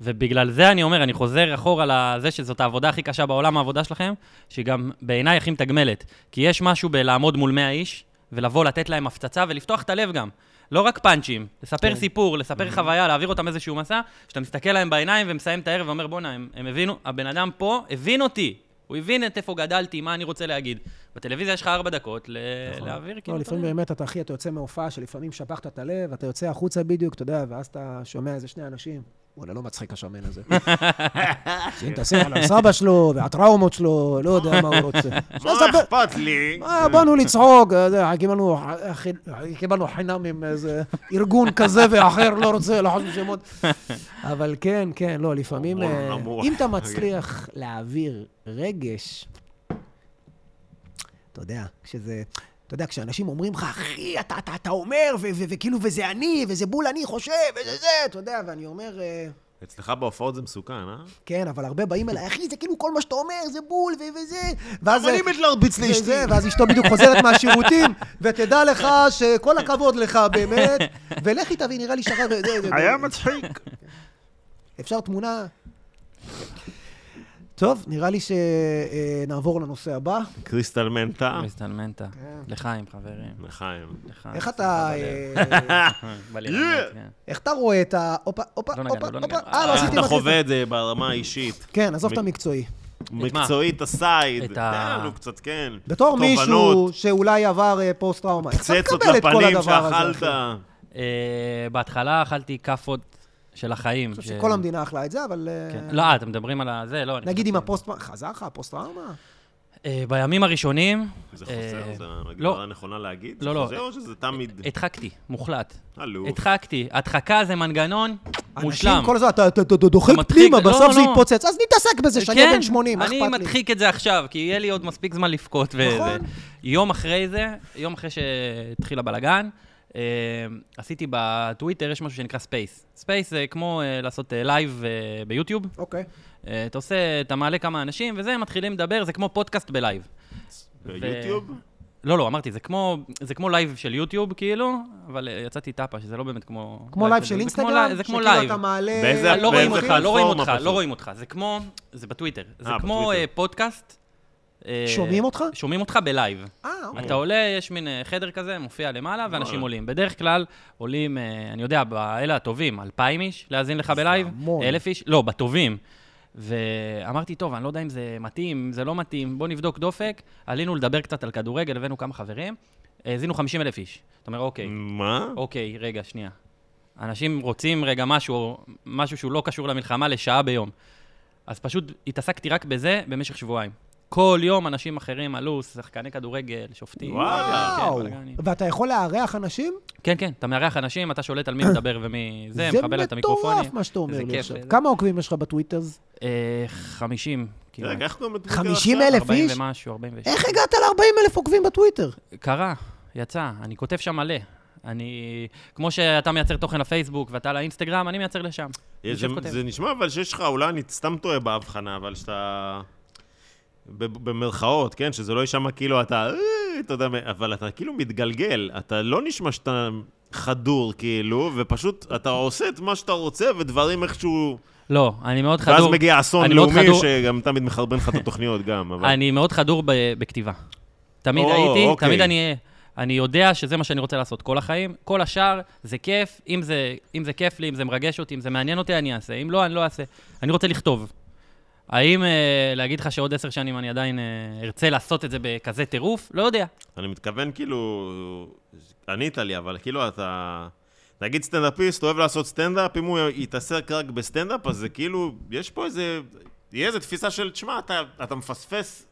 ובגלל זה אני אומר, אני חוזר אחורה לזה שזאת העבודה הכי קשה בעולם, העבודה שלכם, שהיא גם בעיניי הכי מתגמלת. כי יש משהו בלעמוד מול 100 איש, ולבוא לתת להם הפצצה ולפתוח את הלב גם. לא רק פאנצ'ים, לספר סיפור, לספר חוויה, להעביר אותם איזשהו מסע, שאתה מסתכל להם בעיניים ומסיים את הערב ואומר, בואנה, הם, הם הבינו, הבן אדם פה הבין אותי. הוא הבין את איפה גדלתי, מה אני רוצה להגיד. בטלוויזיה יש לך ארבע דקות ל- להעביר, לא, כאילו, אתה לפעמים יודע. באמת אתה, אחי, אתה יוצא מהופעה שלפעמים שבחת את הלב, אתה יוצא החוצה בדיוק, אתה יודע, ואז אתה שומע איזה שני אנשים. וואלה, לא מצחיק השמן הזה. שאם תעשה על הסבא שלו, והטראומות שלו, לא יודע מה הוא רוצה. מה אז אתה ב- אכפת לי? אה, באנו לצחוק, אה, זה, קיבלנו ח- חי- קיבלנו חינם עם איזה ארגון כזה ואחר, לא רוצה לחשוב שמות. אבל כן, כן, לא, לפעמים... המון, אה, המון. אם אתה מצליח להעביר רגש, אתה יודע, כשזה... אתה יודע, כשאנשים אומרים לך, אחי, אתה, אתה, אתה אומר, ו- ו- וכאילו, וזה אני, וזה בול אני חושב, וזה זה, אתה יודע, ואני אומר, אה, אצלך בהופעות זה מסוכן, אה? כן, אבל הרבה באים אליי, אחי, זה כאילו כל מה שאתה אומר, זה בול, ו- וזה... ואז... אה, אבל אם את להרביץ זה- לאשתי. זה, ואז אשתו בדיוק חוזרת מהשירותים, ותדע לך שכל הכבוד לך, באמת. ולכי תביא, נראה לי שחר... זה- זה- זה- מצחיק. אפשר תמונה? טוב, נראה לי שנעבור לנושא הבא. אה, קריסטל מנטה. מסתלמנת. לחיים, חברים. לחיים. לחיים. איך שמחה אתה... בלב. אה, בלילה, כן. איך אתה רואה את ה... הופה, הופה, לא נגענו, הופה, לא הופה. נגענו. אה, לא איך עשיתי אתה מה שעשית. חווה את זה ברמה האישית? כן, עזוב את מ- המקצועי. מה? מקצועית הסייד. את ה- תן לנו קצת, כן. בתור מישהו תובנות, שאולי עבר אה, פוסט-טראומה, איך אתה צצות מקבל את כל לפנים הדבר הזה? שאכלת. אחי? אה, בהתחלה אכלתי כאפות של החיים. חושב ש- שכל המדינה אכלה את זה, אבל... אה, כן. לא, אה, אתם מדברים על הזה, לא. אני נגיד חשבתי- עם הפוסט... חזר לך הפוסט-טראומה? אה, בימים הראשונים... זה אה, חוזר, זו הגדרה לא, נכונה להגיד? לא, לא. זה חוזר או שזה תמיד... הדחקתי, מוחלט. אלוף. הדחקתי. הדחקה זה מנגנון מושלם. אנשים כל הזמן, אתה אתה- אתה דוחק אתה מדחיק- פנימה, לא, בסוף זה לא. יתפוצץ. אז נתעסק בזה שאני כן, בן 80, מה אכפת לי? אני מדחיק את זה עכשיו, כי יהיה לי עוד מספיק זמן לבכות. ו- נכון. ו- יום אחרי זה, יום אחרי שהתחיל הבלגן, אה, עשיתי בטוויטר, יש משהו שנקרא ספייס. ספייס זה כמו אה, לעשות אה, לייב אה, ביוטיוב. אוקיי. אה, אתה עושה, אתה מעלה כמה אנשים וזה, מתחילים לדבר, זה כמו פודקאסט בלייב. ביוטיוב? לא, לא, אמרתי, זה כמו, זה כמו לייב של יוטיוב, כאילו, אבל אה, יצאתי טאפה, שזה לא באמת כמו... כמו לייב זה של כמו אינסטגרם, לי- זה כמו שכאילו לייב. אתה מעלה... באיזה- לא רואים באיזה אותך, לא רואים אותך, פלטפורמה לא פשוט? רואים אותך. זה כמו, זה בטוויטר. זה אה, כמו בטוויטר. אה, פודקאסט. אה, שומעים אותך? שומעים אותך בלייב. אה, כן, אוקיי. אתה עולה, יש מין אה, חדר כזה, מופיע למעלה, ואנשים עולים. בדרך כלל עולים, אה, אני יודע, באלה הטובים, 2,000 איש להאזין לך בלייב, המון. 1,000 איש, לא, בטובים. ואמרתי, טוב, אני לא יודע אם זה מתאים, אם זה לא מתאים, בוא נבדוק דופק. עלינו לדבר קצת על כדורגל, הבאנו כמה חברים, אה, האזינו 50,000 איש. אתה אומר, אוקיי, מה? אוקיי, רגע, שנייה. אנשים רוצים רגע משהו, משהו שהוא לא קשור למלחמה, לשעה ביום. אז פשוט התעסקתי רק בזה במשך שבועיים. כל יום אנשים אחרים עלו, שחקני כדורגל, שופטים. וואלה. כן, וואו. בלגנים. ואתה יכול לארח אנשים? כן, כן, אתה מארח אנשים, אתה שולט על מי מדבר ומי זה, מכבל את המיקרופונים. זה מטורף מה שאתה אומר איזה לי כיף, עכשיו. איזה- כמה עוקבים יש לך בטוויטרס? אה, 50, כמעט. רגע, איך קוראים לטוויטר 50,000 עכשיו? 40 40 איש? ומשהו, 46. איך הגעת ל-40 אלף עוקבים בטוויטר? קרה, יצא, אני כותב שם מלא. אני, כמו שאתה מייצר תוכן לפייסבוק ואתה לאינסטגרם, אני מייצר לשם. יש- יושב כותב. אה, זה נשמע אבל שיש לך, אולי אני סתם טועה בהבחנה, אבל שאתה... ב- במרכאות, כן? שזה לא יישמע כאילו אתה... "אה", אתה יודע, אבל אתה כאילו מתגלגל. אתה לא נשמע שאתה חדור, כאילו, ופשוט אתה עושה את מה שאתה רוצה, ודברים איכשהו... לא, אני מאוד חדור. ואז מגיע אסון אני מאוד לאומי, חדור- שגם תמיד מחרבן לך את התוכניות גם, אבל... אני מאוד חדור ב- בכתיבה. תמיד או, הייתי, אוקיי. תמיד אני... אני יודע שזה מה שאני רוצה לעשות כל החיים. כל השאר, זה כיף. אם זה, אם זה כיף לי, אם זה מרגש אותי, אם זה מעניין אותי, אני אעשה. אם לא, אני לא אעשה. אני רוצה לכתוב. האם אה, להגיד לך שעוד עשר שנים אני עדיין אה, ארצה לעשות את זה בכזה טירוף? לא יודע. אני מתכוון, כאילו, ענית לי, אבל כאילו אתה... נגיד סטנדאפיסט אוהב לעשות סטנדאפ, אם הוא יתעסק רק בסטנדאפ, אז זה כאילו, יש פה איזה... יהיה איזו תפיסה של, תשמע, אתה, אתה מפספס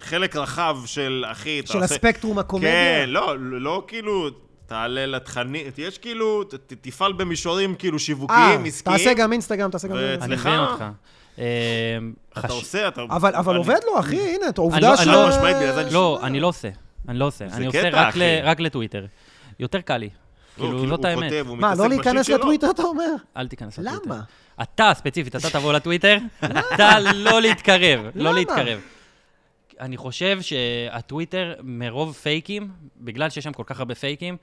חלק רחב של, אחי, אתה של הספקטרום הקומדיה? כן, לא, לא כאילו, תעלה לתכנים, יש כאילו, ת, ת, תפעל במישורים כאילו שיווקיים, אה, עסקיים. תעשה גם אינסטגרם, תעשה גם... ו- אינסטגרם. אני אצלך? מבין אותך. אה, אתה חש- עושה, אתה... אבל אבל אני- עובד לו, אחי, הנה, את לא- העובדה ש... אני לא משמעית, בגלל זה אני לא, אני לא עושה. אני לא עושה. זה אני עושה קטע, רק ל- אחי. רק לטוויטר. יותר קל לי. לא, כאילו, זאת הוא האמת. כותב, הוא מה, מתעסק לא בשיט להיכנס שלו. לטוויטר, אתה אומר? אל תיכנס למה? לטוויטר. אתה, ספציפית, אתה תבוא לטוויטר, אתה לא להתקרב, למה? לא להתקרב. אני חושב שהטוויטר, מרוב פייקים, בגלל שיש שם כל כך הרבה פייקים,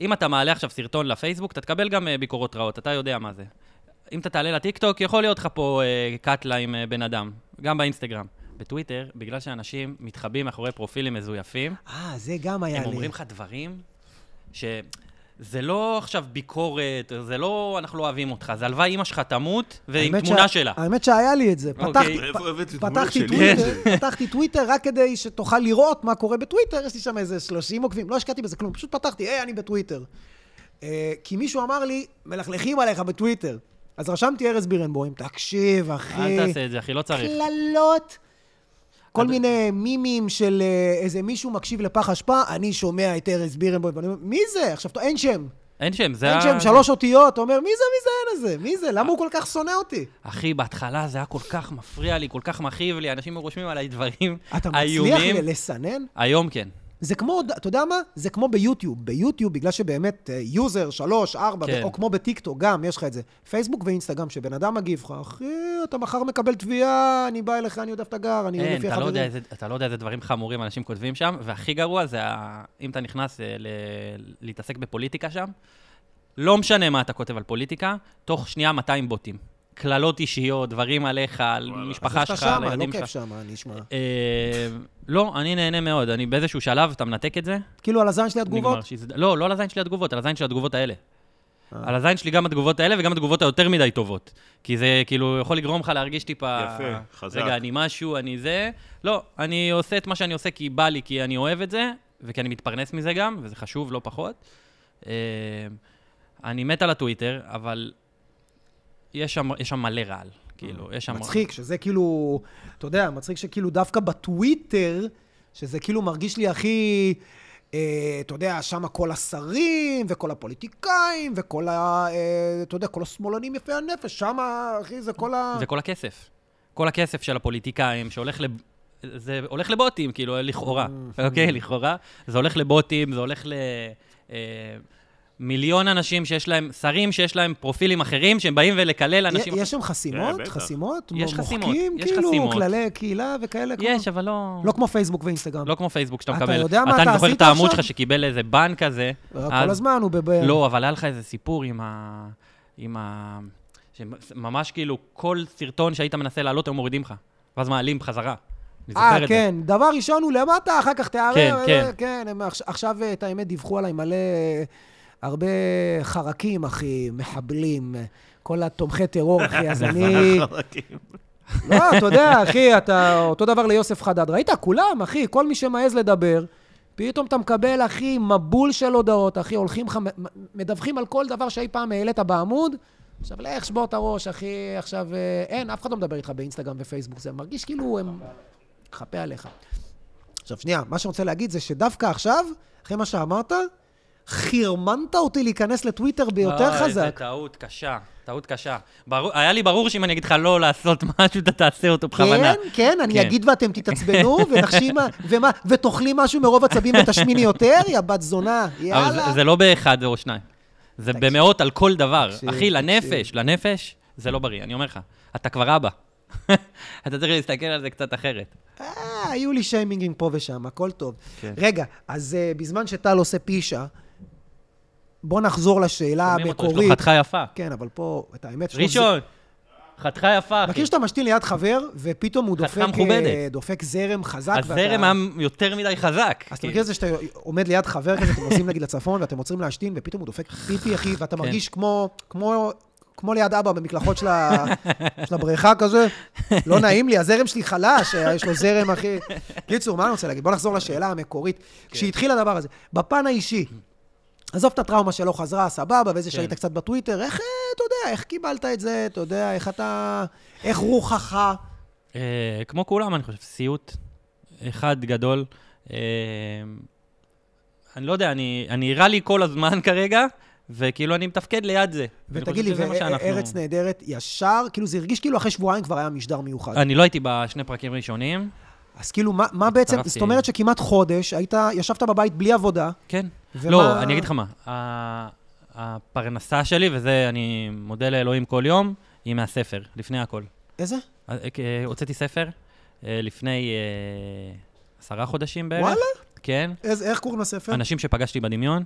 אם אתה מעלה עכשיו סרטון לפייסבוק, אתה תקבל גם אה, ביקורות רעות, אתה יודע מה זה. אם אתה תעלה לטיקטוק, יכול להיות לך פה אה, קאטלה עם אה, בן אדם, גם באינסטגרם. בטוויטר, בגלל שאנשים מתחבאים מאחורי פרופילים מזויפים, אה, זה גם היה הם לי. אומרים לך דברים ש... זה לא עכשיו ביקורת, זה לא אנחנו לא אוהבים אותך, זה הלוואי אימא שלך תמות ועם האמת תמונה שה- שלה. האמת שהיה לי את זה. אוקיי. פתחתי- איפה הבאת את הדמות פתחתי שלי? טוויטר, פתחתי טוויטר רק כדי שתוכל לראות מה קורה בטוויטר, יש לי שם איזה 30 עוקבים, לא השקעתי בזה כלום, פשוט פתחתי, היי, אני בטוויטר. אה, כי מישהו אמר לי, מלכלכים עליך בטוויטר. אז רשמתי ארז בירנבוים, תקשיב, אחי. אל תעשה את זה, אחי, לא צריך. קללות. כל אתה- מיני מימים של אה, איזה מישהו מקשיב לפח אשפה, אני שומע את ארז בירנבוים, ואני אומר, מי זה? עכשיו, אין שם. אין שם, זה... אין ה- שם, שלוש אותיות, אתה אומר, מי זה מי זה הזה? מי זה? למה הוא כל כך שונא אותי? אחי, בהתחלה זה היה כל כך מפריע לי, כל כך מכאיב לי, אנשים רושמים עליי דברים אתה מצליח איומים. ל- לסנן? היום כן. זה כמו, אתה יודע מה? זה כמו ביוטיוב. ביוטיוב, בגלל שבאמת אה, יוזר, שלוש, ארבע, כן. כן. או כמו בטיקטוק, גם יש לך את זה. פייסבוק ואינסטגרם, שבן אדם מגיב לך, אחי, אתה מחר מקבל תביעה, אני בא אליך, אני יודע איפה אתה גר, אני אין, לפי אתה לא, החברים. יודע איזה, אתה לא יודע איזה דברים חמורים אנשים כותבים שם, והכי גרוע זה ה... אם אתה נכנס אה, ל... להתעסק בפוליטיקה שם, לא משנה מה אתה כותב על פוליטיקה, תוך שנייה 200 בוטים. קללות אישיות, דברים עליך, על וואלה. משפחה אז אתה שלך, על שמה, לא הילדים כיף שלך. שמה, נשמע. אה, לא, אני נהנה מאוד. אני באיזשהו שלב, אתה מנתק את זה, כאילו, על הזין שלי התגובות? נגמר שזה- לא, לא על הזין שלי התגובות, על הזין של התגובות האלה. אה. על הזין שלי גם התגובות האלה וגם התגובות היותר מדי טובות. כי זה כאילו יכול לגרום לך להרגיש טיפה... "אה, יפה, חזק. רגע, אני משהו, אני זה. לא, אני עושה את מה שאני עושה כי בא לי, כי אני אוהב את זה, וכי אני מתפרנס מזה גם, וזה חשוב, לא פחות. אה, אני מת על הטוויטר, אבל יש שם, יש שם מלא רעל. כאילו, יש שם... מצחיק, שזה כאילו, אתה יודע, מצחיק שכאילו דווקא בטוויטר, שזה כאילו מרגיש לי הכי... אה, אתה יודע, שם כל השרים, וכל הפוליטיקאים, וכל ה... אה, אתה יודע, כל השמאלנים יפי הנפש, שם, אחי, זה כל ה... זה כל הכסף. כל הכסף של הפוליטיקאים שהולך לב... זה הולך לבוטים, כאילו, לכאורה, אה. אוקיי? לכאורה. זה הולך לבוטים, זה הולך ל... אה, מיליון אנשים שיש להם, שרים שיש להם פרופילים אחרים, שהם באים ולקלל אנשים... יש שם חסימות? כן, בטח. חסימות? יש מ- חסימות, מוחקים, יש כאילו, חסימות. כללי קהילה וכאלה? כמו- יש, אבל לא... לא כמו פייסבוק ואינסטגרם. לא כמו פייסבוק שאתה אתה מקבל. יודע מה אתה אני זוכר עשית את העמוד עכשיו? אה, שלך שקיבל איזה בן כזה. כל אז- הזמן הוא בב... לא, אבל היה לך איזה סיפור עם ה... עם ה... שממש כאילו כל סרטון שהיית מנסה לעלות, היו מורידים לך. ואז מעלים בחזרה. אני זוכר את אה, זה. כן. דבר ראשון הוא למטה, אחר כך תערער. כן, אה, כן. כן, הם עכש- עכשיו, אה, את האמת, דיווחו עליי מלא... אה, הרבה חרקים, אחי, מחבלים, אה, כל התומכי טרור, אחי, אז אני... חלקים. לא, אתה יודע, אחי, אתה... אותו דבר ליוסף חדד. ראית? כולם, אחי, כל מי שמעז לדבר, פתאום אתה מקבל, אחי, מבול של הודעות, אחי, הולכים לך, מ- מדווחים על כל דבר שאי פעם העלית בעמוד. עכשיו, לך, שבור את הראש, אחי, עכשיו... אה, אין, אף אחד לא מדבר איתך באינסטגרם ופייסבוק, זה מרגיש כאילו הם... חפה עליך. עכשיו, שנייה, מה שאני רוצה להגיד זה שדווקא עכשיו, אחרי מה שאמרת, חרמנת אותי להיכנס לטוויטר ביותר אוי, חזק. זה טעות קשה, טעות קשה. ברור- היה לי ברור שאם אני אגיד לך לא לעשות משהו, אתה תעשה אותו בכוונה. כן, כן, אני כן. אגיד ואתם תתעצבנו, ונחשימה, ומה, ותאכלי משהו מרוב עצבים ותשמיני יותר, יא בת זונה, אבל יאללה. זה- זה לא באחד או שניים. זה במאות על כל דבר. תקשיב, אחי, לנפש, תקשיב. לנפש, זה לא בריא, אני אומר לך. אתה כבר אבא. אתה צריך להסתכל על זה קצת אחרת. אה, היו לי שיימינגים פה ושם, הכל טוב. כן. רגע, אז אה, בזמן שטל עושה פישה, בוא נחזור לשאלה שומעים אותו, יש לו המקורית. חתיכה יפה. אה, כן, אבל פה, את האמת שלו, ראשון, חתיכה יפה, זה- אחי. מכיר שאתה משתין ליד חבר, ופתאום הוא חתיכה דופק, מכובדת. אה, דופק זרם חזק. ואתה- הזרם היה יותר מדי חזק. אז אתה כאילו. מכיר את זה שאתה עומד ליד חבר כזה, אתם נוסעים נגיד לצפון, ואתם עוצרים להשתין, ופתאום הוא דופק פיפי, אחי, ואתה כן. מרגיש כמו, כמו, כמו ליד אבא במקלחות של, ה, של הבריכה כזה, לא נעים לי, הזרם שלי חלש, אה, יש לו זרם, אחי. קיצור, מה אני רוצה להגיד? בוא נחזור לשאלה המקורית. כן. כשהתחיל הדבר הזה, בפן האישי, עזוב את הטראומה שלא חזרה, סבבה, כן. וזה שהיית קצת בטוויטר, איך, אה, אתה יודע, איך קיבלת את זה, אתה יודע, איך אתה, איך רוחך, אה, כמו כולם, אני חושב, סיוט אחד גדול. אה, אני לא יודע, אני אני רע לי כל הזמן כרגע, וכאילו אני מתפקד ליד זה. אני חושב ותגיד לי, שזה מה ו- שאנחנו- ארץ נהדרת, ישר, כאילו זה הרגיש כאילו אחרי שבועיים כבר היה משדר מיוחד. אני לא הייתי בשני פרקים ראשונים. אז כאילו, מה, מה בעצם, הצטרפתי. זאת אומרת שכמעט חודש, היית, ישבת בבית בלי עבודה, כן. ומה- לא, אני אגיד לך מה, ה- הפרנסה שלי, וזה אני מודה לאלוהים כל יום, היא מהספר, לפני הכל. איזה? אה, אה, הוצאתי ספר אה, לפני אה, עשרה חודשים בערך. וואלה? כן. איזה, איך קוראים לספר? אנשים שפגשתי בדמיון.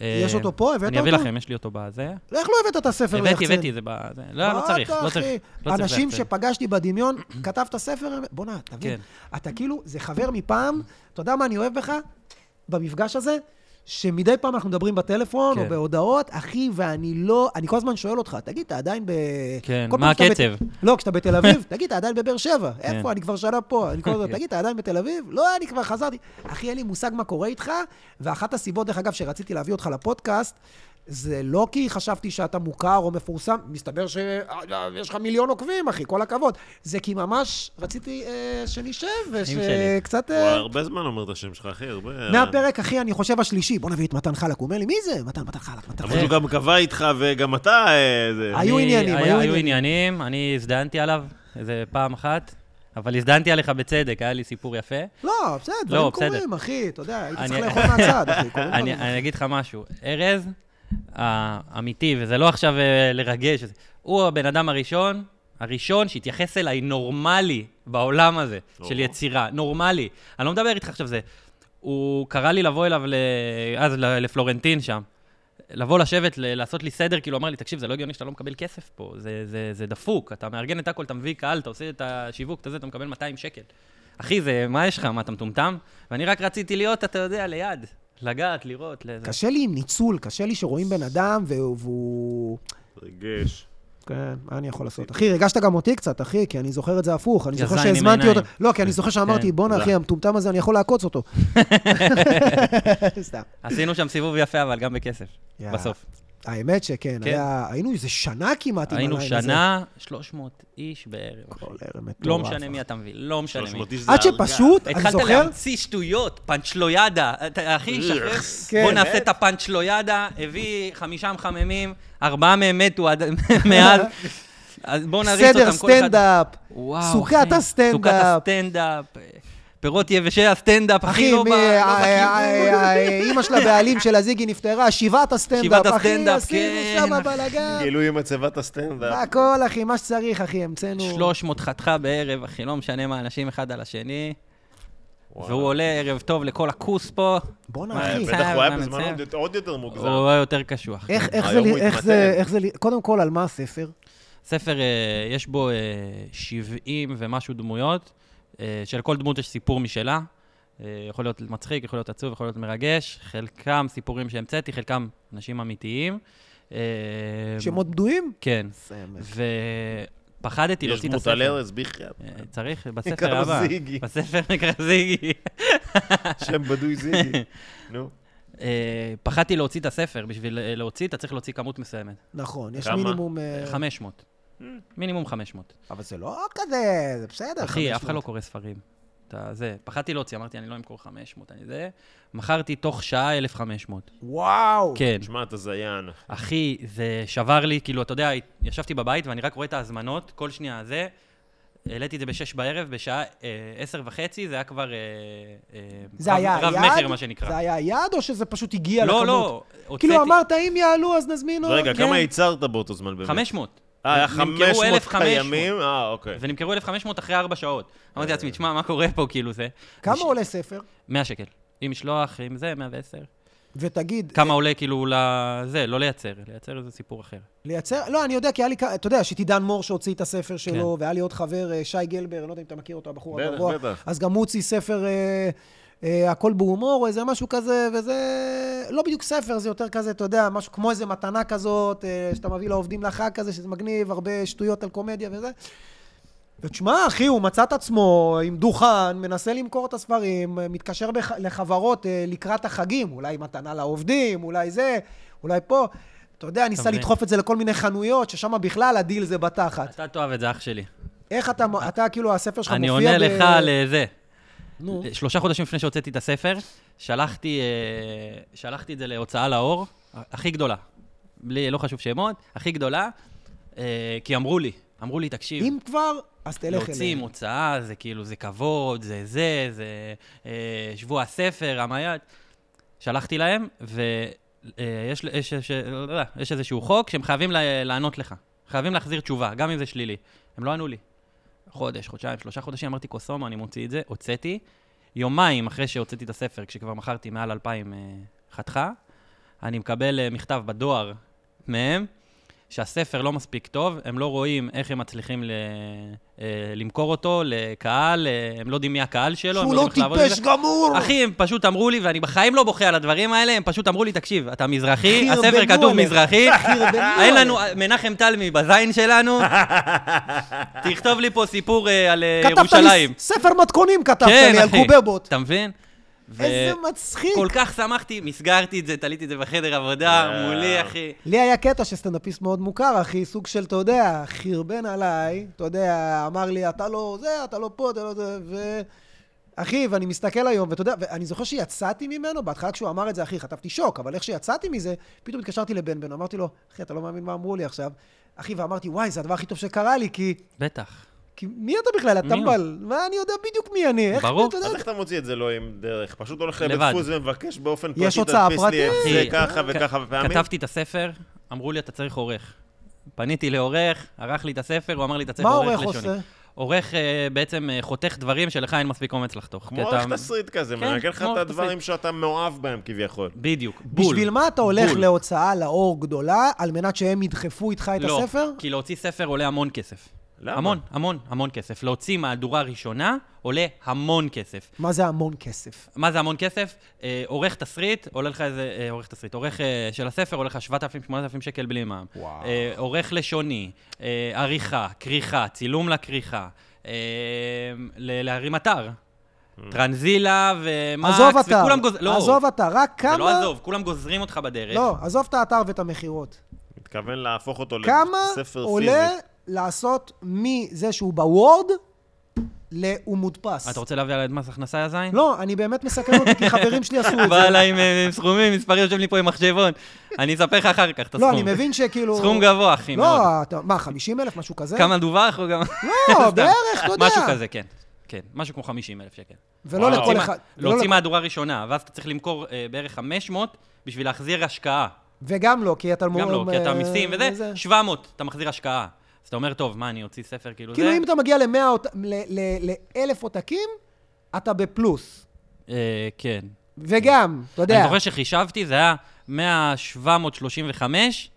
יש אה, אותו פה? הבאת אני אביא אותו? לכם, יש לי אותו בזה. איך לא הבאת את הספר הבאתי, הבאתי, זה ב... זה- לא, לא מה צריך, אתה, לא אחי? צריך. לא צריך אנשים לחצן. שפגשתי בדמיון, כתבת ספר, הם- בוא'נה, תבין. כן. אתה כאילו, זה חבר מפעם, אתה יודע מה אני אוהב בך? במפגש הזה? שמדי פעם אנחנו מדברים בטלפון או כן. בהודעות, אחי, ואני לא, אני כל הזמן שואל אותך, תגיד, אתה עדיין ב... כן, כל פעם מה שאתה בת- הקצב? לא, כשאתה בתל אביב, תגיד, אתה עדיין בבאר שבע. כן. איפה? אני כבר שנה פה. אני כל הזמן, כן. תגיד, אתה עדיין בתל אביב? לא, אני כבר חזרתי. אחי, אין לי מושג מה קורה איתך, ואחת הסיבות, דרך אגב, שרציתי להביא אותך לפודקאסט, זה לא כי חשבתי שאתה מוכר או מפורסם, מסתבר שיש לך מיליון עוקבים, אחי, כל הכבוד. זה כי ממש רציתי אה, שנשב שלי. ושקצת... הוא אה, הרבה זמן אומר את השם שלך, אחי, הרבה... מהפרק, אחי, אני חושב השלישי, בוא נביא את מתן חלק. הוא אומר לי, מי זה? מתן, מתן חלק, מתן אבל חלק. הוא גם קבע איתך, וגם אתה... אה, זה- היו אני- עניינים, היה- היו היו עניינים. עניינים, אני הזדהנתי עליו איזה פעם אחת, אבל הזדהנתי עליך בצדק, היה לי סיפור יפה. לא, בסדר, לא, דברים בסדר. קורים, אחי, אתה יודע, היית צריך אני- לאכול מהצד, אחי. קורים אני דברים. אני אגיד לך משהו, ארז, האמיתי, וזה לא עכשיו אה, לגרש, וזה- הוא הבן אדם הראשון, הראשון שהתייחס אליי נורמלי בעולם הזה, או. של יצירה, נורמלי. אני לא מדבר איתך עכשיו זה. הוא קרא לי לבוא אליו, ל- אז ל- לפלורנטין שם. לבוא לשבת, ל- לעשות לי סדר, כאילו, אמר לי, תקשיב, זה לא הגיוני שאתה לא מקבל כסף פה, זה, זה, זה דפוק, אתה מארגן את הכל, אתה מביא קהל, אתה עושה את השיווק, אתה זה, אתה מקבל 200 שקל. אחי, זה, מה יש לך, מה, אתה מטומטם? ואני רק רציתי להיות, אתה יודע, ליד, לגעת, לראות, לזה. קשה לי עם ניצול, קשה לי שרואים בן אדם והוא- והוא... ריגש. כן, מה אני יכול לעשות? אחי, ריגשת גם אותי קצת, אחי, כי אני זוכר את זה הפוך. אני זוכר יזיים עם שהזמנתי עיניים. אותו... לא, כי אני זוכר שאמרתי, כן, בואנה, תודה. אחי, המטומטם הזה, אני יכול לעקוץ אותו. סתם. עשינו שם סיבוב יפה, אבל גם בכסף, יאללה. בסוף. האמת שכן, כן. היה- היינו איזה שנה כמעט עם הליין היינו הזה. שנה, 300 איש בערב. כל ערב מטורף. לא משנה מי אתה מביא, לא משנה מי. 300 איש זה עד הרגה. שפשוט, אני התחלת זוכר, להמציא שטויות, פאנצ'לויאדה. אתה- אחי, שחרר, כן. בוא נעשה את הפאנצ'לויאדה, הביא חמישה מחממים, ארבעה מהם מתו עד- מאז. אז בואו נריץ אותם כל סדר אחד. סטנדאפ, וואו, סוכת אחי, סוכת הסטנדאפ. הסטנדאפ, אה, פירות יבשי הסטנדאפ, אחי, הכי לא ב- מי- לא כאילו. אה, אה, בכיוון. אה, אה, אימא של הבעלים של הזיגי נפטרה, שבעת הסטנדאפ. שבעת הסטנדאפ, אחי, כן. עשינו שם בלאגן. גילוי מצבת הסטנדאפ. הכל, אחי, מה שצריך, אחי, המצאנו. 300 חתיכה בערב, אחי, לא משנה מה, אנשים אחד על השני. וואו. והוא עולה ערב טוב לכל הכוס פה. בואנה, אה, אחי. בטח הוא היה מצער, בזמן מצער. עוד- עוד יותר מוגזם. הוא היה יותר קשוח. איך- איך זה היום לי- הוא איך זה, התמתן. איך זה, לי- קודם כל, על מה הספר? ספר, אה, יש בו אה, 70 ומשהו דמויות, אה, שלכל דמות יש סיפור משלה. אה, יכול להיות מצחיק, יכול להיות עצוב, יכול להיות מרגש. חלקם סיפורים שהמצאתי, חלקם אנשים אמיתיים. אה, שמות בדויים? כן. סמל. ופחדתי יש להוציא את דמות הספר. על ארז, בחייאת. אה, צריך, נקרא בספר לו הבא. זיגי. בספר נקרא זיגי. שם בדוי זיגי. נו. אה, פחדתי להוציא את הספר, בשביל אה, להוציא, אתה צריך להוציא כמות מסוימת. נכון, יש כמה? מינימום... אה, 500. מינימום 500. אבל זה לא כזה, זה בסדר. אחי, אף 500. אחד לא קורא ספרים. אתה זה, פחדתי להוציא, אמרתי, אני לא אמכור 500, אני זה. מכרתי תוך שעה 1,500. וואו. כן. תשמע, אתה זיין. אחי, זה שבר לי, כאילו, אתה יודע, ישבתי בבית ואני רק רואה את ההזמנות, כל שנייה זה. העליתי את זה בשש בערב, בשעה אה, עשר וחצי, זה היה כבר אה, אה, זה רב- היה רב היעד? מכר, מה שנקרא. זה היה היעד, או שזה פשוט הגיע לכמות? לא, לא, הוצאתי כאילו, אמרת, אם יעלו, אז נזמין עוד. רגע, כן. כמה ייצרת באותו זמן באמת? 500. אה, היה נמכרו 500 1,500. קיימים? אה, אוקיי. ונמכרו 1,500 אחרי 4 שעות. אמרתי לעצמי, תשמע, מה קורה פה, כאילו זה? כמה מש- עולה ספר? 100 שקל. עם משלוח, עם זה, 110. ותגיד, כמה עולה כאילו לזה, לא לייצר, לייצר זה סיפור אחר. לייצר, לא, אני יודע, כי היה לי, כ- אתה יודע, יש את עידן מור שהוציא את הספר שלו, והיה לי עוד חבר, אה, שי גלבר, אני לא יודע אם אתה מכיר אותו, הבחור בטח, הגבוה, בטח. אז גם הוא הוציא ספר, אה, אה, הכל בהומור, או איזה משהו כזה, וזה לא בדיוק ספר, זה יותר כזה, אתה יודע, משהו כמו איזה מתנה כזאת, אה, שאתה מביא לעובדים לחג כזה, שזה מגניב, הרבה שטויות על קומדיה וזה. ותשמע, אחי, הוא מצא את עצמו עם דוכן, מנסה למכור את הספרים, אה, מתקשר בח- לחברות אה, לקראת החגים, אולי מתנה לעובדים, אולי זה, אולי פה. אתה יודע, ניסה מבין. לדחוף את זה לכל מיני חנויות, ששם בכלל הדיל זה בתחת. אתה תאהב את זה, אח שלי. איך אתה, אתה כאילו, הספר שלך אני מופיע עונה לך על אה, זה. נו, שלושה חודשים לפני שהוצאתי את הספר, שלחתי, אה, שלחתי את זה להוצאה לאור, ה- הכי גדולה. בלי, לא חשוב שמות, הכי גדולה, אה, כי אמרו לי, אמרו לי, תקשיב. אם כבר, אז תלך להוציא עם אליהם. הוצאה, זה כאילו, זה כבוד, זה זה, זה אה, שבוע הספר, המייד. שלחתי להם, ויש יש, יש, לא יודע, יש איזשהו חוק שהם חייבים לה- לענות לך. חייבים להחזיר תשובה, גם אם זה שלילי. הם לא ענו לי. חודש, חודשיים, שלושה חודשים, אמרתי, קוסומו, אני מוציא את זה, הוצאתי. יומיים אחרי שהוצאתי את הספר, כשכבר מכרתי מעל 2,000 אה, חתיכה, אני מקבל אה, מכתב בדואר מהם, שהספר לא מספיק טוב, הם לא רואים איך הם מצליחים ל... אה, למכור אותו לקהל, אה, הם לא יודעים מי הקהל שלו, הם שהוא לא לא יודעים איך לעבוד עם טיפש זה. גמור! אחי, הם פשוט אמרו לי, ואני בחיים לא בוכה על הדברים האלה, הם פשוט אמרו לי, תקשיב, אתה מזרחי, חרבנו הספר כתוב עליך. מזרחי, חרבנו אין לנו, מנחם תלמי בזין שלנו, תכתוב לי פה סיפור אה, על אה, כתבת ירושלים. לי ספר מתכונים, כתבת לי, על קוברבוט. כן, אתה מבין? ו- איזה מצחיק. כל כך שמחתי, מסגרתי את זה, תליתי את זה בחדר עבודה, יואו. מולי, אחי. לי היה קטע שסטנדאפיסט מאוד מוכר, אחי, סוג של, אתה יודע, חרבן עליי, אתה יודע, אמר לי, אתה לא זה, אתה לא פה, אתה לא זה, ו... אחי, ואני מסתכל היום, ואתה יודע, ואני זוכר שיצאתי ממנו, בהתחלה כשהוא אמר את זה, אחי, חטפתי שוק, אבל איך שיצאתי מזה, פתאום התקשרתי לבן בן, אמרתי לו, אחי, אתה לא מאמין מה אמרו לי עכשיו. אחי, ואמרתי, וואי, זה הדבר הכי טוב שקרה לי, כי... בטח. כי מי אתה בכלל, מי הוא? הטמבל? מה, אני יודע בדיוק מי אני. איך ברור. אתה יודע? אז איך אתה מוציא את זה לא עם דרך? פשוט הולך לבית לבד. דפוס ומבקש באופן פרטי, יש הוצאה תדפיס לי את פרטית. זה אחי, ככה כ- וככה פעמים. כתבתי את הספר, אמרו לי, אתה צריך עורך. פניתי לעורך, ערך לי את הספר, הוא אמר לי, אתה צריך מה עורך העורך לשוני. עושה? עורך אה, בעצם אה, חותך דברים שלך אין מספיק אומץ לחתוך. כי כמו אתה- עורך תסריט כזה, כן, מנגן לך כמו את עורך הדברים תסריט. שאתה מאוהב בהם כביכול. בדיוק, בול. בשביל מה אתה הולך בול. להוצאה לאור גדולה, על מנת שהם ידחפו איתך את לא, הספר? כי להוציא ספר עולה המון כסף. למה? המון, המון, המון כסף. להוציא מהדורה ראשונה עולה המון כסף. מה זה המון כסף? מה זה המון כסף? אה, עורך תסריט, עולה לך איזה... אה, עורך תסריט, עורך אה, של הספר עולה לך 7,000-8,000 שקל בלי מע"מ. וואו. אה, עורך לשוני, אה, עריכה, כריכה, צילום לכריכה, אה, ל- להרים אתר. טרנזילה ומקס, Mm. עזוב אתר, וכולם גוז- לא, עזוב אתר, רק כמה... זה לא עזוב, כולם גוזרים אותך בדרך. לא, עזוב את האתר ואת המכירות. לא, מתכוון להפוך אותו כמה לספר עולה פיזי. לעשות מזה שהוא בוורד, ל... הוא מודפס. אתה רוצה להביא עליי את מס הכנסה, יא זין? לא, אני באמת מסכן אותי, כי חברים שלי עשו את בא זה. אליי עם, אה, עם סכומים, מספרים, יושב לי פה עם מחשבון. אני אספר לך אחר כך את לא, הסכום. אני מבין שכאילו... סכום גבוה, אחי, מאוד. לא, אתה- מה, 50 אלף, משהו כזה? כמה דווח או גם... לא, בערך, אתה יודע. משהו כזה, כן. כן, משהו כמו 50 אלף שקל. ולא וואו. לכל להוציא אחד. לא ולא להוציא לכ- מהדורה ראשונה, ואז אתה צריך למכור אה, בערך 500 בשביל להחזיר השקעה. וגם לא, כי אתה... גם לא, מ- כי אתה אה, מיסים זה. וזה, 700, אתה מחזיר השקעה. אז אתה אומר, טוב, מה, אני אוציא ספר כאילו זה? כאילו, אם אתה מגיע לאלף עותקים, אתה בפלוס. אה, כן. וגם, אתה יודע. אני זוכר שחישבתי, זה היה 1,735,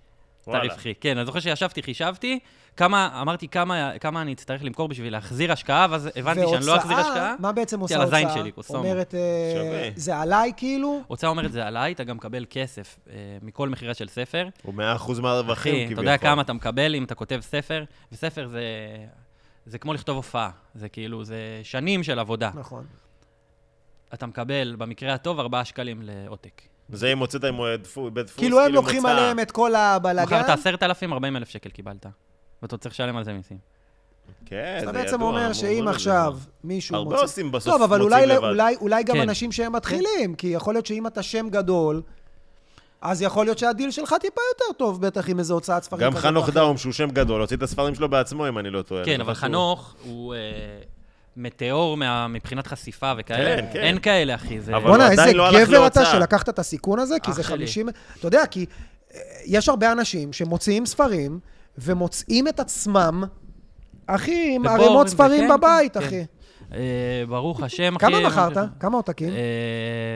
אתה וואלה. רווחי. כן, אני זוכר שישבתי, חישבתי, כמה, אמרתי כמה, כמה אני אצטרך למכור בשביל להחזיר השקעה, ואז הבנתי שאני לא והוצאה, אחזיר השקעה. מה בעצם עושה יאללה, הוצאה? זין שלי, קוסומו. אומרת, אה, שווה. זה עליי כאילו? הוצאה אומרת זה עליי, אתה גם מקבל כסף אה, מכל מכירה של ספר. הוא 100% מהרווחים אחי, כביכול. אתה יודע כמה אתה מקבל אם אתה כותב ספר, וספר זה... זה כמו לכתוב הופעה, זה כאילו, זה שנים של עבודה. נכון. אתה מקבל, במקרה הטוב, 4 שקלים לעותק. זה אם הוצאת עם אוהד דפו- בית דפוס, כאילו הם לוקחים הוצאה. עליהם את כל הבלאגן? מכרת 10,000, 40,000 שקל קיבלת. ואתה צריך לשלם על זה מיסים. כן, זה אתה ידוע. בעצם אומר אמרו שאם לנו את עכשיו זה. מישהו הרבה מוצא... עושים בסוף, טוב, אבל מוצאים אולי- לא- לבד. אולי- אולי גם כן. אנשים שהם מתחילים, כי יכול להיות שאם אתה שם גדול, אז יכול להיות שהדיל שלך טיפה יותר טוב, בטח עם איזו הוצאת ספרים. גם כזאת חנוך או אחרת. דאום, שהוא שם גדול, הוציא את הספרים שלו בעצמו, אם אני לא טועה. כן, זה אבל חשוב. חנוך הוא אה, מטאור מה- מבחינת חשיפה וכאלה. כן, כן. אין כאלה, אחי. זה... אבל- בואנה, הוא איזה עדיין לא הלך גבר אתה להוצאה. שלקחת את הסיכון הזה, כי אח זה שלי. 50... אתה יודע, כי אה, יש הרבה אנשים שמוציאים ספרים ומוצאים את עצמם, אחי, לא- עם ובור, ערימות וכן, ספרים כן, בבית, כן. אחי. אה, ברוך השם, אחי. כמה אני מכרת? חושב- כמה עותקים? אה,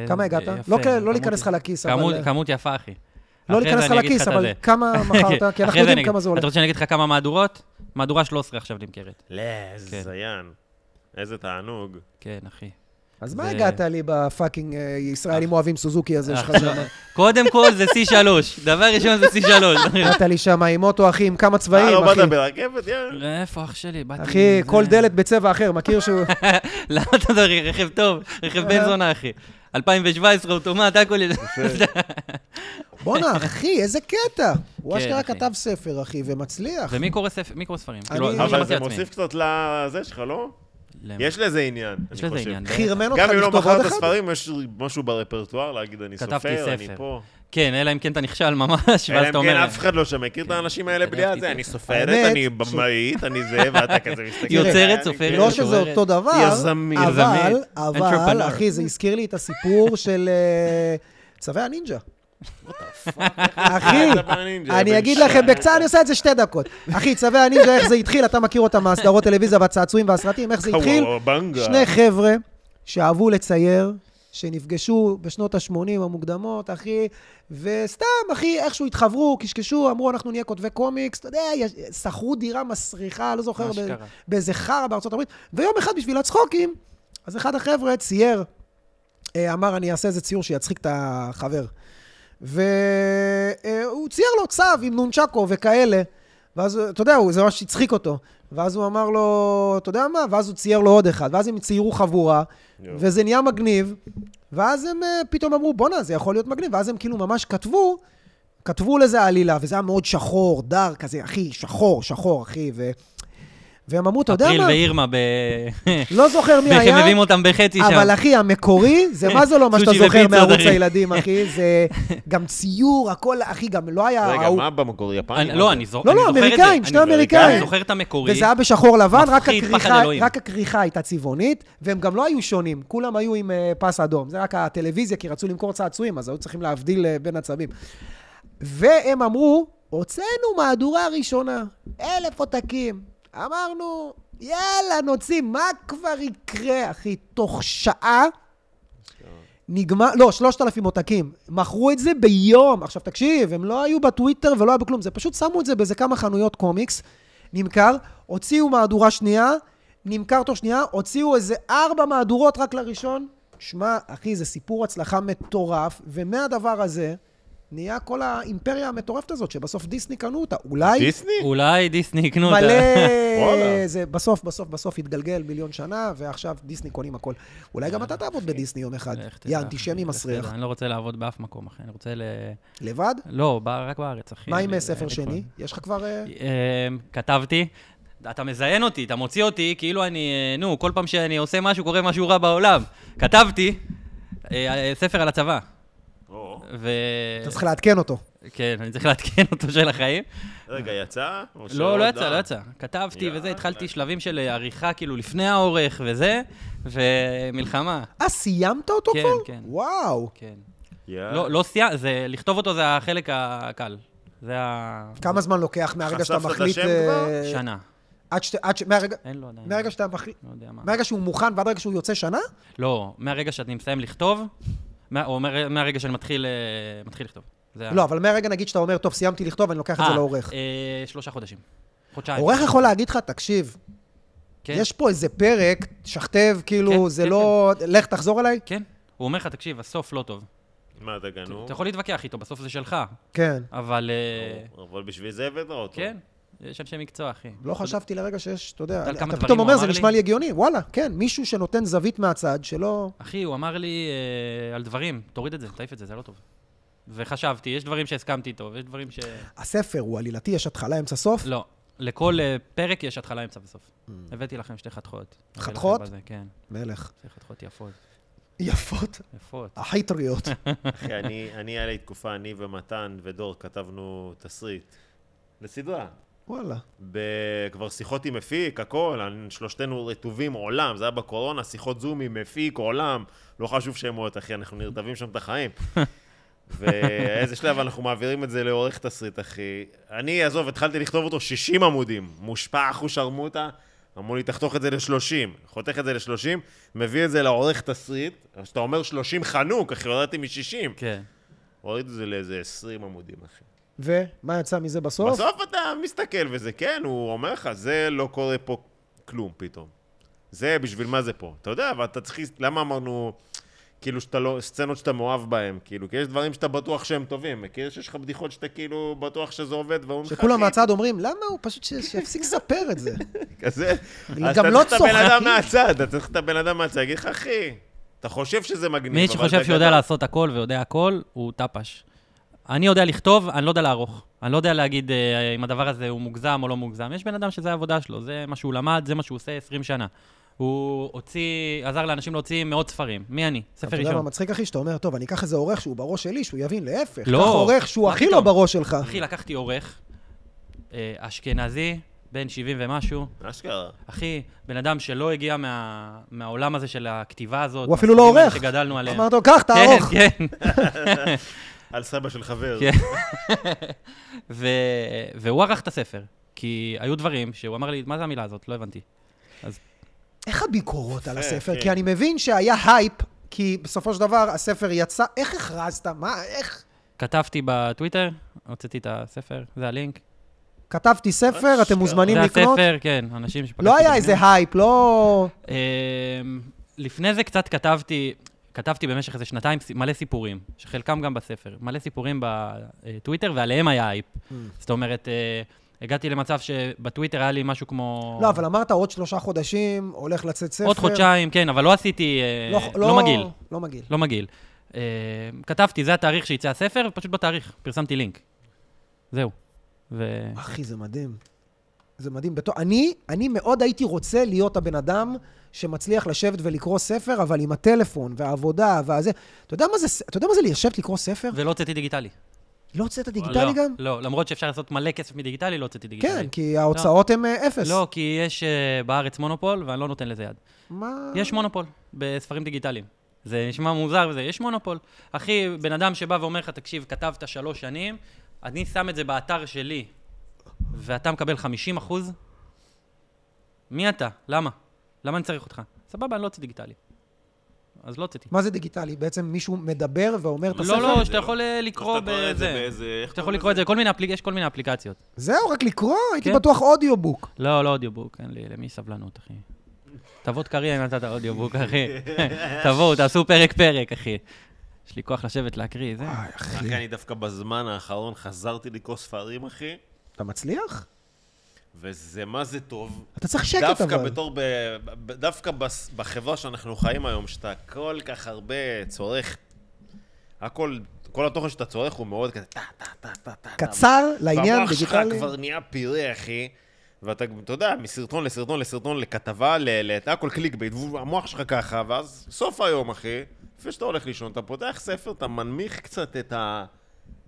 כמה הגעת? יפה, לא כ- לא כמות- להיכנס לך לכיס, כמות- אבל- כמות יפה, אחי. לא אחרי זה להיכנס לך אני אגיד לכיס, את אבל זה. כמה מכרת? כי אנחנו אחרי זה אני יודעים אגיד- כמה זה עולה. אתה רוצה שאני אגיד לך כמה מהדורות? מהדורה 13 עכשיו נמכרת. לא, איזה כן. זיין. איזה תענוג. אה, כן, אחי. אז מה זה- אה, הגעת לי בפאקינג אה, ישראלים אוהבים סוזוקי הזה שלך שם? לא, קודם כל זה C3, דבר ראשון זה C3. הגעת לי שם עם אוטו, אחי, עם כמה אה, צבעים, לא אחי. באת ברכבת, יאללה. איפה אח שלי? באתי... אחי, זה- כל דלת בצבע אחר, מכיר שהוא... למה אתה צריך? רכב טוב, רכב בן זונה, אחי. 2017, אוטומט, הכל... בואנה, אחי, איזה קטע. הוא כן, אשכרה אחי. כתב ספר, אחי, ומצליח. ומי קורא ספר- מי קורא ספרים? אני- כאילו, לא אבל שמעתי זה לעצמי. מוסיף קצת לזה שלך, לא? למה? יש לזה עניין, יש אני לזה חושב. עניין. בטח. חרמן אותך גם אם לא לכתוב עוד מכרת אחד? ספרים, יש משהו ברפרטואר להגיד, אני כתבתי סופר, אני ספר. פה. כן, אלא אם כן אתה נכשל ממש, אלא ואז אתה אם כן אומר... אף אחד לא שם מכיר את האנשים האלה בלי כתבתי הזה, אני ספר. סופרת, האמת, אני ש- במאית, אני זה, ואתה כזה מסתכל. יוצרת, עליי, אני סופרת, כאילו- לא שזה משוררת. אותו דבר, יזמית. אבל, יזמית. אבל, Entrepreneur. אחי, זה הזכיר לי את הסיפור של אה, צווי הנינג'ה. אחי, אתה בא נינג'ה, בן אני אגיד שעה. לכם בקצרה, אני עושה את זה שתי דקות. אחי, צווי הנינג'ה, איך זה התחיל, אתה מכיר אותם מהסדרות טלוויזיה והצעצועים והסרטים, איך זה התחיל? קוואבנגה. שני חבר'ה שאהבו לצייר, שנפגשו בשנות ה-80 המוקדמות, אחי, וסתם, אחי, איכשהו התחברו, קשקשו, אמרו, אנחנו נהיה כותבי קומיקס, אתה יודע, יש- שכרו דירה מסריחה, לא זוכר, ב- אשכרה. באיזה חרא בארצות הברית, ויום אחד בשביל הצחוקים, אז אחד החבר'ה צייר, אה, אמר, אני אעשה איזה ציור שיצחיק את החבר. והוא צייר לו צו עם נונצ'קו וכאלה. ואז, אתה יודע, הוא- זה ממש הצחיק אותו. ואז הוא אמר לו, אתה יודע מה? ואז הוא צייר לו עוד אחד. ואז הם ציירו חבורה, יואו. וזה נהיה מגניב. ואז הם אה, פתאום אמרו, בואנה, זה יכול להיות מגניב. ואז הם כאילו ממש כתבו, כתבו לזה עלילה, וזה היה מאוד שחור, דר, כזה, אחי, שחור, שחור, אחי. ו... והם אמרו, אתה יודע אפריל מה? ואירמה ב... לא זוכר מי היה. הם מביאים אותם בחצי שם. אבל אחי, המקורי, זה מה זה לא מה שאתה סושי זוכר ופיצות, מערוץ אחי. הילדים, אחי? זה גם ציור, הכל, אחי, גם לא היה... רגע, ההוא- מה במקור יפני? אני- מה לא, זה? אני זו- לא, אני לא, זוכר את זה. אמריקאים, אני- שני אמריקאים. אני זוכר את המקורי. וזה היה בשחור לבן, רק מפחיד, פחד הכריכה, אלוהים. רק הכריכה הייתה צבעונית, והם גם לא היו שונים, כולם היו עם אה, פס אדום. זה רק הטלוויזיה, כי רצו למכור צעצועים, אז היו צריכים להבדיל אה, בין הצבים. והם אמרו, הוצאנו מהדורה ראשונה, אלף עותקים. אמרנו, יאללה, נוציא, מה כבר יקרה, אחי? תוך שעה נגמר, לא, 3,000 עותקים. מכרו את זה ביום. עכשיו, תקשיב, הם לא היו בטוויטר ולא היה בכלום, זה פשוט שמו את זה באיזה כמה חנויות קומיקס, נמכר, הוציאו מהדורה שנייה, נמכר תוך שנייה, הוציאו איזה ארבע מהדורות רק לראשון. שמע, אחי, זה סיפור הצלחה מטורף, ומהדבר הזה, נהיה כל האימפריה המטורפת הזאת, שבסוף דיסני קנו אותה. אולי דיסני? אולי דיסני יקנו אותה. מלא... וואלה. זה בסוף, בסוף, בסוף יתגלגל מיליון שנה, ועכשיו דיסני קונים הכל. אולי גם אתה תעבוד בדיסני יום אחד. אה, לך תדע. יא אנטישמי לך מסריח. תדע, אני לא רוצה לעבוד באף מקום, אחי. אני רוצה ל... לבד? לא, ב- רק בארץ, אחי. מה עם אה, אני- ספר כן, אני שני? יש לך כבר... אה, כבר- אה, כתבתי. אתה מזיין אותי, אתה מוציא אותי, כאילו אני... אה, נו, כל פעם שאני עושה משהו, קורה משהו רע בעולם. כתבתי אה, אה, ספר על הצבא. או. ו... אתה צריך לעדכן אותו. כן, אני צריך לעדכן אותו של החיים. רגע, יצא? או לא, שעוד לא יצא, לא יצא. כתבתי וזה, יאללה. התחלתי שלבים של אה, עריכה, כאילו, לפני העורך וזה, ומלחמה. אה, סיימת אותו כן, כבר? כן. וואו. כן. יאללה. לא, לא סיימת, זה, לכתוב אותו זה החלק הקל. זה ה... כמה זמן לוקח מהרגע שאתה חשפת את מחליט... השם אה, כבר? שנה. אה, עד ש... עד ש... מהרגע... אין לו עדיין. מהרגע שאתה מחליט... לא יודע מה. מהרגע שהוא מוכן ועד הרגע שהוא יוצא שנה? לא, מהרגע שאני מסיים לכתוב, מה- או מהר- מהרגע שאני מתחיל אה, מתחיל לכתוב. זה ה- לא, אבל מהרגע נגיד שאתה אומר, טוב, סיימתי לכתוב, אני לוקח את אה, זה לעורך. אה, שלושה חודשים. חודשיים. עורך יכול להגיד לך, תקשיב, כן, יש פה איזה פרק, שכתב, כאילו, כן, זה כן, לא... לך, תחזור אליי? כן. הוא אומר לך, תקשיב, הסוף לא טוב. מה, אתה גנוב? אתה יכול להתווכח איתו, בסוף זה שלך. כן. אבל... אה, אבל בשביל זה הבאת אותו. כן, יש אנשי מקצוע, אחי. לא חשבתי לרגע שיש, אתה יודע, אתה יודע כמה אתה פתאום דברים הוא אומר, זה אמר נשמע לי?" לי הגיוני. וואלה, כן, מישהו שנותן זווית מהצד, שלא... אחי, הוא אמר לי אה, על דברים, תוריד את זה, תעיף את זה, זה לא טוב. וחשבתי, יש דברים שהסכמתי איתו, ויש דברים ש... הספר הוא עלילתי, יש התחלה, אמצע, סוף. לא, לכל אה, פרק יש התחלה, אמצע וסוף. הבאתי לכם שתי חתכות. Mm. הבאתי לכם חתכות? בזה, כן, מלך. שתי חתכות יפות. יפות, יפות. הכי טריות. אחי, אני, אני, היה לי תקופה, אני ומתן ודור כתבנו תסריט. לסדרה. וואלה. ב- כבר שיחות עם מפיק, הכל, אני- שלושתנו רטובים עולם, זה היה בקורונה, שיחות זום עם מפיק, עולם, לא חשוב שמות, אחי, אנחנו נרטבים שם את החיים. ואיזה שלב אנחנו מעבירים את זה לעורך תסריט, אחי. אני, עזוב, התחלתי לכתוב אותו 60 עמודים, מושפע אחושרמוטה, אמרו לי, תחתוך את זה ל-30, חותך את זה ל-30, מביא את זה לעורך תסריט, אז אתה אומר 30 חנוק, אחי, הורדתי מ-60. כן. הוריד את זה לאיזה 20 עמודים, אחי. ומה יצא מזה בסוף? בסוף אתה מסתכל וזה, כן, הוא אומר לך, זה לא קורה פה כלום פתאום. זה, בשביל מה זה פה? אתה יודע, אבל אתה צריך... למה אמרנו, כאילו, שאתה לא... סצנות שאתה מאוהב בהן, כאילו, כי יש דברים שאתה בטוח שהם טובים. מכיר שיש לך בדיחות שאתה כאילו בטוח שזה עובד, ואומרים לך, שכולם "אחי", מהצד אומרים, למה הוא פשוט ש- שיפסיק לספר את זה? כזה. גם אז אתה לא צריך את הבן צוחקים. אדם מהצד, אתה צריך את הבן אדם מהצד, להגיד לך, אחי, אתה חושב שזה מגניב, מי אבל שחושב אתה שהוא יודע גדול." לעשות הכל ויודע הכל, הוא טפש. אני יודע לכתוב, אני לא יודע לערוך. אני לא יודע להגיד אה, אם הדבר הזה הוא מוגזם או לא מוגזם. יש בן אדם שזה העבודה שלו, זה מה שהוא למד, זה מה שהוא עושה 20 שנה. הוא הוציא, עזר לאנשים להוציא מאות ספרים. מי אני? ספר אתה יודע מה ראשון. מצחיק, אחי? שאתה אומר, טוב, אני אקח איזה עורך שהוא בראש שלי, שהוא יבין, להפך. לא. קח עורך שהוא מה הכי לא פתאום? בראש שלך. אחי, לקחתי עורך, אה, אשכנזי, בן 70 ומשהו. אשכרה. אחי, בן אדם שלא הגיע מה, מהעולם הזה של הכתיבה הזאת. הוא אפילו לא מהספרים האלה עורך. שגדלנו עליהם. אמרת לו, קח, תערוך. כן, כן. על סבא של חבר. כן. ו... והוא ערך את הספר, כי היו דברים שהוא אמר לי, מה זה המילה הזאת? לא הבנתי. איך הביקורות על הספר? כן. כי אני מבין שהיה הייפ, כי בסופו של דבר הספר יצא, איך הכרזת? מה, איך? כתבתי בטוויטר, הוצאתי את הספר, זה הלינק. כתבתי ספר, אתם אשכרה. מוזמנים זה לקנות. הספר, כן, אנשים שפגשתי. לא היה בבניין. איזה הייפ, לא... אמ, לפני זה קצת כתבתי, כתבתי במשך איזה שנתיים סי- מלא סיפורים, שחלקם גם בספר, מלא סיפורים בטוויטר, ועליהם היה אייפ. Mm. זאת אומרת, אה, הגעתי למצב שבטוויטר היה לי משהו כמו... לא, אבל אמרת עוד שלושה חודשים, הולך לצאת ספר. עוד חודשיים, כן, אבל לא עשיתי... אה, לא מגעיל. לא מגעיל. לא מגעיל. אה, כתבתי, זה התאריך שיצא הספר, ופשוט בתאריך, פרסמתי לינק. זהו. ו... אחי, זה מדהים. זה מדהים. בתור... אני, אני מאוד הייתי רוצה להיות הבן אדם שמצליח לשבת ולקרוא ספר, אבל עם הטלפון והעבודה והזה. אתה יודע מה זה, ס- אתה יודע מה זה לשבת לקרוא ספר? ולא הוצאתי דיגיטלי. לא הוצאת דיגיטלי לא, גם? לא, למרות שאפשר לעשות מלא כסף מדיגיטלי, לא הוצאתי דיגיטלי. כן, כי ההוצאות הן אה, אפס. לא, כי יש אה, בארץ מונופול, ואני לא נותן לזה יד. אה. מה? יש מונופול בספרים דיגיטליים. זה נשמע מוזר וזה, יש מונופול. אחי, בן אדם שבא ואומר לך, תקשיב, כתבת שלוש שנים, אני שם את זה באתר שלי, ואתה מקבל 50 אחוז? מי אתה? למה? למה אני צריך אותך? סבבה, אני לא הוצאתי דיגיטלי. אז לא הוצאתי. מה זה דיגיטלי? בעצם מישהו מדבר ואומר את הספר? לא, לא, זה שאתה לא. יכול אה, לקרוא אתה רואה את זה בזה. באיזה- איך שאתה יכול קוראים לקרוא את לזה? זה, כל מיני אפליק- יש כל מיני אפליקציות. זהו, רק לקרוא? הייתי כן. בטוח אודיובוק. לא, לא אודיובוק, אין לי, למי סבלנות, אחי? תבוא תקריא, נתת אודיובוק, אחי. תבואו, תעשו פרק-פרק, אחי. יש לי כוח לשבת להקריא, זה. וואי, אחי. אחי, אני דווקא בזמן האחרון חזרתי לקרוא ספרים, אחי, אתה מצליח? וזה מה זה טוב. אתה צריך שקט, דווקא אבל. בתור, ב, ב, דווקא בס- בחברה שאנחנו חיים היום, שאתה כל כך הרבה צורך, הכל, כל התוכן שאתה צורך הוא מאוד כזה, טה, טה, טה, טה, טה. טה. קצר, לעניין, והמוח שלך דיגיטלי. כבר נהיה פירה, אחי. ואתה, אתה יודע, מסרטון לסרטון לסרטון, לכתבה, ל- ל- אתה הכל קליק בייט, והמוח שלך ככה, ואז סוף היום, אחי, לפני שאתה הולך לישון, אתה פותח ספר, אתה מנמיך קצת את ה...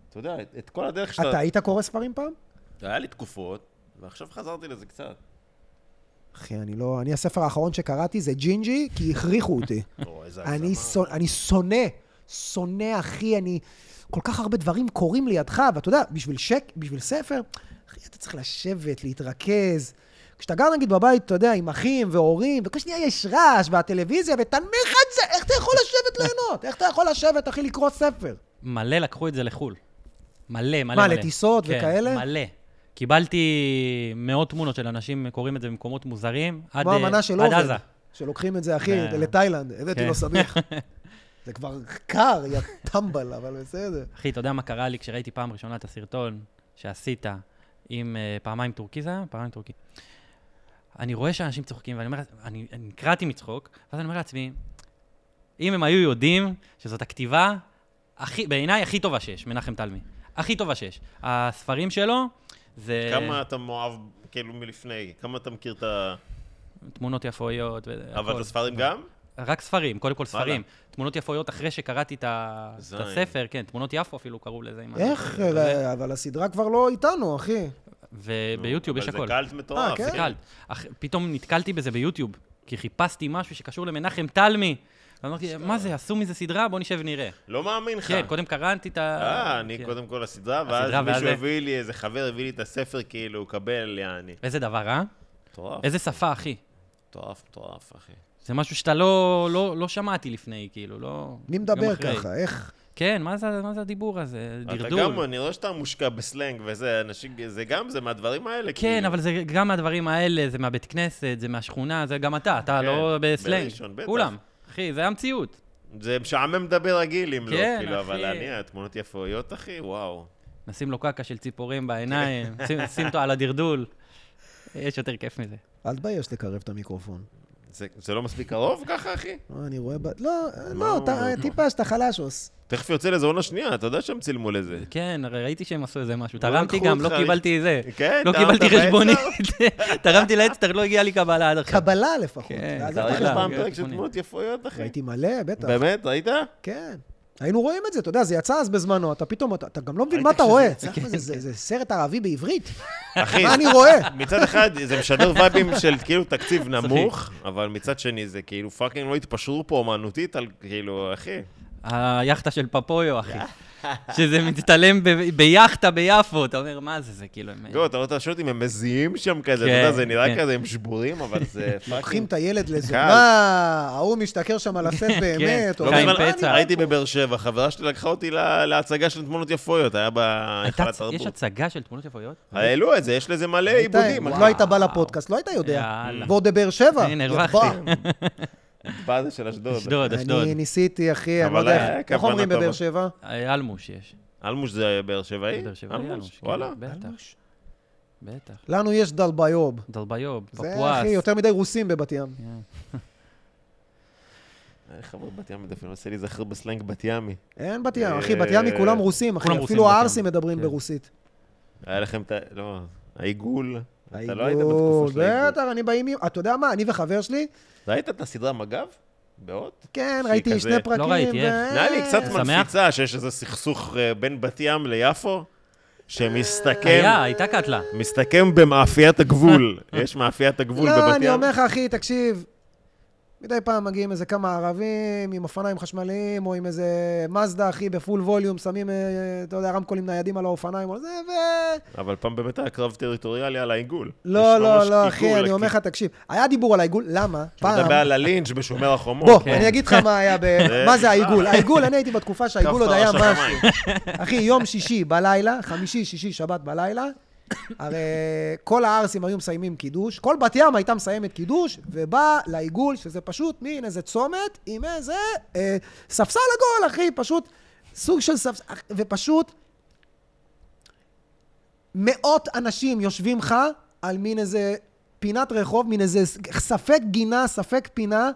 אתה יודע, את- את כל הדרך שאתה... אתה היית קורא ספרים פעם? היה לי תקופות, ועכשיו חזרתי לזה קצת. אחי, אני לא... אני, הספר האחרון שקראתי זה ג'ינג'י, כי הכריחו אותי. או, איזה נכון. אני, הגזמה. שונא, אני שונא, שונא, אחי, אני... כל כך הרבה דברים קורים לידך, ואתה יודע, בשביל שק, בשביל ספר, אחי, אתה צריך לשבת, להתרכז. כשאתה גר נגיד בבית, אתה יודע, עם אחים והורים, וכל שניה יש רעש, והטלוויזיה, ותנמיך את זה, איך אתה יכול לשבת ליהנות? איך אתה יכול לשבת, אחי, לקרוא ספר? מלא לקחו את זה לחו"ל. מלא, מלא, מה, מלא. לטיסות וכאלה? כן, מלא. קיבלתי מאות תמונות של אנשים קוראים את זה במקומות מוזרים, עד כמו אה, אמנה של עד עובד, עזה. שלוקחים את זה, אחי, כן. לתאילנד, הבאתי כן. לו סמיך. זה כבר קר, יא טמבל, אבל בסדר. אחי, אתה יודע מה קרה לי כשראיתי פעם ראשונה את הסרטון שעשית עם אה, פעמיים טורקי זה היה? פעמיים טורקי. אני רואה שאנשים צוחקים, ואני אומר, אני אני נקרעתי מצחוק, ואז אני אומר לעצמי, אם הם היו יודעים שזאת הכתיבה, הכי- בעיניי הכי טובה שיש, מנחם תלמי. הכי טובה שיש. הספרים שלו זה... כמה אתה מאוהב, כאילו, מלפני? כמה אתה מכיר את ה... תמונות יפויות. ו- אבל את הכל. הספרים גם? רק ספרים, קודם כל וואלה. ספרים. תמונות יפויות אחרי שקראתי את ה- את זין. הספר, כן, תמונות יפו אפילו קראו לזה. עם ה- איך? אה, זה. אבל הסדרה כבר לא איתנו, אחי. וביוטיוב יש אבל הכל. זה קלט אה, מטורף. אחי. כן? זה קל. אך- פתאום נתקלתי בזה ביוטיוב, כי חיפשתי משהו שקשור למנחם תלמי. ואמרתי, מה זה, עשו מזה סדרה? בוא נשב ונראה. לא מאמין לך. כן, קודם קראתי את ה... אה, אני כן. קודם כל הסדרה, הסדרה, ואז ואז מישהו זה. הביא לי, איזה חבר הביא לי את הספר, כאילו, קבל, יעני. איזה דבר, אה? מטורף, איזה שפה, אחי. מטורף, מטורף, אחי. זה משהו שאתה לא, לא, לא שמעתי לפני, כאילו, לא... מי גם מדבר אחרי. ככה? איך? כן, מה זה, מה זה הדיבור הזה? אתה דרדור. גם, אני רואה שאתה מושקע בסלנג וזה, אנשים, זה גם, זה מהדברים האלה, כן, כאילו. אבל זה גם מהדברים האלה, זה מהבית כנסת, זה מהשכונה, זה גם אתה, אתה כן, לא בסלנג. בראשון, בטח. כולם. אחי, זה המציאות. זה משעמם לדבר רגיל, אם לא, כן, כאילו, אבל אחי. אני, התמונות יפויות, אחי, וואו. נשים לו קקה של ציפורים בעיניים, שים- שים אותו על הדרדול. יש יותר כיף מזה. אל תבייש לקרב את המיקרופון. זה זה לא מספיק קרוב ככה, אחי? אה, אני רואה... ב- לא, מה לא, הוא אתה אומר פה? טיפש, אתה חלשוס. תכף יוצא לזה עונה שנייה, אתה יודע שהם צילמו לזה. כן, הרי ראיתי שהם עשו איזה משהו. לא תרמתי לקחו גם, לא אותך, קיבלתי זה. כן, לא תרמת קיבלתי באקסטר? חשבונית. תרמתי לאדסטאר, לא הגיעה לי קבלה עד עכשיו. קבלה לפחות. כן, אז אתה אל ראית קבלה. תחשוב. פעם רגע, פרק של תמונה. תמונות יפויות, אחי? ראיתי מלא, בטח. באמת, ראית? כן. היינו רואים את זה, אתה יודע, זה יצא אז בזמנו, אתה פתאום, אתה אתה גם לא מבין ראית מה אתה כשזה רואה. יצא? מה זה, זה זה סרט ערבי בעברית? אחי, מה אני רואה? מצד אחד זה משדר וייבים של כאילו תקציב נמוך, אבל מצד שני זה כאילו פאקינג לא התפשרו פה אומנותית על כאילו, אחי. כן. היאכטה של פפויו, אחי. שזה מצטלם ב- ביאכטה ביפו, אתה אומר, מה זה, זה כאילו... הם- לא, אתה רואה את השוטים, הם מזיעים שם כזה, אתה כן, יודע, זה נראה כן. כזה, הם שבורים, אבל זה לוקחים פאקינג... את הילד קל. לזונה, ההוא משתכר שם על הסט באמת. אוקיי. כן. או- לא חיים מזמן, פצע. הייתי בבאר שבע, חברה שלי לקחה אותי לה- להצגה של תמונות יפויות, היה הייתה- בהיכל יש התרבות. הצגה של תמונות יפויות? העלו את זה, יש לזה מלא היית- עיבודים. אם אחי. לא היית בא לפודקאסט, לא היית יודע. יאללה. ועוד בבאר שבע. הנה, יפה. הרווחתי. בא זה של אשדוד. אשדוד, אשדוד. אני ניסיתי, אחי, אני אבל אה, לא יודע היה איך- איך כוונה אומרים בבאר טובה. שבע. אלמוש יש. אלמוש זה באר שבעי? באר שבעי אלמוש, כן, וואלה. בטח, בטח. לנו יש דלביוב. דלביוב, זה, אחי, פפואס. יותר מדי רוסים בבת ים. אה, חבר בת ים מדפים, עושה לי זכר בסלנג בת ימי. אין בת ים, אה, אחי, בת ימי כולם רוסים, אחי, כולם רוסים אפילו בבת ים. הערסים מדברים כן. ברוסית. היה לכם את ה... לא, העיגול. אתה לא היית העיגול, בתקופה של העיגול. בטח, אני באימים. אתה יודע מה, אני וחבר שלי, ראית את הסדרה מג"ב? באות? כן, שהיא ראיתי כזה- שני פרקים. לא ראיתי, אה? איך? ו- נראה אה, לי קצת שמח? מלחיצה שיש איזה סכסוך אה, בין בת ים ליפו, שמסתכם אה, היה, אה. הייתה קטלה. מסתכם במאפיית הגבול. יש מאפיית הגבול בבת ים. לא, אני אומר לך, אחי, תקשיב, מדי פעם מגיעים איזה כמה ערבים עם אופניים חשמליים, או עם איזה מזדה, אחי, בפול ווליום, שמים, אה, אתה יודע, רמקולים ניידים על האופניים, או זה, ו... אבל פעם באמת היה קרב טריטוריאלי על העיגול. לא, יש לא, ממש לא, עיגול, אחי, אני אומר לך, תקשיב, היה דיבור על העיגול, למה? פעם... מדבר על הלינץ' בשומר החומות. בוא, כן. אני אגיד לך מה היה, ב- זה מה זה בכלל. העיגול. העיגול, אני הייתי בתקופה שהעיגול עוד קו היה פרש משהו. החמיים. אחי, יום שישי בלילה, חמישי, שישי, שבת בלילה, הרי כל הערסים היו מסיימים קידוש, כל בת ים הייתה מסיימת קידוש, ובאה לעיגול, שזה פשוט מין איזה צומת עם איזה אה, ספסל עגול, אחי, פשוט סוג של ספסל, ופשוט מאות אנשים יושבים לך על מין איזה פינת רחוב, מין איזה ספק גינה, ספק פינה,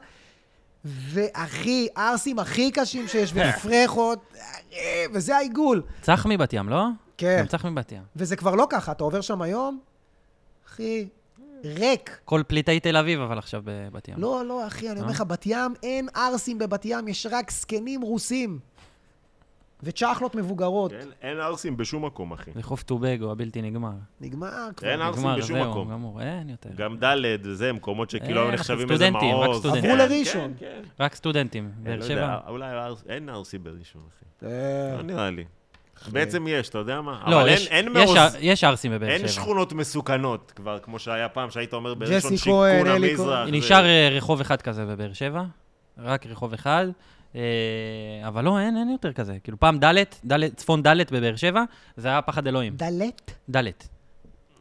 והכי, ערסים הכי קשים שיש, ופרחות, אה, וזה העיגול. צח מבת ים, לא? כן. גם צח מבת ים. וזה כבר לא ככה, אתה עובר שם היום, אחי, ריק. כל פליטי תל אביב, אבל עכשיו בבת ים. לא, לא, אחי, אני אומר אה? לך, בת ים, אין ערסים בבת ים, יש רק זקנים רוסים. וצ'חלות מבוגרות. אין- אין ערסים בשום מקום, אחי. וחוף טובגו, הבלתי נגמר. נגמר כבר. אין ערסים נגמר, בשום זהו, מקום. גמור, אין יותר. גם ד' וזה, מקומות שכאילו אה, היו אנחנו נחשבים איזה מעוז. סטודנטים, רק סטודנטים. עברו כן, לראשון. כן, כן. רק סטודנטים, באר לא שבע. יודע, אולי ארס- אין ערסי בראשון, אחי. אה, לא נראה לי. בעצם יש, אתה יודע מה? לא, אבל אין- יש- אין יש מעוז, ע- יש ערסים בבאר אין שבע. שכונות מסוכנות כבר, כמו שהיה פעם, שהיית אומר בראשון ג'סי שיכון כהן, אלי המזרח. זה- נשאר אה, רחוב אחד כזה בבאר שבע, רק רחוב אחד. אה, אבל לא, אין, אין יותר כזה. כאילו, פעם ד', ד', צפון ד' בבאר שבע, זה היה פחד אלוהים. דלת? ד'.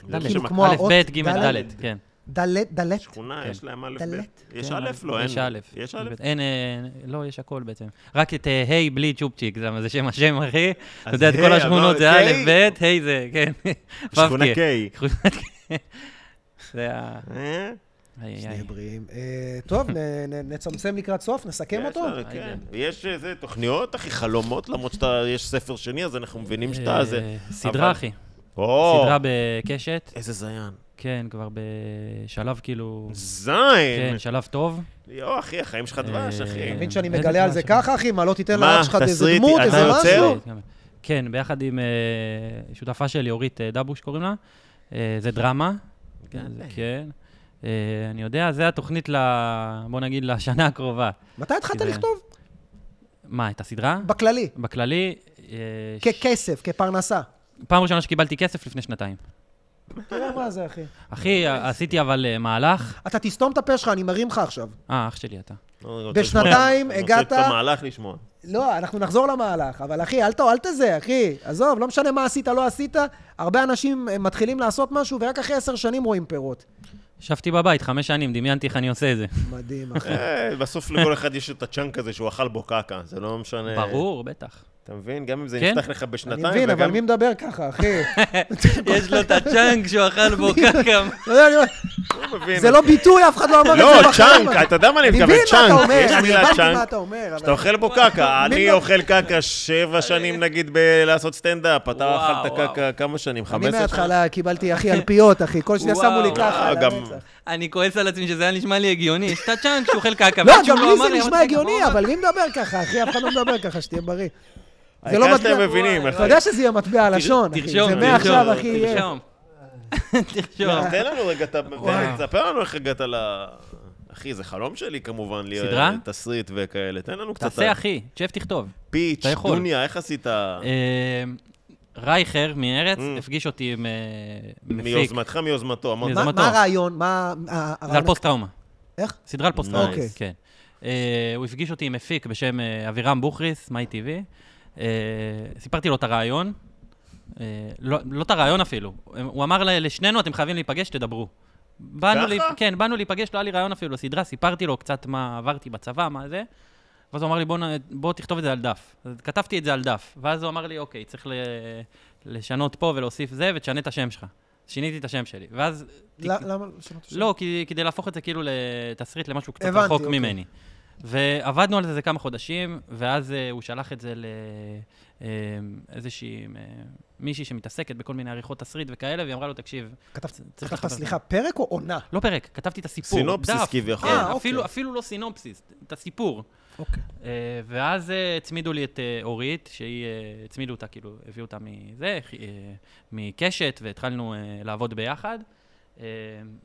זה ד'. כאילו כמו א', האות ב', ג', ד'. ד', כן. דלת, דלת. שכונה, כן. יש להם א', ב'. דלת. יש כן, א', לא, אין. יש א'. יש א'. אין, אה, לא, יש הכל בעצם. רק את אה, היי בלי צ'ופצ'יק, זה זה שם השם, אחי. אתה יודע, את היי, כל אבל השכונות זה קיי. א', ב', היי זה, כן. שכונה ו"ק. K. שכונת קיי. זה ה... אה? איי, איי, שני בריאים. אה, טוב, נ- נ- נצמצם לקראת סוף, נסכם יש אותו? לנו, כן. יש איזה תוכניות, אחי, חלומות, למרות שאתה, יש ספר שני, אז אנחנו מבינים שאתה... אה, זה- אבל- סדרה, אחי. או, סדרה בקשת. איזה זיין. כן, כבר בשלב כאילו... זין! כן, שלב טוב. יואו, אחי, החיים שלך דבש, אה, אחי. אתה מבין שאני איזה מגלה על זה דבש. ככה, אחי? מה, לא תיתן מה, לאח שלך איזה תסריט, דמות, אתה איזה יוצר? משהו? כן, ביחד עם אה, שותפה שלי, אורית אה, דבוש קוראים לה. אה, זה דרמה. כן, זה- כן. אה, אני יודע, זה התוכנית ל... בוא נגיד לשנה הקרובה. מתי התחלת זה- לכתוב? מה, את הסדרה? בכללי. בכללי, אה, ש- ככסף, כפרנסה. פעם ראשונה שקיבלתי כסף לפני שנתיים. תראה מה זה, אחי. אחי, ע- עשיתי אבל אה, מהלך. אתה תסתום את הפה שלך, אני מרים לך עכשיו. אה, אח שלי אתה. לא, אני רוצה לשמוע. בשנתיים אני רוצה את הגעת- המהלך לשמוע. לא, אנחנו נחזור למהלך, אבל אחי, אל ת- אל תזה, אחי. עזוב, לא משנה מה עשית, לא עשית. הרבה אנשים הם מתחילים לעשות משהו, ורק אחרי עשר שנים רואים פירות. ישבתי בבית חמש שנים, דמיינתי איך אני עושה את זה. מדהים, אחי. אה, בסוף לכל אחד יש את הצ'אנק הזה שהוא אכל בו קקה, זה לא משנה. ברור, בטח. אתה מבין? גם אם זה כן. נפתח לך אני בשנתיים, מבין, אבל וגם- מי מדבר ככה, אחי? יש לו את הצ'אנק שהוא אכל בו ככה. אתה יודע, אני אומר, הוא מבין. זה לא ביטוי, אף אחד לא אמר את זה כן, אוקיי. לא, בחיים. צ'אנק, אתה יודע מה אני אני מתכוון, מבין מה אתה צ'אנק. אומר, יש אני מילה הבנתי מה צ'אנק. אתה אומר. שאתה אבל- אוכל בו קקה, מי אני לא- אוכל קקה שבע שנים נגיד בלעשות סטנדאפ, אתה וואו, אכלת וואו. קקה כמה שנים? אני 15 שנה? מההתחלה קיבלתי, אחי, אלפיות, אחי. כל שניה וואו. שמו לי ככה, אה, על גם- המצח. אני כועס על עצמי שזה היה נשמע לי הגיוני. יש את הצ'אנק שהוא אוכל קקה. לא, ועד שהוא גם לי אמר זה נשמע אמרתי, רגע, הגיוני, מה הוא אבל מי מדבר ככה, אחי? אף אחד לא מדבר ככה, שתהיה בריא. זה לא העיקר מטבע. שאתם מבינים, אתה אחי. יודע שזה יהיה מטבע הלשון, אמר? אחי. תרשום, זה תרשום, מעכשיו, אחי, יהיה. תרשום. תרשום. תן לנו רגע, את ה- אה. וואו. תספר לנו איך הגעת ל... אחי, זה חלום שלי כמובן, להיות סדרה? תסריט וכאלה. תן לנו קצת... תעשה, אחי. שב תכתוב. פיץ', אתה יכול. דוניה, איך עשית? אה, רייכר מארץ Mm. הפגיש אותי עם אה, מפיק. מיוזמתך, מיוזמתו. אמרת, מיוז- מה יוזמתו. מה הרעיון? מה... ה- כן, זה על הרעיון- פוסט-טראומה. איך? סדרה על פוסט-טראומה. אוקיי. כן. אה, הוא הפגיש אותי עם מפיק בשם אה, אבירם בוכריס, מיי טיווי. אה, סיפרתי לו את הרעיון. אה, לא לא את הרעיון אפילו. הם- הוא אמר ל- לשנינו, אתם חייבים להיפגש, תדברו. באנו ככה? להיפ- כן, באנו להיפגש, לא היה לי רעיון אפילו לסדרה, סיפרתי לו קצת מה עברתי בצבא, מה זה. ואז הוא אמר לי, בוא, נ- בוא תכתוב את זה על דף. אז כתבתי את זה על דף. ואז הוא אמר לי, אוקיי, צריך ל... לשנות פה ולהוסיף זה, ותשנה את השם שלך. שיניתי את השם שלי. ואז... ל- למה? שמעת שם? לא, כי, כדי להפוך את זה כאילו לתסריט למשהו קצת הבנתי, רחוק אוקיי. ממני. ועבדנו על זה איזה כמה חודשים, ואז אה, הוא שלח את זה לאיזושהי אה, מישהי שמתעסקת בכל מיני עריכות תסריט וכאלה, והיא אמרה לו, תקשיב, כתבת- צריך כתבת, לחבר את סליחה, פרק או עונה? לא פרק, כתבתי את הסיפור. סינופסיס דף. כביכול. כן, אה, אוקיי. אפילו, אפילו לא סינופסיס, את הסיפור. אוקיי. אה, ואז אה, הצמידו לי את אה, אורית, שהיא, אה, הצמידו אותה, כאילו, הביאו אותה מזה, אה, מקשת, והתחלנו אה, לעבוד ביחד. אה,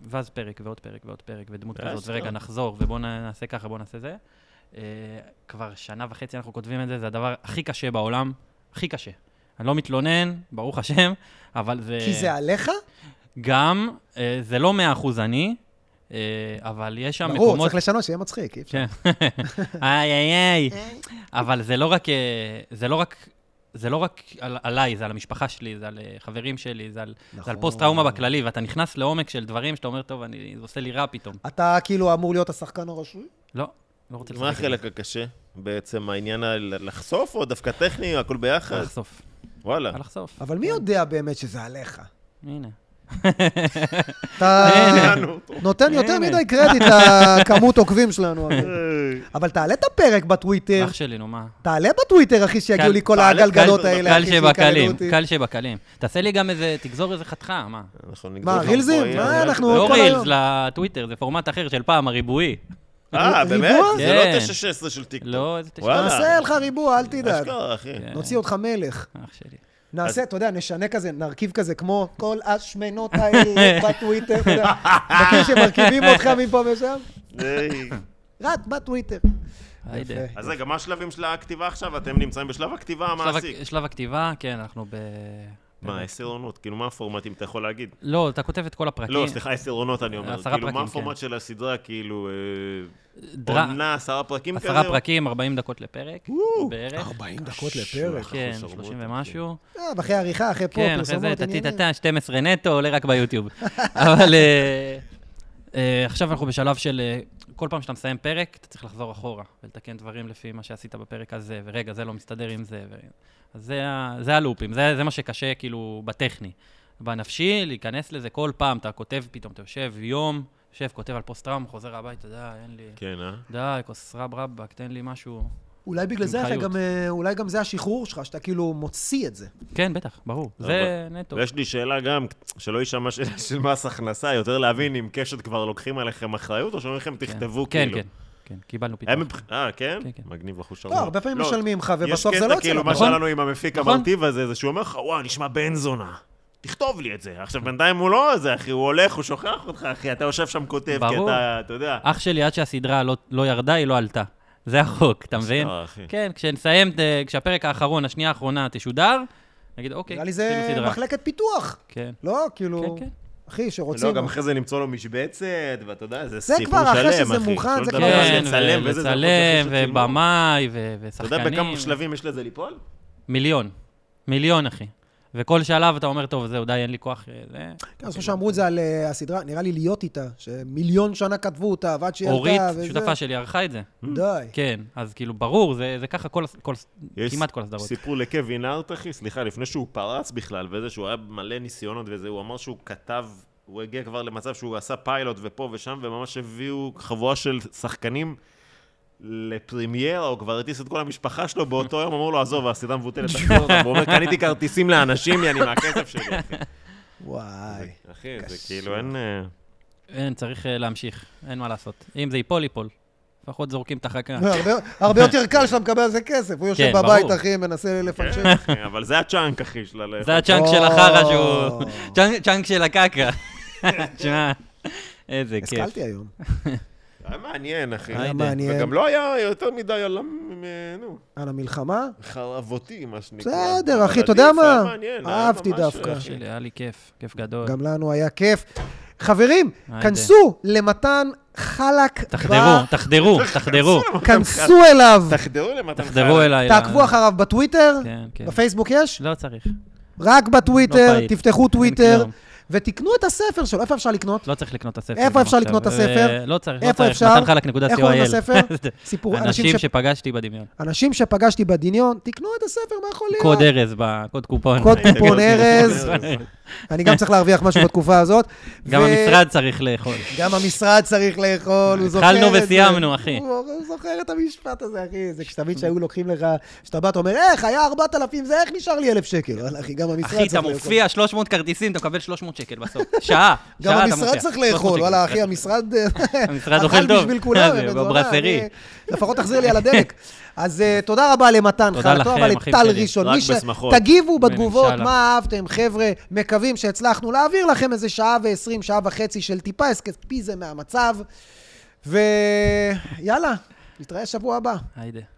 ואז פרק ועוד פרק ועוד פרק, ודמות אה, כזאת, סתם. ורגע נחזור, ובואו נעשה ככה, בואו נעשה זה. אה, כבר שנה וחצי אנחנו כותבים את זה, זה הדבר הכי קשה בעולם, הכי קשה. אני לא מתלונן, ברוך השם, אבל זה... כי זה עליך? גם, אה, זה לא מאה אחוז אני, אה, אבל יש שם ברור, מקומות... צריך לשנות, שיהיה מצחיק. אי אפשר. כן. איי, איי, איי. אבל זה לא רק... אה, זה לא רק... זה לא רק על, עליי, זה על המשפחה שלי, זה על אה, חברים שלי, זה על, נכון. זה על נכון. פוסט-טראומה בכללי, ואתה נכנס לעומק של דברים שאתה אומר, טוב, אני, זה עושה לי רע פתאום. אתה כאילו אמור להיות השחקן הראשי? לא, לא רוצה מה לשחק את החלק הקשה? בעצם העניין ה- לחשוף או דווקא טכני, הכל זה. ביחד? לחשוף, וואלה. לחשוף, אבל מי יודע באמת שזה עליך? הנה. אה, אתה הבנו אותו. נותן יותר הנה. מדי קרדיט לכמות עוקבים שלנו. אחי. אבל תעלה את הפרק בטוויטר. אח שלי, נו מה. תעלה בטוויטר, אחי, שיגיעו קל- לי כל תעלה- הגלגלות קל- האלה. קל אחי, שיקללו שבקלים, אותי. קל שבקלים. תעשה לי גם איזה, תגזור איזה חתיכה, מה? אנחנו נגזור מה, לך רילזים? פה, מה, אה, אנחנו- אוקיי. לא כל רילס היום. לטוויטר, זה פורמט אחר של פעם, הריבועי. אה, ריבוע? באמת? זה כן. לא 9-16 של טיקטוק. לא, איזה תשע. וואלה. נעשה לך ריבוע, אל תדאג. אה. אשכרה, אחי. כן. נוציא אותך מלך. אח שלי. נעשה, אתה יודע, נשנה כזה, נרכיב כזה, כמו כל השמנות האלה בטוויטר, אתה יודע, מכיר שמרכיבים אותך מפה ושם? היי. רק בטוויטר. היידה. יפה. אז רגע, מה השלבים של הכתיבה עכשיו? אתם נמצאים בשלב הכתיבה, שלב המעסיק. הכ- שלב הכתיבה, כן, אנחנו ב... מה, עשר עונות? כאילו, מה הפורמטים אתה יכול להגיד? לא, אתה כותב את כל הפרטים. לא, סליחה, עשר עונות אני אומר. עשרה כאילו, פרקים, מה כן. הפורמט של הסדרה? כאילו, אה, דרא- עונה, עשרה פרקים כזה? עשרה פרקים, 40 דקות לפרק, בערך. 40 דקות אה, לפרק. כן, אנחנו 30 שרמוטות, ומשהו. אה, אחרי עריכה, אחרי פה, כן, אחרי פרסומות, זה עניינים. טטטטה, 12 נטו, עולה רק ביוטיוב. אבל אה, אה, עכשיו אנחנו בשלב של אה, כל פעם שאתה מסיים פרק, אתה צריך לחזור אחורה ולתקן דברים לפי מה שעשית בפרק הזה, ורגע, זה לא מסתדר עם זה. ו- אז זה ה- זה הלופים, זה זה מה שקשה כאילו בטכני. בנפשי, להיכנס לזה כל פעם, אתה כותב פתאום, אתה יושב יום, יושב, כותב על פוסט-טראומה, חוזר הביתה, די, אין לי... כן, אה? די, כוס רב רבאק, תן לי משהו. אולי בגלל עם זה, אחי, חיות. גם, אה, אולי גם זה השחרור שלך, שאתה כאילו מוציא את זה. כן, בטח, ברור. זה נטו. ויש לי שאלה גם, שלא יישמע שאלה של מס הכנסה, יותר להבין אם קשת כבר לוקחים עליכם אחריות, או שאומרים לכם, תכתבו כן, כאילו. כן, כן, קיבלנו הם פתרון. מבח- אה, כן? כן, כן. מגניב אחוז לא, הרבה פעמים משלמים לך, ובסוף זה יש לא קטע יוצא כאילו, לך, מה נכון? שהיה לנו עם המפיק נכון. המרטיב הזה, זה שהוא אומר לך, וואו, נשמע בן זונה. תכתוב לי את זה. עכשיו, בינתיים הוא לא זה, אחי, הוא הולך, הוא שוכח אותך, אחי, אתה יושב שם כותב, כי ברור. אתה, אתה יודע. אח שלי, עד שהסדרה לא- לא ירדה, היא לא עלתה. זה החוק, אתה מבין? אה, אחי. כן, כשנסיים, אה, כשהפרק האחרון, השנייה האחרונה תשודר, נגיד, אוקיי, נראה לי עשינו זה סדרה. מחלקת פיתוח. כן. לא, כאילו... כן, כן. אחי, לא, שרוצים... גם אחרי זה למצוא לו משבצת, ואתה יודע, זה זה סיפור שלם, כבר אחי. אחרי שזה מוכן, שלא זה לדבר כבר- על כן, לצלם, וזה, זה ולצלם, הכל זה שצילמו. ובמאי, ו- אתה ושחקנים. יודע בכמה שלבים יש לזה ליפול? מיליון. מיליון, אחי. וכל שלב אתה אומר, טוב, זהו, די, אין לי כוח. אה, זה... כן, אני חושב שאמרו את זה על אה, הסדרה, נראה לי להיות איתה, שמיליון שנה כתבו אותה, ועד שהיא ילדה, אורית, וזה. שותפה שלי, ערכה את זה. די. כן, אז כאילו, ברור, זה, זה ככה כל, הס- כל, הס- יש כמעט כל הסדרות. סיפור לקווין הארט, אחי, סליחה, לפני שהוא פרץ בכלל, וזה שהוא היה מלא ניסיונות וזה, הוא אמר שהוא כתב, הוא הגיע כבר למצב שהוא עשה פיילוט ופה ושם, וממש הביאו חבורה של שחקנים לפרימיירה, הוא כבר הטיס את כל המשפחה שלו, באותו יום אמרו לו, עזוב, הסדרה מבוטלת, תחזור אותה." והוא אומר, קניתי כרטיסים לאנשים, יעני, מהכסף שלי, אחי. וואי. אחי, זה כאילו, אין... אה, אין, צריך אה, להמשיך, אין מה לעשות. אם זה ייפול, ייפול. לפחות זורקים את החכה. לא, הרבה- הרבה יותר קל שאתה מקבל על זה כסף. הוא יושב כן, בבית, ברור. אחי, מנסה לפנשן. כן, אחי, אבל זה הצ'אנק, אחי, של הלב. זה הצ'אנק של או. החרא שהוא... צ'אנק- צ'אנק של הקקה. תשמע, איזה כיף. השכלתי היום. היה מעניין, אחי. היה מעניין. וגם לא היה יותר מדי על... המ- אה, נו. על המלחמה? חרבותי, מה שנקרא. בסדר, אחי, אבל אתה יודע עדיף, מה? היה מעניין, היה אהבתי ממש, אה, דווקא. אחי. שלי, היה לי כיף, כיף גדול. גם לנו היה כיף. חברים, היידה. כנסו למתן חלק. תחדרו, אה, תחדרו, תחדרו. כנסו אליו. תחדרו למתן תחדרו אליי. תעקבו ל- אחריו בטוויטר. כן, כן. בפייסבוק יש? לא צריך, רק בטוויטר, פעיל. תפתחו אין טוויטר. כלום. ותקנו את הספר שלו. איפה אפשר לקנות? לא צריך לקנות את הספר. איפה גם אפשר עכשיו. לקנות את הספר? אה, לא צריך, לא איפה צריך, אפשר? מתן חלק נקודה איך קוראים co.il. לספר? סיפור, אנשים אנשים ש- שפגשתי בדמיון. אנשים שפגשתי בדמיון, תקנו את הספר, מה יכול להיות? קוד ארז, בקוד קופון. אה. קוד הייתם קופון יודעים, ארז. אני גם צריך להרוויח משהו בתקופה הזאת. גם ו- המשרד צריך לאכול. גם המשרד צריך לאכול, הוא זוכר את זה. התחלנו וסיימנו, אחי. הוא הוא זוכר את המשפט הזה, אחי. זה כשתמיד שהיו לוקחים לך, כשאתה בא, אתה אומר, איך, היה 4,000, זה איך נשאר לי 1,000 שקל? וואלה, אחי, גם המשרד צריך אחי, לאכול. אתה מופיע 300 כרטיסים, אתה מקבל 300 שקל בסוף. שעה, גם שעה אתה מופיע. המשרד צריך 300 לאכול, שקל. וואלה, אחי, המשרד... אה, המשרד אכל אוכל טוב. בשביל כולם, זה בן זונה, בברסרי. אני- לפחות תחזיר לי על הדלק. אז אה, תודה רבה למתן, תודה חלטו, לכם, אבל אחים לטל שלי. ראשון. רק מי ש- בשמחות. תגיבו בתגובות, אינשאללה. מה אהבתם, חבר'ה. מקווים שהצלחנו להעביר לכם איזה שעה ועשרים, שעה וחצי של טיפה אסקפיזם מהמצב. ויאללה, נתראה שבוע הבא. היידה.